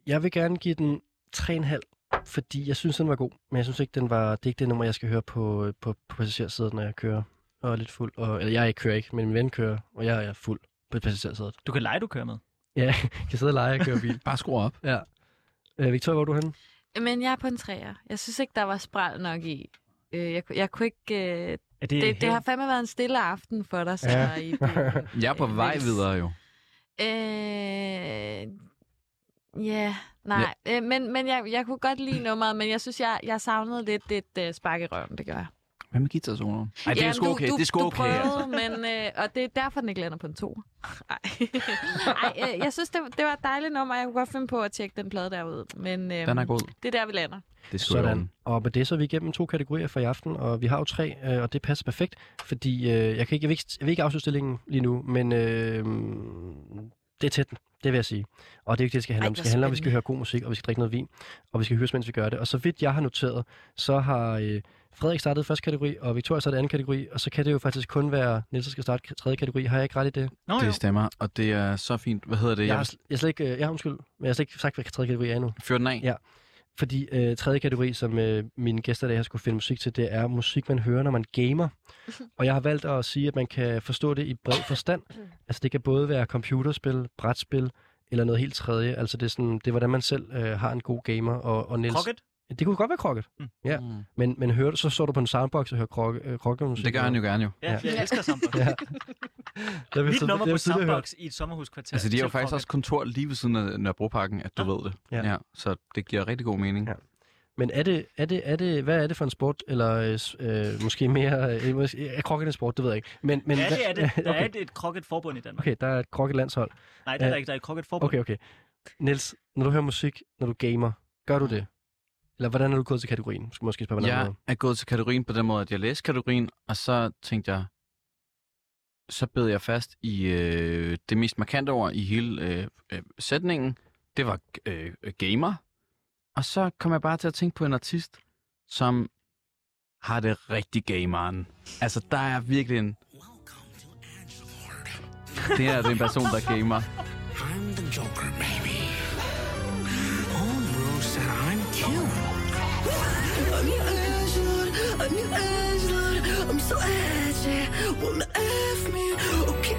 Speaker 2: jeg vil gerne give den 3,5, fordi jeg synes, den var god. Men jeg synes ikke, den var, det er ikke det nummer, jeg skal høre på, øh, på, på passagersædet, når jeg kører og er lidt fuld. Og, eller jeg ikke kører ikke, men min ven kører, og jeg er fuld på passagersædet.
Speaker 9: Du kan lege, du kører med.
Speaker 2: Ja, jeg kan sidde og lege og køre bil.
Speaker 5: Bare skru op.
Speaker 2: ja. Øh, Victoria, hvor er du henne?
Speaker 4: Men jeg er på en træer. Jeg synes ikke, der var spræl nok i. Øh, jeg, ku- jeg kunne ikke... Øh,
Speaker 9: Er det,
Speaker 4: det, det har fandme været en stille aften for dig, så
Speaker 2: Ja.
Speaker 4: ja. i bilen.
Speaker 5: *laughs* Jeg er på
Speaker 4: Øh,
Speaker 5: vej
Speaker 4: Niels.
Speaker 5: videre jo.
Speaker 4: Øh, ja, nej. Ja. Øh, men men jeg, jeg kunne godt lide nummeret, men jeg synes, jeg, jeg savnede lidt et øh, spark i røven, det gør jeg.
Speaker 5: Hvad med guitar-soloer? Ej, det er
Speaker 4: men
Speaker 5: sgu okay.
Speaker 4: Du,
Speaker 5: Det er sgu
Speaker 4: du
Speaker 5: okay. altså.
Speaker 4: Prøvede, men, øh, og det er derfor, den ikke lander på en to. Ej, Ej øh, jeg synes, det, det var et dejligt nummer. Jeg kunne godt finde på at tjekke den plade derude. Men øh,
Speaker 5: Den
Speaker 9: Øhm,
Speaker 5: er god.
Speaker 4: det er der, vi lander.
Speaker 5: Det er sgu i
Speaker 2: Sådan.
Speaker 5: orden.
Speaker 2: Og med det så er vi igennem to kategorier for i aften, og vi har jo tre, øh, og det passer perfekt, fordi øh, jeg, kan ikke, jeg, vil ikke, jeg vil ikke afslutte stillingen lige nu, men øh, det er tæt, det vil jeg sige. Og det er jo ikke det, det skal handle
Speaker 4: Ej,
Speaker 2: om. Det
Speaker 4: hvor
Speaker 2: skal handle om, at vi skal
Speaker 4: spændende.
Speaker 2: høre god musik, og vi skal drikke noget vin, og vi skal høres, mens vi gør det. Og så vidt jeg har noteret, så har øh, Frederik startet første kategori, og Victoria startet anden kategori, og så kan det jo faktisk kun være Niels, der skal starte tredje kategori. Har jeg ikke ret i det?
Speaker 9: Nå, jo.
Speaker 5: Det stemmer, og det er så fint. Hvad hedder det?
Speaker 2: Jeg
Speaker 5: Jeg
Speaker 2: har, sl- jeg har slet ikke, øh, jeg har undskyld, men jeg har slet ikke sagt, hvad tredje kategori er endnu.
Speaker 5: fører den af.
Speaker 2: Ja. fordi øh, tredje kategori, som øh, mine gæster i dag har skulle finde musik til, det er musik, man hører, når man gamer. Og jeg har valgt at sige, at man kan forstå det i bred forstand. Altså det kan både være computerspil, brætspil eller noget helt tredje. Altså det er, sådan, det er hvordan man selv øh, har en god gamer. Og, og Niels,
Speaker 9: Crockett?
Speaker 2: Det kunne godt være krokket. Ja.
Speaker 5: Mm.
Speaker 2: Men, men hører, du- så står du på en soundbox og hører krokke, øh, krokkemusik.
Speaker 5: Det gør han jo gerne jo.
Speaker 9: Ja,
Speaker 2: Ja.
Speaker 9: jeg elsker Sandbox.
Speaker 2: Ja. Det
Speaker 9: Mit nummer på
Speaker 2: tidligere hørt.
Speaker 9: Sandbox i et sommerhuskvarter.
Speaker 5: Altså, de har jo
Speaker 9: til
Speaker 5: faktisk også
Speaker 9: Crockett.
Speaker 5: kontor lige ved siden af Nørrebroparken, at du
Speaker 9: Ja.
Speaker 5: ved det.
Speaker 2: Ja.
Speaker 5: Ja, så det giver rigtig god mening.
Speaker 2: Ja. Men er det, er det, er det, hvad er det for en sport? Eller øh, s- øh, måske mere... Øh, måske- er krokket en sport? Det ved jeg ikke. Men, men,
Speaker 9: Ja, det
Speaker 2: *laughs*
Speaker 9: er det. Der
Speaker 2: okay.
Speaker 9: er et, et Crockett-forbund i Danmark.
Speaker 2: Okay, der er et krokket landshold.
Speaker 9: Nej, det er
Speaker 2: Ja.
Speaker 9: der ikke. Der er et Crockett-forbund.
Speaker 2: Okay, okay. Niels, når du hører musik, når du gamer, gør du det? Eller hvordan er du gået til kategorien? Skal måske spørge på en anden
Speaker 5: Jeg
Speaker 2: måde.
Speaker 5: er gået til kategorien på den måde, at jeg læste kategorien, og så tænkte jeg, så bed jeg fast i øh, det mest markante ord i hele øh, øh, sætningen. Det var øh, øh, gamer. Og så kom jeg bare til at tænke på en artist, som har det rigtig gameren. Altså, der er virkelig en... Det her det er en person, der gamer.
Speaker 8: I'm the Joker, baby. Old Rose said I'm cute. I'm your edge lord. I'm your edge lord. I'm so edgy. Wanna f me? Okay,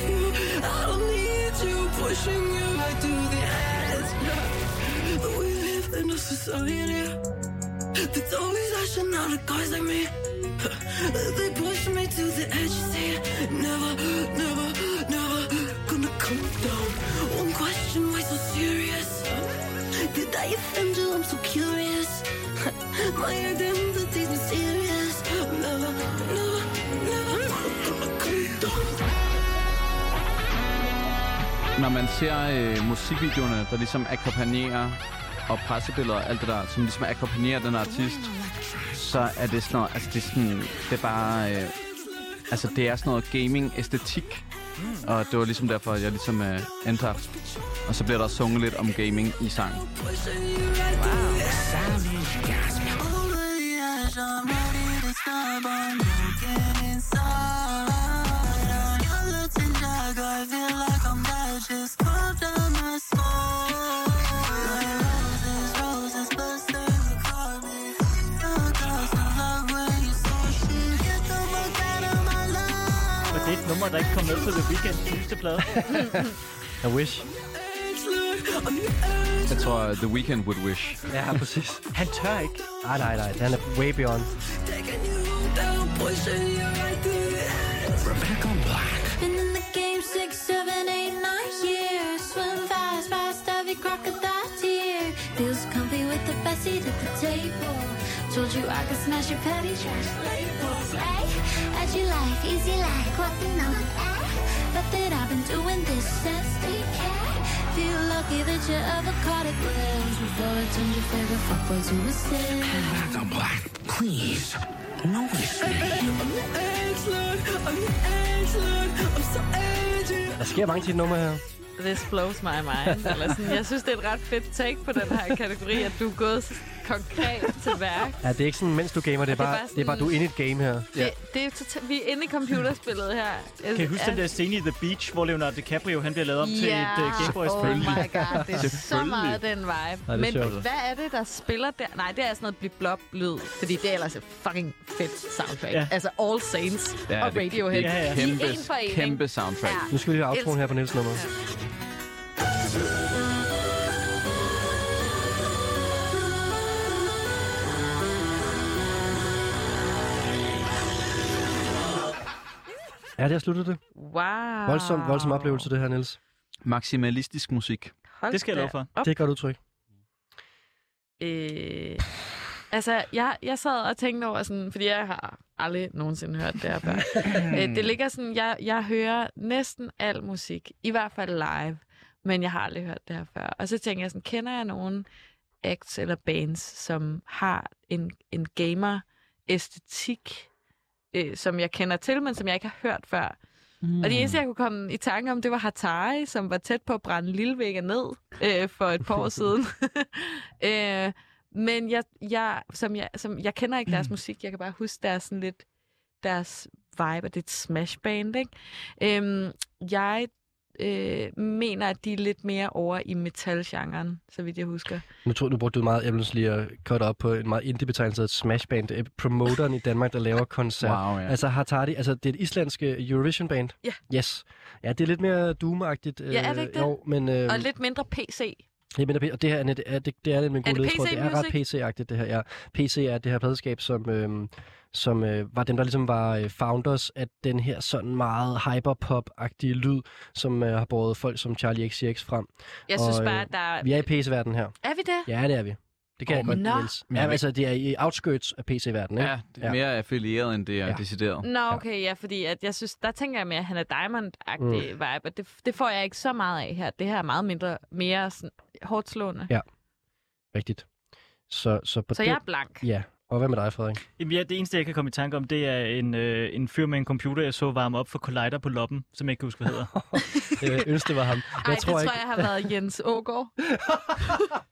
Speaker 8: f you. I don't need you pushing you right to the edge. But we live in a society that's always lashing out at guys like me. They push me to the edge, say never, never, never gonna come down. One question, why so serious? Did I offend you? I'm so curious. My identity's mysterious. Never, never, never gonna come down.
Speaker 5: Når man ser øh, musikvideoerne, der ligesom akkompagnerer og pressebilleder og alt det der, som ligesom akkompagnerer den artist, så er det sådan noget, altså det er sådan, det er bare, øh, altså det er sådan noget gaming-æstetik. Og det var ligesom derfor, jeg ligesom øh, endte her. Og så bliver der også sunget lidt om gaming i sang.
Speaker 9: Og det er et nummer, der ikke kom med på The Weeknd's nyeste plade.
Speaker 2: I wish.
Speaker 5: Jeg tror, The Weeknd would wish.
Speaker 2: Ja, præcis.
Speaker 9: Han tør ikke.
Speaker 2: Nej, nej, nej. Den er way beyond.
Speaker 8: Taking you down, pushing you right to the edge. Rebecca Black.
Speaker 6: Been in the game six, seven, eight, nine years. Swim fast, fast, every crocodile tear. Feels comfy with the best seat at the table. Told you I could smash your petty trash labels. Ay, as you like, easy like, walking on the air. But that I've been doing this since daycare. Feel lucky that you ever caught it glimpse before it turned your favorite fuckboy to a sin.
Speaker 8: Rebecca Black, please. Notice me. I'm your edge lord. I'm your edge lord. I'm so edgy.
Speaker 2: Der sker mange til nummer her.
Speaker 4: this blows my mind. Eller sådan. Jeg synes, det er et ret fedt take på den her kategori, at du er gået så konkret til værk.
Speaker 2: Ja, det er ikke sådan, mens du gamer, det er
Speaker 4: Det er
Speaker 2: bare,
Speaker 4: bare sådan-
Speaker 2: det er bare du er inde i et game her.
Speaker 4: Ja. Det, det er totalt, vi er inde i computerspillet her.
Speaker 9: Kan I huske den der scene i The Beach, hvor Leonardo DiCaprio han bliver lavet om til et uh, Game Boys
Speaker 4: oh my god, det er så meget den vibe.
Speaker 2: er
Speaker 4: Men
Speaker 2: sjovt.
Speaker 4: hvad er det, der spiller der? Nej, det er sådan noget blip-blop-lyd, fordi det er ellers et fucking fedt soundtrack.
Speaker 9: Ja.
Speaker 4: Ja. Altså All Saints ja, og Radiohead.
Speaker 5: Det
Speaker 4: Ja.
Speaker 5: er
Speaker 9: Ja,
Speaker 5: et
Speaker 9: ja.
Speaker 5: kæmpe,
Speaker 4: I en forening.
Speaker 5: kæmpe soundtrack.
Speaker 2: Nu skal vi lige have outroen her på Niels nummer. Ja, det har sluttet det.
Speaker 4: Wow.
Speaker 2: Voldsom, voldsom oplevelse, det her, Niels.
Speaker 5: Maximalistisk musik.
Speaker 4: Hold
Speaker 9: Det skal jeg
Speaker 4: da
Speaker 9: love for.
Speaker 4: op.
Speaker 2: Det er et godt udtryk.
Speaker 4: Øh, altså, jeg, jeg sad og tænkte over sådan, fordi jeg har aldrig nogensinde hørt det her før. øh, det ligger sådan, jeg, jeg hører næsten al musik, i hvert fald live, men jeg har aldrig hørt det her før. Og så tænker jeg sådan, kender jeg nogen acts eller bands, som har en, en gamer-æstetik, øh, som jeg kender til, men som jeg ikke har hørt før? Mm. Og det eneste, jeg kunne komme i tanke om, det var Hatari, som var tæt på at brænde Lillevægger ned øh, for et par år siden. *laughs* øh, men jeg, jeg, som jeg, som, jeg kender ikke
Speaker 2: Mm.
Speaker 4: deres musik, jeg kan bare huske deres, sådan lidt, deres vibe, og det er et smashband, ikke? Øhm, jeg øh, mener, at de er lidt mere over i metalgenren, så vidt jeg husker.
Speaker 2: Nu tror du brugte du meget, jeg vil lige at cut op på en meget indie-betegnelse af et smashband. Det er promoteren i Danmark, der laver koncert.
Speaker 5: Wow, ja.
Speaker 2: Altså Hatari, altså det er et islandsk øh, Eurovision-band.
Speaker 4: Ja.
Speaker 2: Yes. Ja, det er lidt mere doom-agtigt. øh,
Speaker 4: Ja, er det ikke det?
Speaker 2: Jo, men, øh,
Speaker 4: Og lidt mindre PC.
Speaker 2: Jeg mener, P- og det her er net- er, det, det er lidt med
Speaker 4: Er
Speaker 2: en god
Speaker 4: det
Speaker 2: ledetråd. Det er ret PC-agtigt, det her. Ja. PC er det her pladeskab, som, øhm, som øh, var dem, der ligesom var øh, founders af den her sådan meget hyperpop-agtige lyd, som øh, har båret folk som Charlie XCX frem.
Speaker 4: Jeg
Speaker 2: Og,
Speaker 4: synes bare,
Speaker 2: øh,
Speaker 4: at der er...
Speaker 2: Vi er i PC-verdenen her.
Speaker 4: Er vi det?
Speaker 2: Ja, det er vi. Det kan
Speaker 4: Åh,
Speaker 2: oh, jeg godt,
Speaker 4: nå.
Speaker 2: Niels. Ja, men altså, det er i outskirts af PC-verdenen, ikke?
Speaker 5: Ja, det er mere affilieret, end det er
Speaker 2: Ja.
Speaker 5: decideret.
Speaker 4: Nå, okay, ja, fordi at jeg synes, der tænker jeg mere, at han er diamond-agtig mm. vibe, og det, det får jeg ikke så meget af her. Det her er meget mindre, mere sådan, hårdt slående.
Speaker 2: Ja, Rigtigt. Så, så på
Speaker 4: Så
Speaker 2: den...
Speaker 4: jeg er blank.
Speaker 2: Ja, og hvad med dig, Frederik?
Speaker 9: Jamen, ja, det eneste, jeg kan komme i tanke om, det er en, øh, en fyr med en computer, jeg så varme op for Collider på loppen, som jeg ikke kan huske, hvad hedder.
Speaker 2: Jeg ville ønske, det var ham. Jeg
Speaker 4: Ej,
Speaker 2: tror
Speaker 4: det
Speaker 2: ikke...
Speaker 4: tror jeg har været Jens
Speaker 2: *laughs*
Speaker 4: Ågaard.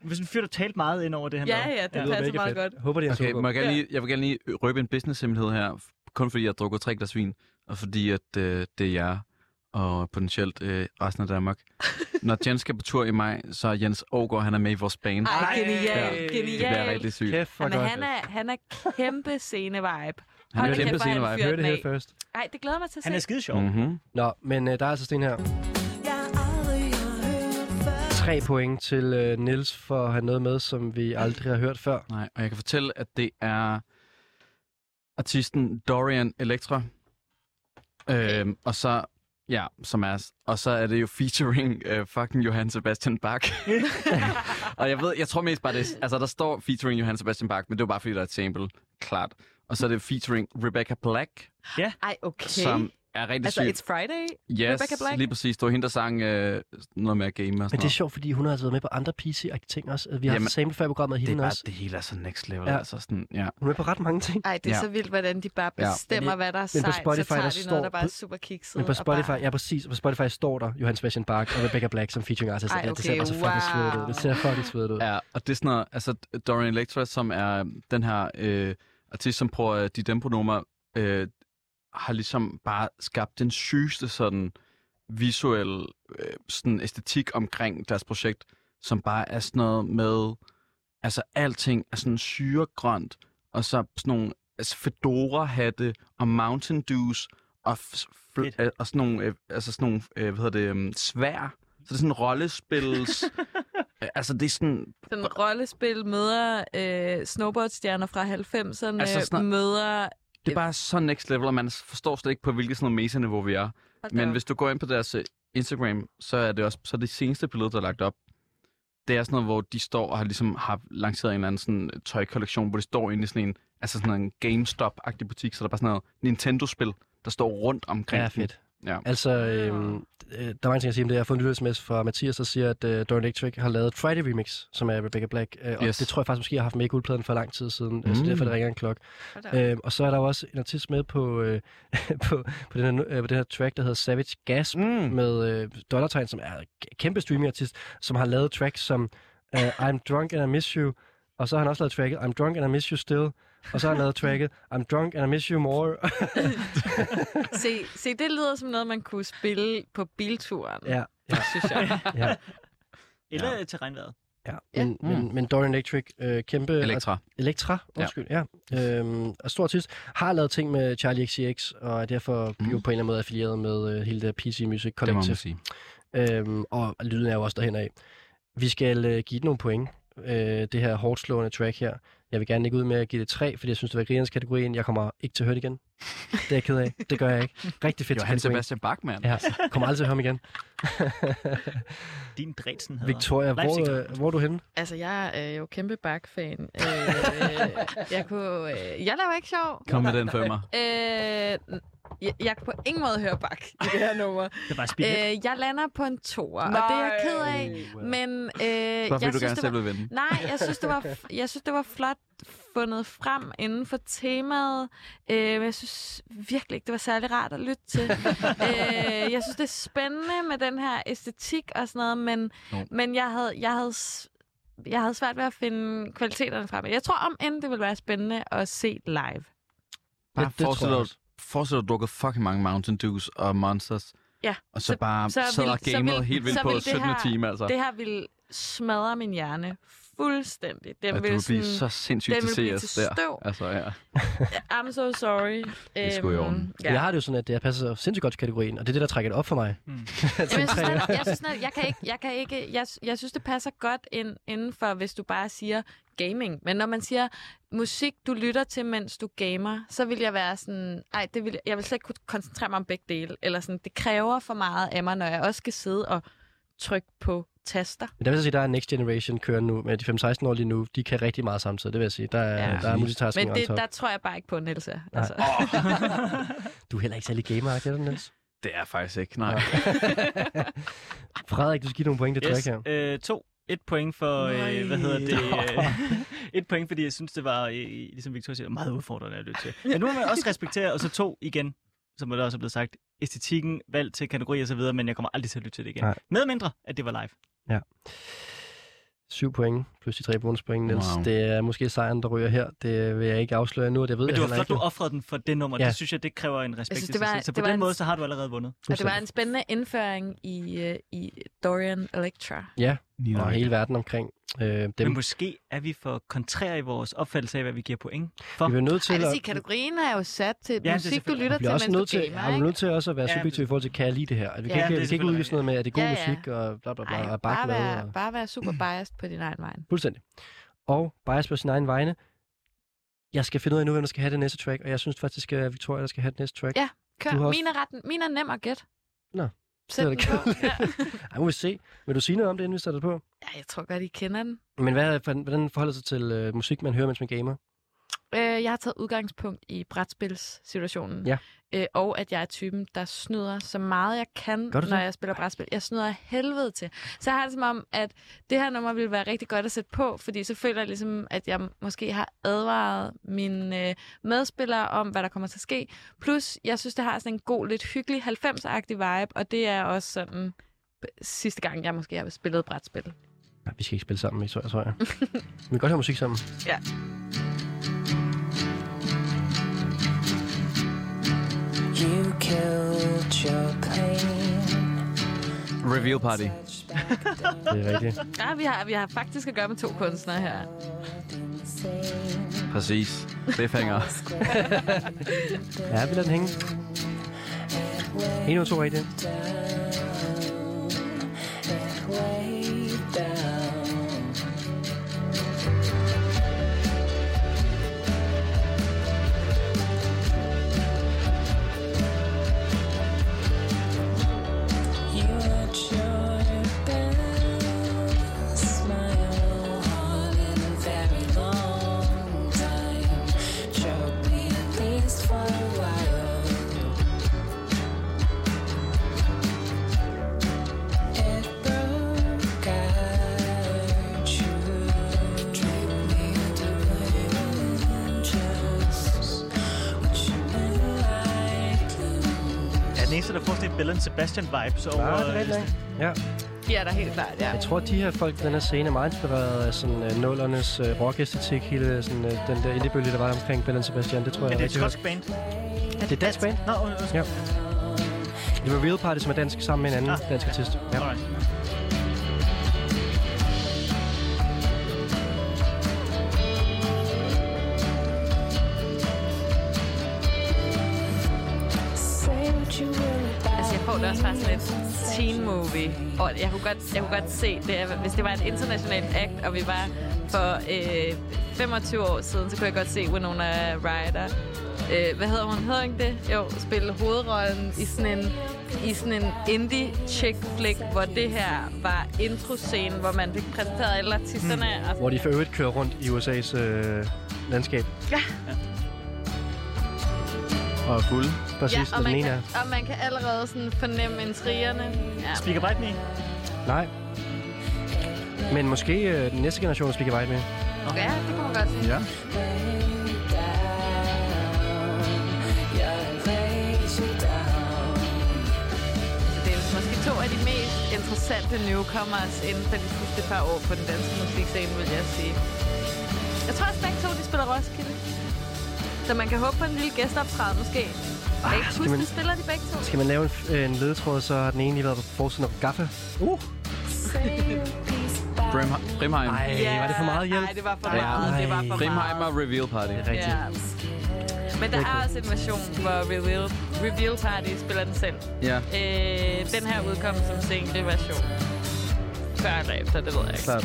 Speaker 9: Hvis en fyr, der talte meget ind over det, han
Speaker 4: Ja,
Speaker 9: lavede.
Speaker 4: ja, det
Speaker 2: lyder
Speaker 4: passer
Speaker 2: mega
Speaker 4: meget
Speaker 2: fedt.
Speaker 4: godt.
Speaker 2: Håber, det er en
Speaker 5: Okay,
Speaker 2: okay,
Speaker 5: må jeg, gerne
Speaker 4: Ja.
Speaker 5: lige, jeg vil gerne lige røbe en business-hemmelighed her, f- kun fordi jeg drukker tre glas vin, og fordi at øh, det er jer og potentielt øh, resten af Danmark. Når Jens skal på tur i maj, så er Jens Ågaard, han er med i vores band.
Speaker 4: Ej, genial,
Speaker 5: Ja, det bliver
Speaker 4: genial.
Speaker 5: rigtig sygt.
Speaker 2: Kæft, hvor
Speaker 4: Jamen,
Speaker 2: godt.
Speaker 4: han er, han er kæmpe scene-vibe.
Speaker 5: Han
Speaker 4: Hold
Speaker 5: er
Speaker 4: da
Speaker 5: kæmpe
Speaker 4: kæft, hvor
Speaker 5: scenevej.
Speaker 4: han fyrer
Speaker 2: Hør det
Speaker 4: den
Speaker 2: her
Speaker 4: af.
Speaker 2: først.
Speaker 4: Ej, det glæder jeg mig til at se.
Speaker 9: Han er skide sjov. *laughs* Mm.
Speaker 5: Mm-hmm.
Speaker 2: Nå, men øh, der er altså Sten her. Tre point til øh, Nils for at have noget med, som vi aldrig har hørt før.
Speaker 5: Nej, og jeg kan fortælle, at det er artisten Dorian Electra. Øhm, og så, ja, som er, og så er det jo featuring øh, fucking Johann Sebastian *laughs* Bach. og jeg ved, jeg tror mest bare det, altså der står featuring Johann Sebastian Bach, men det var bare fordi, der er et sample, klart. Og så er det featuring Rebecca Black, okay.
Speaker 4: Ej, okay.
Speaker 5: som er rigtig
Speaker 4: altså,
Speaker 5: syg.
Speaker 4: It's Friday.
Speaker 5: Yes,
Speaker 4: Rebecca Black?
Speaker 5: lige præcis. Det var hende, der sang øh, noget med at game og
Speaker 2: Men
Speaker 5: sådan
Speaker 2: det er sjovt, fordi hun har altså været med på andre PC-agtige ting også. Vi har Jamen,
Speaker 5: Jamen,
Speaker 2: haft sample før i programmet af
Speaker 5: noget. Det
Speaker 2: hende
Speaker 5: er bare,
Speaker 2: også.
Speaker 5: det hele er så next level.
Speaker 2: Ja.
Speaker 5: Ja. Altså sådan, ja.
Speaker 2: Hun er med på ret mange ting.
Speaker 4: Ej, det er
Speaker 5: Ja.
Speaker 4: så vildt, hvordan de bare
Speaker 5: Ja.
Speaker 4: bestemmer, hvad der er
Speaker 2: men på
Speaker 4: sejt, så
Speaker 2: Spotify,
Speaker 4: tager
Speaker 2: der
Speaker 4: de
Speaker 2: står-
Speaker 4: noget, der bare er super kikset.
Speaker 2: Men på
Speaker 4: og
Speaker 2: Spotify,
Speaker 4: bare...
Speaker 2: ja præcis, på Spotify står der Johann Sebastian Bach og Rebecca Black som featuring artist.
Speaker 4: Ej,
Speaker 2: ja, det ser
Speaker 4: okay,
Speaker 2: bare så fucking
Speaker 4: wow.
Speaker 2: svedigt ud. Det ser fucking svedigt ud. Ja.
Speaker 5: Ja, og det er sådan noget, altså Dorian Electra, som er den her øh, artist, som bruger øh, de dempronummer, øh, har ligesom bare skabt den sygeste sådan visuel øh, sådan æstetik omkring deres projekt, som bare er sådan noget med, altså alting er sådan syregrønt, og så sådan nogle altså, fedora-hatte og Mountain Dews, og, f- fl-
Speaker 9: Fedt.
Speaker 5: øh, og sådan nogle, øh, altså sådan nogle øh, hvad hedder det, um, svær. Så det er sådan rollespils... Øh, altså det er sådan...
Speaker 4: Sådan rollespil møder øh, snowboardstjerner fra 90'erne,
Speaker 5: Altså,
Speaker 4: altså,
Speaker 5: sådan-
Speaker 4: møder...
Speaker 5: Det er bare så next level, og man forstår slet ikke på, hvilket sådan noget mesa-niveau vi er.
Speaker 4: Hold da
Speaker 5: Men
Speaker 4: op.
Speaker 5: hvis du går ind på deres øh, Instagram, så er det også så er det seneste billede, der er lagt op. Det er sådan noget, hvor de står og har ligesom har lanceret en eller anden sådan øh, tøjkollektion, hvor de står inde i sådan en, altså sådan en GameStop-agtig butik, så der er bare sådan noget Nintendo-spil, der står rundt omkring.
Speaker 2: Ja,
Speaker 5: den.
Speaker 2: fedt.
Speaker 5: Ja.
Speaker 2: Altså, øhm, øh,
Speaker 4: Ah.
Speaker 2: der er mange ting at sige om det. Jeg har fået en lille sms fra Mathias, der siger, at øh, Dorian Electric har lavet Friday Remix, som er Rebecca Black. Øh, og
Speaker 5: Yes.
Speaker 2: det tror jeg faktisk måske, jeg har haft med i guldpladen for lang tid siden, mm. så derfor det ringer en klok.
Speaker 4: Hold da op.
Speaker 2: Øh, og så er der jo også en artist med på, øh, *laughs* på, på, den her, nu- øh, på den her track, der hedder Savage Gas,
Speaker 5: Mm.
Speaker 2: med øh, Dollartegn, som er en k- kæmpe streamingartist, som har lavet tracks som øh, I'm Drunk and I Miss You, og så har han også lavet tracket I'm Drunk and I Miss You Still, og så har han lavet tracket I'm Drunk and I Miss You More. *laughs*
Speaker 4: Se, se, det lyder som noget, man kunne spille på bilturen,
Speaker 2: ja,
Speaker 4: synes jeg.
Speaker 2: ja,
Speaker 9: Eller ja. terrænvejret.
Speaker 2: ja.
Speaker 4: Ja.
Speaker 2: Men, men, men Dorian Electric, øh, kæmpe
Speaker 5: Elektra.
Speaker 2: Elektra,
Speaker 5: Ja.
Speaker 2: undskyld, ja. ja. Øhm, og stor artist, har lavet ting med Charlie XCX, og er derfor mm. jo på en eller anden måde affilieret med øh, hele det PC Music
Speaker 5: Det må
Speaker 2: Collective.
Speaker 5: man sige.
Speaker 2: Øhm, og lyden er jo også derhen af. Vi skal øh, give det nogle point, øh, det her hårdt slående track her. Jeg vil gerne ikke ud med at give det 3, fordi jeg synes, det var grinernes kategorien. Jeg kommer ikke til at høre det igen. Det er jeg ked af. Det gør jeg ikke. Rigtig fedt
Speaker 5: Det var han
Speaker 2: kategorien.
Speaker 5: Sebastian Bachmann.
Speaker 2: Ja, kommer aldrig til at høre ham igen.
Speaker 9: Din Dretsen hedder.
Speaker 2: Victoria, hvor,
Speaker 9: Leipzig.
Speaker 2: øh, hvor er du henne?
Speaker 4: Altså, jeg er jo kæmpe Bach-fan. Øh,
Speaker 5: *laughs*
Speaker 4: jeg, kunne, øh, jeg laver ikke sjov.
Speaker 5: Kom med den for mig.
Speaker 4: Øh, jeg, jeg kan på ingen måde høre Bach i det her nummer.
Speaker 9: Det var spillet.
Speaker 4: øh, jeg lander på en toer, og det er jeg ked af. Men øh,
Speaker 5: Bare
Speaker 4: jeg,
Speaker 5: fordi du
Speaker 4: synes,
Speaker 5: gerne
Speaker 4: det
Speaker 5: selv
Speaker 4: var,
Speaker 5: vil vinde.
Speaker 4: nej, jeg synes, det var, f-
Speaker 5: *laughs*
Speaker 4: jeg synes, det var flot fundet frem inden for temaet. Øh, men jeg synes virkelig ikke, det var særlig rart at lytte
Speaker 5: *laughs*
Speaker 4: til. øh, jeg synes, det er spændende med den her æstetik og sådan noget, men,
Speaker 5: Jo.
Speaker 4: men jeg, havde, jeg, havde, s- jeg havde svært ved at finde kvaliteterne frem. Jeg tror om end det ville være spændende at se live.
Speaker 5: Bare
Speaker 2: Det- det tror jeg
Speaker 5: forestil dig,
Speaker 2: også.
Speaker 5: forestil dig, at du drukket fucking mange Mountain Dews og Monsters.
Speaker 4: Ja,
Speaker 5: Og så,
Speaker 4: så-
Speaker 5: bare
Speaker 4: så
Speaker 5: så sad
Speaker 4: vil-
Speaker 5: og
Speaker 4: så
Speaker 5: gamede
Speaker 4: vil-
Speaker 5: helt vildt
Speaker 4: så
Speaker 5: på
Speaker 4: vil det
Speaker 5: 17.
Speaker 4: her-
Speaker 5: time, altså.
Speaker 4: Det her ville smadre min hjerne fuldstændig. Den
Speaker 5: Og du
Speaker 4: ville
Speaker 5: vil blive
Speaker 4: sådan-
Speaker 5: så sindssygt
Speaker 4: den vil blive
Speaker 5: DCS
Speaker 4: til
Speaker 5: der.
Speaker 4: støv.
Speaker 5: Altså, ja.
Speaker 4: I'm so sorry.
Speaker 5: er sgu i
Speaker 4: Øhm,
Speaker 5: orden.
Speaker 4: Ja.
Speaker 2: Jeg har det jo sådan, at jeg passer sindssygt godt til kategorien, og det er det, der trækker det op for mig.
Speaker 4: Jamen, jeg, synes, netop- jeg, synes, netop- jeg, kan ikke, jeg, kan ikke, jeg, jeg synes, det passer godt ind, inden for, hvis du bare siger gaming. Men når man siger musik, du lytter til, mens du gamer, så vil jeg være sådan, ej, det vil, jeg vil slet ikke kunne koncentrere mig om begge dele. Eller sådan, det kræver for meget af mig, når jeg også skal sidde og trykke på taster.
Speaker 2: Men der vil jeg så sige, der er Next Generation kører nu, med de 15-16 år lige nu, de kan rigtig meget samtidig, det vil jeg sige. Der er,
Speaker 4: Ja.
Speaker 2: ja, der er multitasking
Speaker 4: Men
Speaker 2: on
Speaker 4: det,
Speaker 2: top.
Speaker 4: der tror jeg bare ikke på, Niels. er.
Speaker 2: Nej.
Speaker 4: Altså.
Speaker 2: Du er heller ikke særlig gamer, er du, Niels?
Speaker 5: Det er faktisk ikke, nej.
Speaker 2: Nå. Frederik, du skal give nogle point til yes. track her.
Speaker 9: øh, to. Et point for, øh, hvad hedder det? Øh, *laughs* et point, fordi jeg synes, det var, øh, ligesom Victoria siger, meget udfordrende at lytte til. Men nu må
Speaker 4: *laughs*
Speaker 9: man også respektere, og så to igen, som der også er blevet sagt, æstetikken, valg til kategori og så videre, men jeg kommer aldrig til at lytte til det igen.
Speaker 2: Nej.
Speaker 9: Med mindre, at det var live.
Speaker 2: 7 point plus de tre bonuspoint, Niels.
Speaker 5: Wow.
Speaker 2: Wow. Det er måske sejren, der ryger her. Det vil jeg ikke afsløre nu, og det ved
Speaker 9: Men det
Speaker 2: jeg
Speaker 9: var
Speaker 2: heller
Speaker 9: flot, du
Speaker 2: ikke.
Speaker 9: offrede den for det nummer.
Speaker 2: Ja.
Speaker 9: Ja. Det synes jeg, det kræver en respekt
Speaker 4: Jeg synes,
Speaker 9: i
Speaker 4: det
Speaker 9: sig
Speaker 4: var-
Speaker 9: selv. Så
Speaker 4: det
Speaker 9: på
Speaker 4: var
Speaker 9: den
Speaker 4: en-
Speaker 9: måde, så har du allerede vundet.
Speaker 4: Og det var en spændende indføring i, øh, i Dorian Electra.
Speaker 2: Du og hele verden omkring øh,
Speaker 9: Dem. Men
Speaker 2: dem.
Speaker 9: måske er vi for kontrære i vores opfattelse af, hvad vi giver point for.
Speaker 2: Vi bliver nødt til
Speaker 4: Ej, det vil
Speaker 2: at...
Speaker 4: sige, kategorien er jo sat til
Speaker 9: det er
Speaker 4: ja, musik, du
Speaker 9: selvfølgelig-
Speaker 2: Vi
Speaker 4: lytter til,
Speaker 2: bliver også
Speaker 4: mens du
Speaker 2: nødt til, har
Speaker 4: gamer,
Speaker 2: vi
Speaker 4: ikke?
Speaker 2: nødt til også at være
Speaker 9: Ja,
Speaker 2: subjektive i forhold til, kan jeg lide det her? At vi
Speaker 9: Ja,
Speaker 2: kan
Speaker 9: det
Speaker 2: ikke,
Speaker 9: er
Speaker 2: vi kan ikke udgive sådan noget med, at det er god
Speaker 4: Ja, ja.
Speaker 2: musik og bla bla bla,
Speaker 4: Ej,
Speaker 2: og
Speaker 4: bare,
Speaker 2: bakmad
Speaker 4: være,
Speaker 2: og...
Speaker 4: bare være super biased på din egen vej.
Speaker 2: Fuldstændig. Og bias på sin egen vegne. Jeg skal finde ud af nu, hvem der skal have det næste track, og jeg synes faktisk, at Victoria, der skal have det næste track.
Speaker 4: Ja, Kør,
Speaker 2: Du har også-
Speaker 4: min, er ret, min er nem at gætte.
Speaker 2: Nå,
Speaker 4: Sæt
Speaker 2: det er
Speaker 4: den
Speaker 2: da *laughs*
Speaker 4: på. Ja.
Speaker 2: Ej, må vi se. Vil du sige noget om det, inden vi sætter det på?
Speaker 4: ja, jeg tror godt, I kender den.
Speaker 2: Men hvad, hvordan forholder det sig til øh, musik, man hører, mens man gamer?
Speaker 4: Øh, jeg har taget udgangspunkt i brætspilssituationen.
Speaker 2: Ja.
Speaker 4: Øh, og at jeg er typen, der snyder så meget jeg kan,
Speaker 2: Gør du
Speaker 4: når
Speaker 2: det?
Speaker 4: jeg spiller brætspil. Jeg snyder af helvede til. Så jeg har det som om, at det her nummer ville være rigtig godt at sætte på, fordi så føler jeg ligesom, at jeg måske har advaret mine øh, medspillere om, hvad der kommer til at ske. Plus, jeg synes, det har sådan en god, lidt hyggelig 90'er-agtig vibe, og det er også sådan sidste gang, jeg måske har spillet brætspil.
Speaker 2: Nej, vi skal ikke spille sammen, Victoria, tror jeg. vi kan godt høre musik sammen.
Speaker 4: Ja.
Speaker 8: You killed your plane.
Speaker 5: Reveal party.
Speaker 2: Det er rigtigt.
Speaker 4: Ja, vi har, vi har faktisk at gøre med to kunstnere her.
Speaker 5: Præcis. Cliffhanger.
Speaker 2: Ja, vi lader den hænge. En og to rigtigt.
Speaker 8: You at your best, my own heart in a very long time. Choke me at least for a while.
Speaker 9: rigtig Bell and Sebastian vibes over... øh,
Speaker 2: det er rigtigt, Ja,
Speaker 4: giver dig helt klart, ja.
Speaker 2: jeg tror, at de her folk på den her scene er meget inspireret af sådan øh, nullernes øh, rockæstetik, hele sådan, øh, den der indiebølge, der var omkring Bell Sebastian. Det tror jeg
Speaker 9: Men det er et
Speaker 2: rigtig
Speaker 9: skotsk band.
Speaker 2: højt. Det er dansk band.
Speaker 9: Nå, undskyld.
Speaker 2: Ja. Det var Real Party, som er dansk sammen med en anden ah, dansk artist. Ja.
Speaker 9: Alright.
Speaker 4: Altså, jeg får det også bare sådan lidt teen movie. Og jeg kunne godt, jeg kunne godt se, det, er- hvis det var en international act, og vi var for øh, 25 år siden, så kunne jeg godt se Winona Ryder. Øh, hvad hedder hun? Hedder hun ikke det? Jo, spille hovedrollen i sådan en i sådan en indie chick flick, hvor det her var introscenen, hvor man fik præsenteret alle artisterne. Mm. Og
Speaker 2: Hmm. Hvor de for øvrigt kører rundt i USA's øh, landskab.
Speaker 5: Og fuld.
Speaker 2: Præcis,
Speaker 4: ja,
Speaker 2: ja,
Speaker 4: og
Speaker 2: den
Speaker 4: man,
Speaker 2: ene
Speaker 4: kan,
Speaker 2: er.
Speaker 4: og man kan allerede sådan fornemme intrigerne. Ja.
Speaker 9: Speaker Bite Me.
Speaker 2: Nej. Men måske øh, den næste generation, skal vi vej med.
Speaker 4: ja, det kunne man godt sige.
Speaker 5: Ja.
Speaker 4: Så det er måske to af de mest interessante newcomers inden for de sidste par år på den danske musikscene, vil jeg sige. Jeg tror også begge to, de spiller Roskilde. Så man kan håbe på en lille gæstoptræden måske. Jeg kan ikke
Speaker 2: skal
Speaker 4: huske,
Speaker 2: man-
Speaker 4: man... spiller de begge to.
Speaker 2: Skal man lave en, f- øh, en ledetråd, så har den ene lige været på forsiden af Gaffa. Uh!
Speaker 5: Brim- Brimheim.
Speaker 2: Nej, yeah. var det for meget hjælp?
Speaker 4: Nej, det var for
Speaker 5: Ja.
Speaker 4: meget. Det var for meget.
Speaker 5: Brimheim og Reveal Party.
Speaker 2: Det er rigtigt.
Speaker 4: Ja. Men der er også en version, hvor Reveal, Reveal Party spiller den selv.
Speaker 5: Ja.
Speaker 4: Øh, den her udkom som single version. Før eller efter, det ved jeg ikke.
Speaker 2: Klart.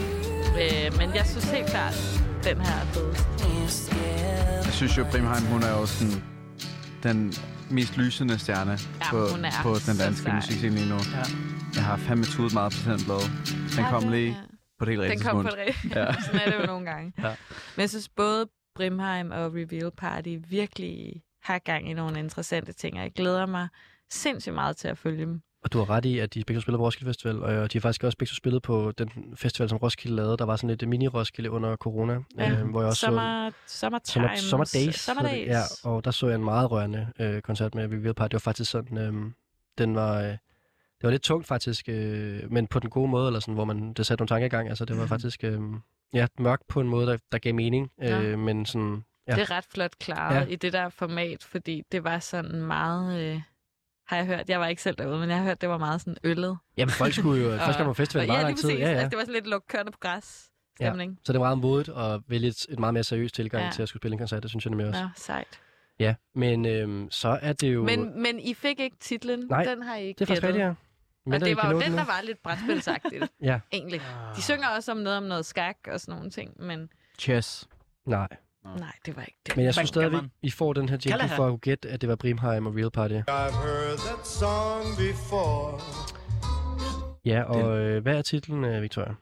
Speaker 4: Øh, men jeg synes helt klart, den her er fedest.
Speaker 5: Jeg synes jo, Brimheim, hun er jo sådan den mest lysende stjerne ja, på,
Speaker 4: hun er
Speaker 5: på den
Speaker 4: så
Speaker 5: danske
Speaker 4: sej.
Speaker 5: musikscene lige nu. Ja. Jeg har fandme tudet meget på den blad. Den
Speaker 4: Ja,
Speaker 5: kom
Speaker 4: den-
Speaker 5: lige
Speaker 4: ja.
Speaker 5: på det helt rigtige
Speaker 4: Den kom på
Speaker 5: tidspunkt.
Speaker 4: det rigtige.
Speaker 5: Ja.
Speaker 4: Ja. *laughs* Sådan er det jo nogle gange.
Speaker 5: Ja.
Speaker 4: ja. Men jeg synes både Brimheim og Reveal Party virkelig har gang i nogle interessante ting, og jeg glæder mig sindssygt meget til at følge dem.
Speaker 2: Og du har ret i, at de begge to spiller på Roskilde Festival, og øh, de har faktisk også begge to spillet på den festival, som Roskilde lavede. Der var sådan lidt mini-Roskilde under corona, ja. øh, hvor jeg også så...
Speaker 4: Sommer,
Speaker 2: Summer,
Speaker 4: summertime.
Speaker 2: summer Days. hed det.
Speaker 4: Sommerdays.
Speaker 2: Ja, og der så jeg en meget rørende øh, koncert med Vivian Park. Det var faktisk sådan, øh, den var... Øh, det var lidt tungt faktisk, øh, men på den gode måde, eller sådan, hvor man, det satte nogle tanker i gang. Altså, det
Speaker 4: Mhm.
Speaker 2: var faktisk øh, ja, mørkt på en måde, der, der gav mening, øh,
Speaker 4: Ja.
Speaker 2: men sådan... Ja.
Speaker 4: Det er ret flot klaret
Speaker 2: Ja.
Speaker 4: ja. i det der format, fordi det var sådan meget, øh, har jeg hørt, jeg var ikke selv derude, men jeg har hørt, det var meget sådan øllet.
Speaker 2: Jamen, folk
Speaker 4: *laughs*
Speaker 2: skulle jo... Først kom på festivalen
Speaker 4: og,
Speaker 2: meget
Speaker 4: ja, lige
Speaker 2: lang tid.
Speaker 4: præcis.
Speaker 2: Ja, ja.
Speaker 4: Altså, det var sådan lidt lukket kørende på græs
Speaker 2: Ja.
Speaker 4: stemning.
Speaker 2: Så det var meget modigt at vælge et, et meget mere seriøst tilgang ja.
Speaker 4: Ja.
Speaker 2: til at skulle spille en koncert, det synes jeg nemlig også.
Speaker 4: Ja.
Speaker 2: Ja,
Speaker 4: Nå, sejt.
Speaker 2: ja. men øhm, så er det jo...
Speaker 4: Men, men I fik ikke titlen?
Speaker 2: Nej,
Speaker 4: den har I ikke
Speaker 2: det er faktisk
Speaker 4: gættet.
Speaker 2: rigtigt, ja.
Speaker 4: Og
Speaker 2: Mindre I
Speaker 4: det var
Speaker 2: kan
Speaker 4: jo
Speaker 2: nå
Speaker 4: den,
Speaker 2: nu.
Speaker 4: der var lidt brætspilsagtigt,
Speaker 2: *laughs* Ja.
Speaker 4: egentlig.
Speaker 5: Ah.
Speaker 4: De synger også om noget om noget skak og sådan nogle ting, men
Speaker 5: Chess.
Speaker 2: Nej,
Speaker 4: nej, det var ikke det.
Speaker 2: men jeg synes
Speaker 9: Backgammon.
Speaker 2: stadigvæk, I får den her jingle
Speaker 9: Callahan.
Speaker 2: for at kunne gætte, at det var Brimheim og Real Party.
Speaker 8: I've heard that song before.
Speaker 2: Ja, og øh, hvad er titlen, øh, Victoria?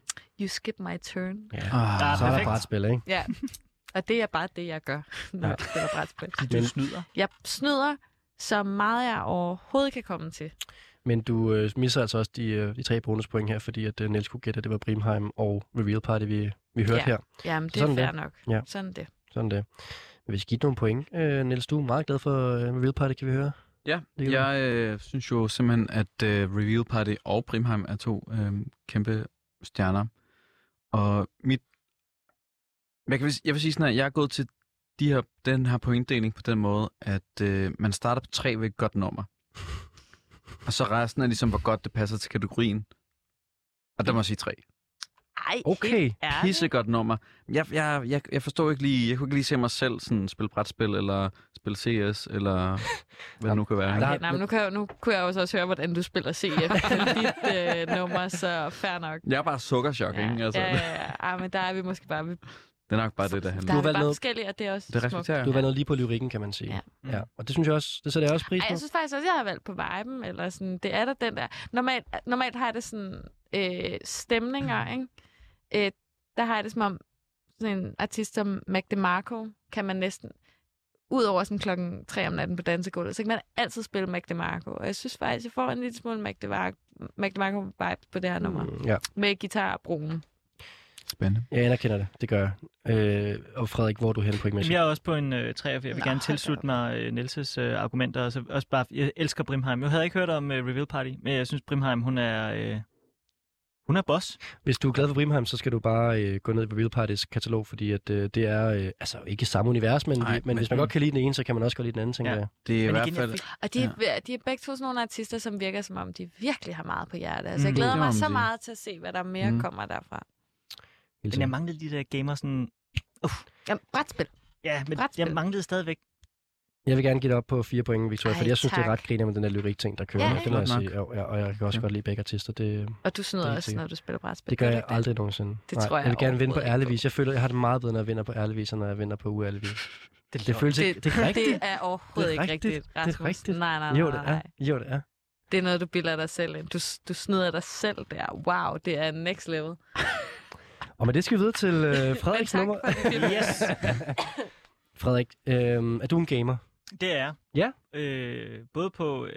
Speaker 4: You skip my turn.
Speaker 2: Ja.
Speaker 5: Ah,
Speaker 9: Ja,
Speaker 2: Så er der
Speaker 9: perfekt.
Speaker 2: bare et spil, ikke?
Speaker 4: Ja, og det er bare det, jeg gør, *laughs* når jeg spiller brætspil.
Speaker 2: Men,
Speaker 9: Snyder.
Speaker 4: Jeg snyder så meget, jeg overhovedet kan komme til.
Speaker 2: men du øh, misser altså også de, øh, de tre bonuspoint her, fordi at øh, Niels kunne gætte, at det var Brimheim og Real Party, vi, vi hørte
Speaker 4: Ja.
Speaker 2: her.
Speaker 4: Jamen, det
Speaker 2: Sådan
Speaker 4: er
Speaker 2: det.
Speaker 4: fair nok.
Speaker 2: Ja.
Speaker 4: Sådan det.
Speaker 2: Sådan det. Men vi skal give nogle point. Øh, Niels, du er meget glad for øh, Real Party, kan vi høre.
Speaker 5: Ja,
Speaker 2: Det kan
Speaker 5: jeg øh, synes jo simpelthen, at øh, Reveal Party og Brimheim er to øh, kæmpe stjerner. Og mit... Jeg, kan, vis- jeg vil sige sådan, at jeg er gået til de her, den her pointdeling på den måde, at øh, man starter på tre ved et godt nummer. Og så resten er ligesom, hvor godt det passer til kategorien. Og der må jeg sige tre.
Speaker 4: Ej,
Speaker 2: Okay.
Speaker 4: helt ærligt.
Speaker 5: Pissegodt nummer. Jeg, jeg, jeg, jeg forstår ikke lige, jeg kunne ikke lige se mig selv sådan spille brætspil, eller spille CS, eller hvad det nu kan være.
Speaker 2: Der-
Speaker 4: Okay, nej, men nu, kan jeg, nu kunne jeg også, også høre, hvordan du spiller
Speaker 2: *laughs*
Speaker 4: CF til dit øh, nummer, så fair nok.
Speaker 5: Jeg er bare sukkerchok,
Speaker 4: Ja,
Speaker 5: ja. ikke? Altså,
Speaker 4: ja,
Speaker 5: ja, ja.
Speaker 4: ja, ja. Ej, men der er vi måske bare, vi, der
Speaker 5: Det er nok bare det, der handler.
Speaker 2: har
Speaker 4: er vi
Speaker 2: valgt
Speaker 4: bare
Speaker 2: noget-
Speaker 4: forskellige, og det er også
Speaker 5: Det
Speaker 4: smukt.
Speaker 5: respekterer jeg.
Speaker 2: Du var noget lige på lyrikken, kan man sige.
Speaker 4: Ja.
Speaker 2: Ja. ja. Og det synes jeg også, det sætter jeg også pris
Speaker 4: Ej,
Speaker 2: på.
Speaker 4: jeg synes faktisk også, jeg har valgt på viben, eller sådan, det er der den der. Normalt, normalt har jeg det sådan, øh, stemninger, ikke? Øh, der har jeg det som om, sådan en artist som Mac DeMarco, kan man næsten, ud over sådan klokken 3 om natten på dansegulvet, så kan man altid spille Mac DeMarco. Og jeg synes faktisk, jeg får en lille smule Mac DeMarco, Mac DeMarco vibe på det her nummer.
Speaker 2: Mm, Ja.
Speaker 4: Med guitar og brugen.
Speaker 5: Spændende.
Speaker 2: Jeg anerkender det, det gør jeg. Øh, og Frederik, hvor er du henne
Speaker 3: Jamen,
Speaker 2: pointmæssigt?
Speaker 3: jeg er også på en øh, 3, for jeg vil
Speaker 4: Nå,
Speaker 3: gerne
Speaker 4: hold da op.
Speaker 3: tilslutte mig øh, Nelses øh, argumenter. Og så også bare, jeg elsker Brimheim. Jeg havde ikke hørt om øh, Reveal Party, men jeg synes, Brimheim, hun er... Øh, hun er boss.
Speaker 2: Hvis du er glad for Brimheim, så skal du bare øh, gå ned i Real Parties katalog, fordi at, øh, det er øh, altså ikke samme univers, men,
Speaker 5: Nej,
Speaker 2: Nej, men, men
Speaker 5: men-
Speaker 2: hvis man godt kan lide den ene, så kan man også godt lide den anden, tænker
Speaker 3: Ja.
Speaker 2: jeg.
Speaker 5: Det er i
Speaker 3: Men
Speaker 5: hvert
Speaker 3: igen, jeg
Speaker 5: fald...
Speaker 3: fik-
Speaker 4: Og de, ja. de er begge to sådan nogle artister, som virker som om, de virkelig har meget på hjertet. Altså, jeg
Speaker 3: Mm.
Speaker 4: glæder
Speaker 5: Det må
Speaker 4: mig
Speaker 5: man
Speaker 4: så
Speaker 5: sige.
Speaker 4: meget til at se, hvad der mere
Speaker 5: Mm.
Speaker 4: mm. kommer derfra.
Speaker 2: Helt
Speaker 3: Men jeg
Speaker 2: sikkert.
Speaker 3: manglede de der gamer sådan...
Speaker 4: Jamen, brætspil.
Speaker 3: Ja, men
Speaker 4: Brætspil.
Speaker 3: jeg manglede stadigvæk...
Speaker 2: Jeg vil gerne give det op på fire point, Victoria,
Speaker 4: Ej,
Speaker 2: fordi jeg synes, det er
Speaker 4: tak.
Speaker 2: ret griner med den der lyrik-ting, der kører.
Speaker 4: Ja,
Speaker 2: Ja, det må jeg
Speaker 5: ikke?
Speaker 2: sige. Jo, ja, og jeg kan også
Speaker 5: Ja.
Speaker 2: godt lide begge artister. Det,
Speaker 4: Og du
Speaker 2: Det er
Speaker 4: snyder
Speaker 2: helt
Speaker 4: også,
Speaker 2: sikkert.
Speaker 4: når du spiller brætspil.
Speaker 2: det gør
Speaker 4: du
Speaker 2: jeg
Speaker 4: ikke
Speaker 2: aldrig nogensinde.
Speaker 4: Det
Speaker 2: Nej,
Speaker 4: tror jeg
Speaker 2: Jeg vil gerne vinde på
Speaker 4: overhovedet
Speaker 2: ærlig
Speaker 4: ikke på.
Speaker 2: vis. Jeg føler, jeg har det meget bedre, når jeg vinder på ærlig vis, end når jeg vinder på uærlig vis. Det, det føles ikke...
Speaker 4: Det,
Speaker 2: Altså, Det er rigtigt.
Speaker 4: det er overhovedet
Speaker 2: Det er
Speaker 4: ikke
Speaker 2: rigtigt.
Speaker 4: rigtigt,
Speaker 2: Det er
Speaker 4: Rasmus.
Speaker 2: rigtigt.
Speaker 4: Nej, nej, nej,
Speaker 2: Jo, det
Speaker 4: nej.
Speaker 2: er. Jo, det er.
Speaker 4: Det er noget, du bilder dig selv ind. Du, du snyder dig selv der. Wow, det er next level.
Speaker 2: Og med det skal vi videre til øh,
Speaker 4: *laughs* Men
Speaker 2: Frederiks
Speaker 4: tak
Speaker 2: nummer.
Speaker 4: for det.
Speaker 3: Yes!
Speaker 2: Frederik, øh, er du en gamer?
Speaker 3: Det er jeg.
Speaker 2: Ja.
Speaker 3: Øh, både på øh,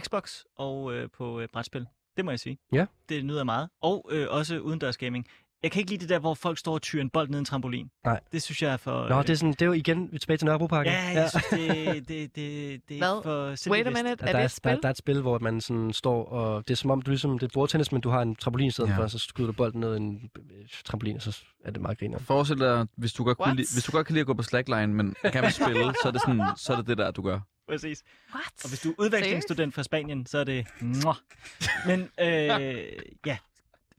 Speaker 3: Xbox og øh, på øh, brætspil. Det må jeg sige.
Speaker 2: Ja.
Speaker 3: Det nyder jeg meget. Og øh, også udendørs gaming. Jeg kan ikke lide det der, hvor folk står og tyrer en bold ned i en trampolin.
Speaker 2: Nej.
Speaker 3: Det synes jeg er for...
Speaker 2: Nå,
Speaker 3: øh,
Speaker 2: det er, sådan, det er jo igen vi er tilbage til Nørrebroparken.
Speaker 3: Ja, jeg synes, det, det, det, det er
Speaker 4: Hvad?
Speaker 3: for
Speaker 4: Wait a
Speaker 3: selvbevidst.
Speaker 4: minute,
Speaker 2: Ja,
Speaker 4: er
Speaker 2: der,
Speaker 4: det
Speaker 2: er,
Speaker 4: et
Speaker 2: der,
Speaker 4: spil?
Speaker 2: der er et spil, hvor man sådan står, og det er som om, du ligesom, det er bordtennis, men du har en trampolin i stedet
Speaker 5: Ja.
Speaker 2: for, og så skyder du bolden ned i en øh, trampolin, og så er det meget griner.
Speaker 5: Forestil dig, hvis du, godt kunne
Speaker 4: What?
Speaker 5: lide, hvis du godt kan lide at gå på slackline, men kan man spille, så er det, sådan, så er det det der, du gør.
Speaker 3: Præcis.
Speaker 4: What?
Speaker 3: Og hvis du er udvekslingsstudent fra Spanien, så er det... Mwah. Men øh, ja,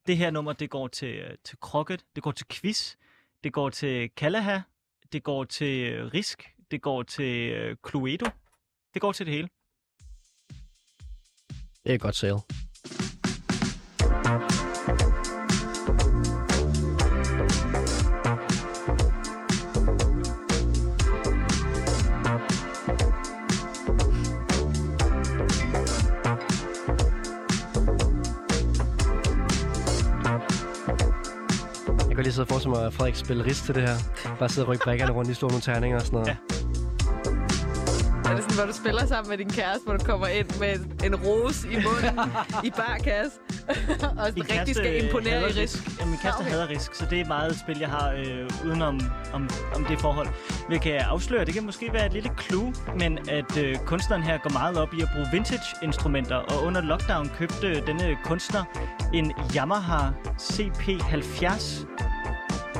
Speaker 3: det her nummer, det går til, øh, til krokket, det går til quiz, det går til Kalaha, det går til øh, Risk, det går til øh, Cluedo. Det går til det hele.
Speaker 2: Det er et godt sale. Jeg kan lige sidde og forestille mig, at Frederik spiller rist til det her. Bare sidde og rykke brækkerne rundt i store nogle terninger og sådan noget.
Speaker 3: Ja.
Speaker 4: Er det sådan, hvor du spiller sammen med din kæreste, hvor du kommer ind med en rose i
Speaker 2: *laughs*
Speaker 4: munden i barkasse, *laughs* og
Speaker 3: Min
Speaker 4: sådan rigtig
Speaker 3: kæreste,
Speaker 4: skal
Speaker 3: øh,
Speaker 4: imponere i
Speaker 3: hader
Speaker 4: risk?
Speaker 3: Ja, min kæreste
Speaker 4: Ah, okay.
Speaker 3: okay. hader risk, så det er meget et spil, jeg har øh, udenom om, om det forhold. Vi kan afsløre, det kan måske være et lille clue, men at øh, kunstneren her går meget op i at bruge vintage-instrumenter, og under lockdown købte øh, denne kunstner en Yamaha CP70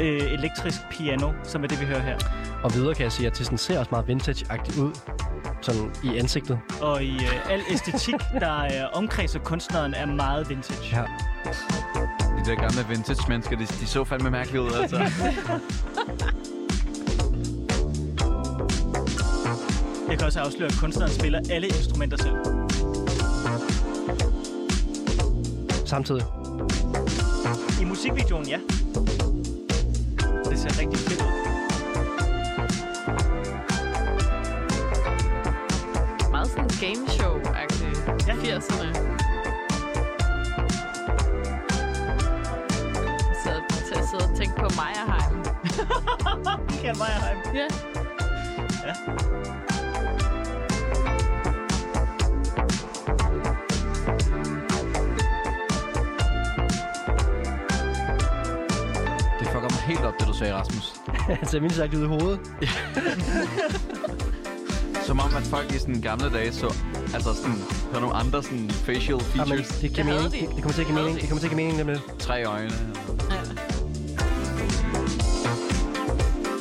Speaker 3: øh, elektrisk piano, som er det, vi hører her.
Speaker 2: Og videre kan jeg sige, at det ser også meget vintage-agtigt ud. Sådan i ansigtet.
Speaker 3: Og i øh, al
Speaker 4: *laughs*
Speaker 3: æstetik, der øh, omkredser kunstneren, er meget vintage.
Speaker 2: Ja.
Speaker 5: De der gamle vintage-mennesker, de, de så fandme mærkeligt ud, altså.
Speaker 3: Jeg kan også afsløre, at kunstneren spiller alle instrumenter selv.
Speaker 2: *laughs* Samtidig.
Speaker 3: I musikvideoen, ja. Det ser rigtig fedt ud.
Speaker 4: Meget sådan gameshow-agtig.
Speaker 3: Ja.
Speaker 4: 80'erne. Så til at sidde og tænke på Meyerheim.
Speaker 3: Michael Meyerheim.
Speaker 4: Ja.
Speaker 3: Ja.
Speaker 5: Det fucker mig helt op, det du sagde, Rasmus.
Speaker 2: Han ser mindst Altså, sagt ud i hovedet.
Speaker 5: Som om, at folk i sådan gamle dage så... Altså sådan, havde nogle andre sådan facial
Speaker 2: Jamen,
Speaker 5: features.
Speaker 2: Ah, det, giver
Speaker 4: Det havde
Speaker 2: mening.
Speaker 4: de.
Speaker 2: Det, det kommer til at give
Speaker 4: Det havde
Speaker 2: mening.
Speaker 4: de.
Speaker 2: Det kommer til at give mening nemlig.
Speaker 5: Tre øjne.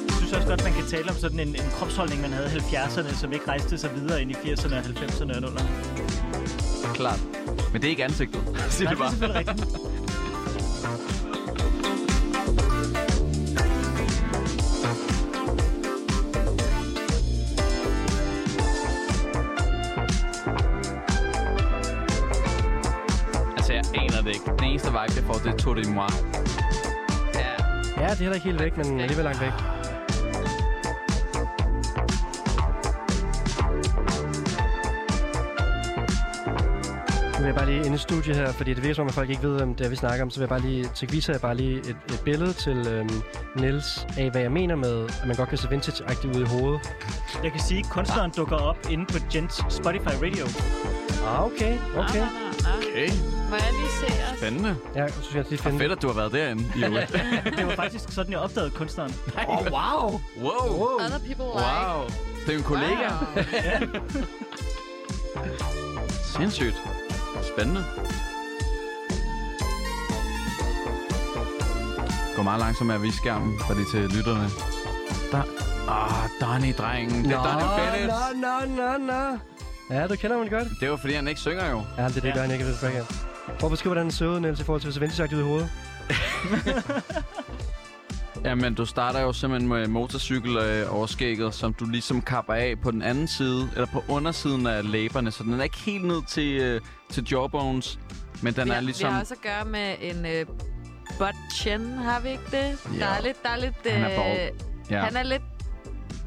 Speaker 3: Jeg synes også godt, man kan tale om sådan en, en kropsholdning, man havde i 70'erne, som ikke rejste sig videre ind i 80'erne og 90'erne og 00'erne.
Speaker 5: Klart. Men det er ikke ansigtet. *laughs* Sig
Speaker 3: Nej,
Speaker 5: det
Speaker 3: det er
Speaker 5: bare.
Speaker 3: selvfølgelig rigtigt.
Speaker 5: Altså, jeg aner det ikke. Den eneste vibe, jeg får, det er Tour de Moi.
Speaker 2: Ja, det er heller ikke helt væk, men alligevel langt væk. Nu vil jeg bare lige inde i studiet her, fordi det virker som om, at folk ikke ved, hvem det er, vi snakker om. Så vil jeg bare lige, til viser jeg bare lige et, et billede til øhm, Niels af, hvad jeg mener med, at man godt kan se vintage-agtigt ud i hovedet.
Speaker 3: Jeg kan sige, at kunstneren dukker op inde på Jens Spotify Radio.
Speaker 2: Ah, okay, okay.
Speaker 4: Ah, ah, ah.
Speaker 5: Okay.
Speaker 4: Må jeg lige se os?
Speaker 5: Spændende.
Speaker 2: Ja, jeg synes, jeg skal lige
Speaker 5: Og
Speaker 2: finde.
Speaker 5: fedt, at du har været derinde, i øvrigt.
Speaker 9: Det var faktisk sådan, jeg opdagede kunstneren.
Speaker 5: oh, wow. Wow. Wow.
Speaker 4: Other people like.
Speaker 5: wow. Det er jo en kollega.
Speaker 4: Wow.
Speaker 5: Sindssygt. Spændende. Gå meget langsomt med at vise skærmen for lige til lytterne. Der. Ah, Donny-drengen. Det er Donny Bennett.
Speaker 2: Nå, nå, nå, nå. Ja, du kender ham godt.
Speaker 5: Det var fordi, han ikke synger jo.
Speaker 2: Ja, det er det,
Speaker 9: Ja.
Speaker 2: der er ikke ved Frank. Prøv at beskrive, hvordan den så ud, Niels, i forhold til, hvis Vinci sagt ud i hovedet.
Speaker 5: Jamen, du starter jo simpelthen med motorcykel øh, overskægget, som du ligesom kapper af på den anden side, eller på undersiden af læberne, så den er ikke helt ned til, øh, til jawbones, men *laughs* den
Speaker 4: vi,
Speaker 5: er
Speaker 4: har,
Speaker 5: ligesom...
Speaker 4: vi har også at gøre med en øh, butt chin, har vi ikke det?
Speaker 5: Jo.
Speaker 4: Der er lidt, der er lidt, øh,
Speaker 5: Han er bald. ja,
Speaker 4: han er lidt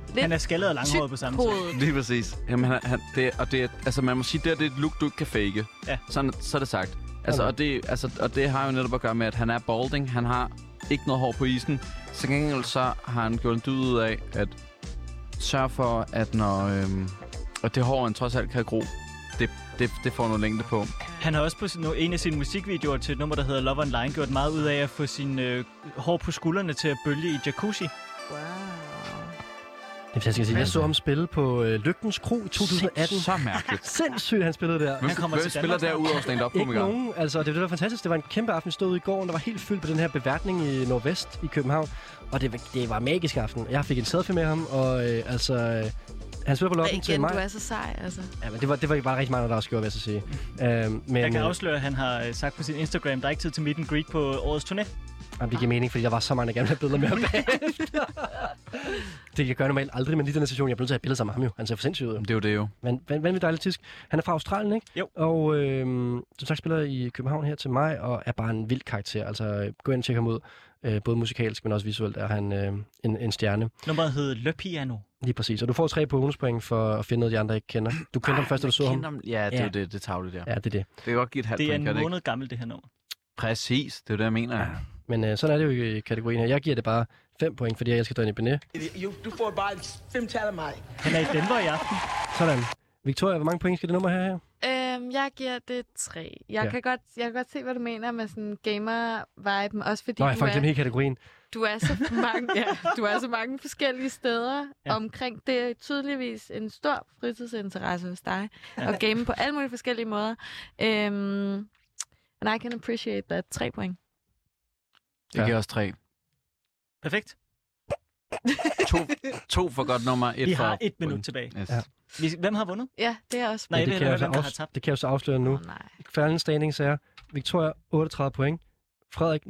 Speaker 4: lidt
Speaker 9: Han er skaldet og langhåret på samme tid.
Speaker 4: hovedet.
Speaker 5: lige præcis. Jamen, han, han, det, er- og det, er- altså, man må sige, det, her, det er et look, du ikke kan fake.
Speaker 9: Ja.
Speaker 5: Sådan, så er det sagt. Altså,
Speaker 2: Okay.
Speaker 5: og, det, altså, og det har jo netop at gøre med, at han er balding, han har ikke noget hår på isen. Så gengæld så har han gjort en dyd ud af, at sørge for, at når øhm, og det hår, han trods alt kan gro, det, det, det får noget længde på.
Speaker 9: Han har også på sin, en af sine musikvideoer til et nummer, der hedder Love Online, gjort meget ud af at få sin øh, hår på skuldrene til at bølge i jacuzzi.
Speaker 4: Wow.
Speaker 2: Jamen, jeg skal sige, jeg så ham spille på øh, Lygtens Kro i 2018.
Speaker 5: Så mærkeligt.
Speaker 2: Sindssygt, *laughs* han spillede der.
Speaker 5: Hvem,
Speaker 9: kommer
Speaker 5: hvem
Speaker 9: til
Speaker 5: spiller
Speaker 9: Danmark snart.
Speaker 5: derudover stand
Speaker 2: *laughs*
Speaker 5: up
Speaker 2: Ikke
Speaker 5: komikeren
Speaker 2: nogen. Altså, og det, det var fantastisk. Det var en kæmpe aften, vi stod ude i går, og der var helt fyldt på den her beværtning i Nordvest i København. Og det, var- det var en magisk aften. Jeg fik en selfie med ham, og øh, altså... Øh, han spiller på
Speaker 4: Og
Speaker 2: loppen til
Speaker 4: igen, du
Speaker 2: mig.
Speaker 4: er så sej, altså.
Speaker 2: Ja, men det var, det var bare rigtig meget, der også gjorde, vil jeg så sige. Øhm, men
Speaker 9: Jeg kan
Speaker 2: øh,
Speaker 9: afsløre, at han har øh, sagt på sin Instagram, der er ikke tid til meet and greet på årets turné.
Speaker 2: jamen, det giver mening, fordi der var så mange, der gerne ville have billeder med ham. det kan jeg gøre normalt aldrig, men lige den her session, jeg blev nødt til at have billeder sammen med ham jo. Han ser for sindssygt ud. jo.
Speaker 5: Det er jo det jo.
Speaker 2: Van, van, vanvittigt dejlig tysk. Han er fra Australien, ikke?
Speaker 9: Jo.
Speaker 2: Og øh, som sagt spiller i København her til mig, og er bare en vild karakter. Altså, øh, gå ind og tjek ham ud. Øh, både musikalsk, men også visuelt er han øh, en, en stjerne.
Speaker 9: Nummeret hedder Le Piano.
Speaker 2: Lige præcis. Og du får tre bonuspoint for at finde noget, de andre ikke kender. Du kendte ham først, da du så ham.
Speaker 5: Ja, det er
Speaker 2: Ja.
Speaker 5: jo det, det tavle der.
Speaker 2: Ja, det er det.
Speaker 5: Det kan godt give et halvt
Speaker 9: Det er
Speaker 5: point, kan
Speaker 9: en
Speaker 5: det ikke?
Speaker 9: måned gammelt, det her nummer.
Speaker 5: Præcis, det er jo det, jeg mener. Ja.
Speaker 2: Men øh, sådan er det jo i kategorien her. Jeg giver det bare 5 point, fordi jeg elsker Danny Benet.
Speaker 7: You, du får bare fem tal af mig.
Speaker 9: Han er i Denver i aften.
Speaker 2: Sådan. Victoria, hvor mange point skal det nummer have her?
Speaker 4: Øhm, jeg giver det tre. Jeg,
Speaker 2: Ja.
Speaker 4: ja. kan godt, jeg kan godt se, hvad du mener med sådan gamer-viben, også fordi
Speaker 2: Nå, jeg
Speaker 4: du,
Speaker 2: fandt den
Speaker 4: er,
Speaker 2: hele kategorien.
Speaker 4: du, er så mange, ja, du er så mange forskellige steder ja. omkring. Det er tydeligvis en stor fritidsinteresse hos dig, ja. at game på alle mulige forskellige måder. Øhm, and I can appreciate that. Tre point.
Speaker 5: Det giver også tre.
Speaker 9: Perfekt.
Speaker 5: To, to for godt nummer, *laughs* et
Speaker 9: Vi
Speaker 5: for...
Speaker 9: har et
Speaker 5: point.
Speaker 9: minut tilbage.
Speaker 5: Yes.
Speaker 2: Ja.
Speaker 9: Vi- Hvem har vundet?
Speaker 4: Ja, det er også
Speaker 9: Nej,
Speaker 2: Ja,
Speaker 9: jeg vil
Speaker 2: det, kan
Speaker 9: hellere
Speaker 2: jeg så
Speaker 9: høre, hvem der har
Speaker 2: afs-
Speaker 9: tabt.
Speaker 2: det kan jeg så afsløre nu.
Speaker 4: Åh, nej.
Speaker 2: Ferdinand Standings er Victoria 38 point, Frederik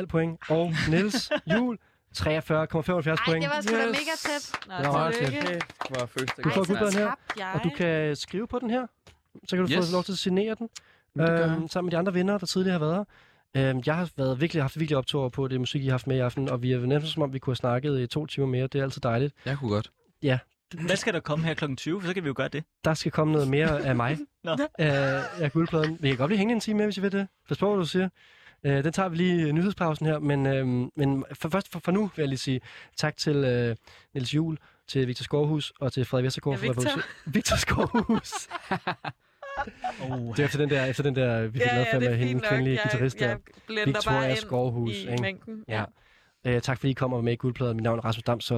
Speaker 2: 39,5 point og Niels Jul 43,75
Speaker 4: Ej,
Speaker 2: point.
Speaker 4: det var sgu da mega tæt. Nå,
Speaker 2: Det var meget
Speaker 4: tillykke.
Speaker 5: var første
Speaker 2: Du får
Speaker 4: Ej, så
Speaker 2: guldpladen her,
Speaker 4: tabte jeg.
Speaker 2: Og du kan skrive på den her, så kan du yes.
Speaker 5: Yes.
Speaker 2: få lov til at signere den,
Speaker 5: det gør
Speaker 2: øhm, sammen med de andre vinder, der tidligere har været her. Øhm, jeg har været virkelig, haft virkelig optog på det musik, I har haft med i aften, og vi er nærmest som om, vi kunne have snakket i to timer mere. Det er altid dejligt.
Speaker 5: Jeg kunne godt.
Speaker 9: Hvad skal der komme her kl. 20? For så kan vi jo gøre det.
Speaker 2: Der skal komme noget mere af mig.
Speaker 9: Nå.
Speaker 2: Øh, jeg er guldpladen. Vi kan godt blive hængende en time mere, hvis I vil det. Pas på, hvad du siger. Øh, den tager vi lige i nyhedspausen her, men, øh, men for, først for, for nu vil jeg lige sige tak til øh, Niels Juhl, til Victor Skovhus og til Frederik Vestergaard.
Speaker 4: Ja,
Speaker 2: for
Speaker 4: Victor.
Speaker 2: at producere- Victor
Speaker 4: *laughs*
Speaker 2: Skovhus.
Speaker 9: Oh.
Speaker 2: det er efter den der, efter den der vi fik lavet fandme af hende, den kvindelige guitarist der.
Speaker 4: Jeg blænder
Speaker 2: Victoria
Speaker 4: bare ind
Speaker 2: Skovhus.
Speaker 4: i
Speaker 2: ikke?
Speaker 4: mængden.
Speaker 2: Ja. Øh, tak fordi I kommer med i guldpladen. Mit navn er Rasmus Damshold,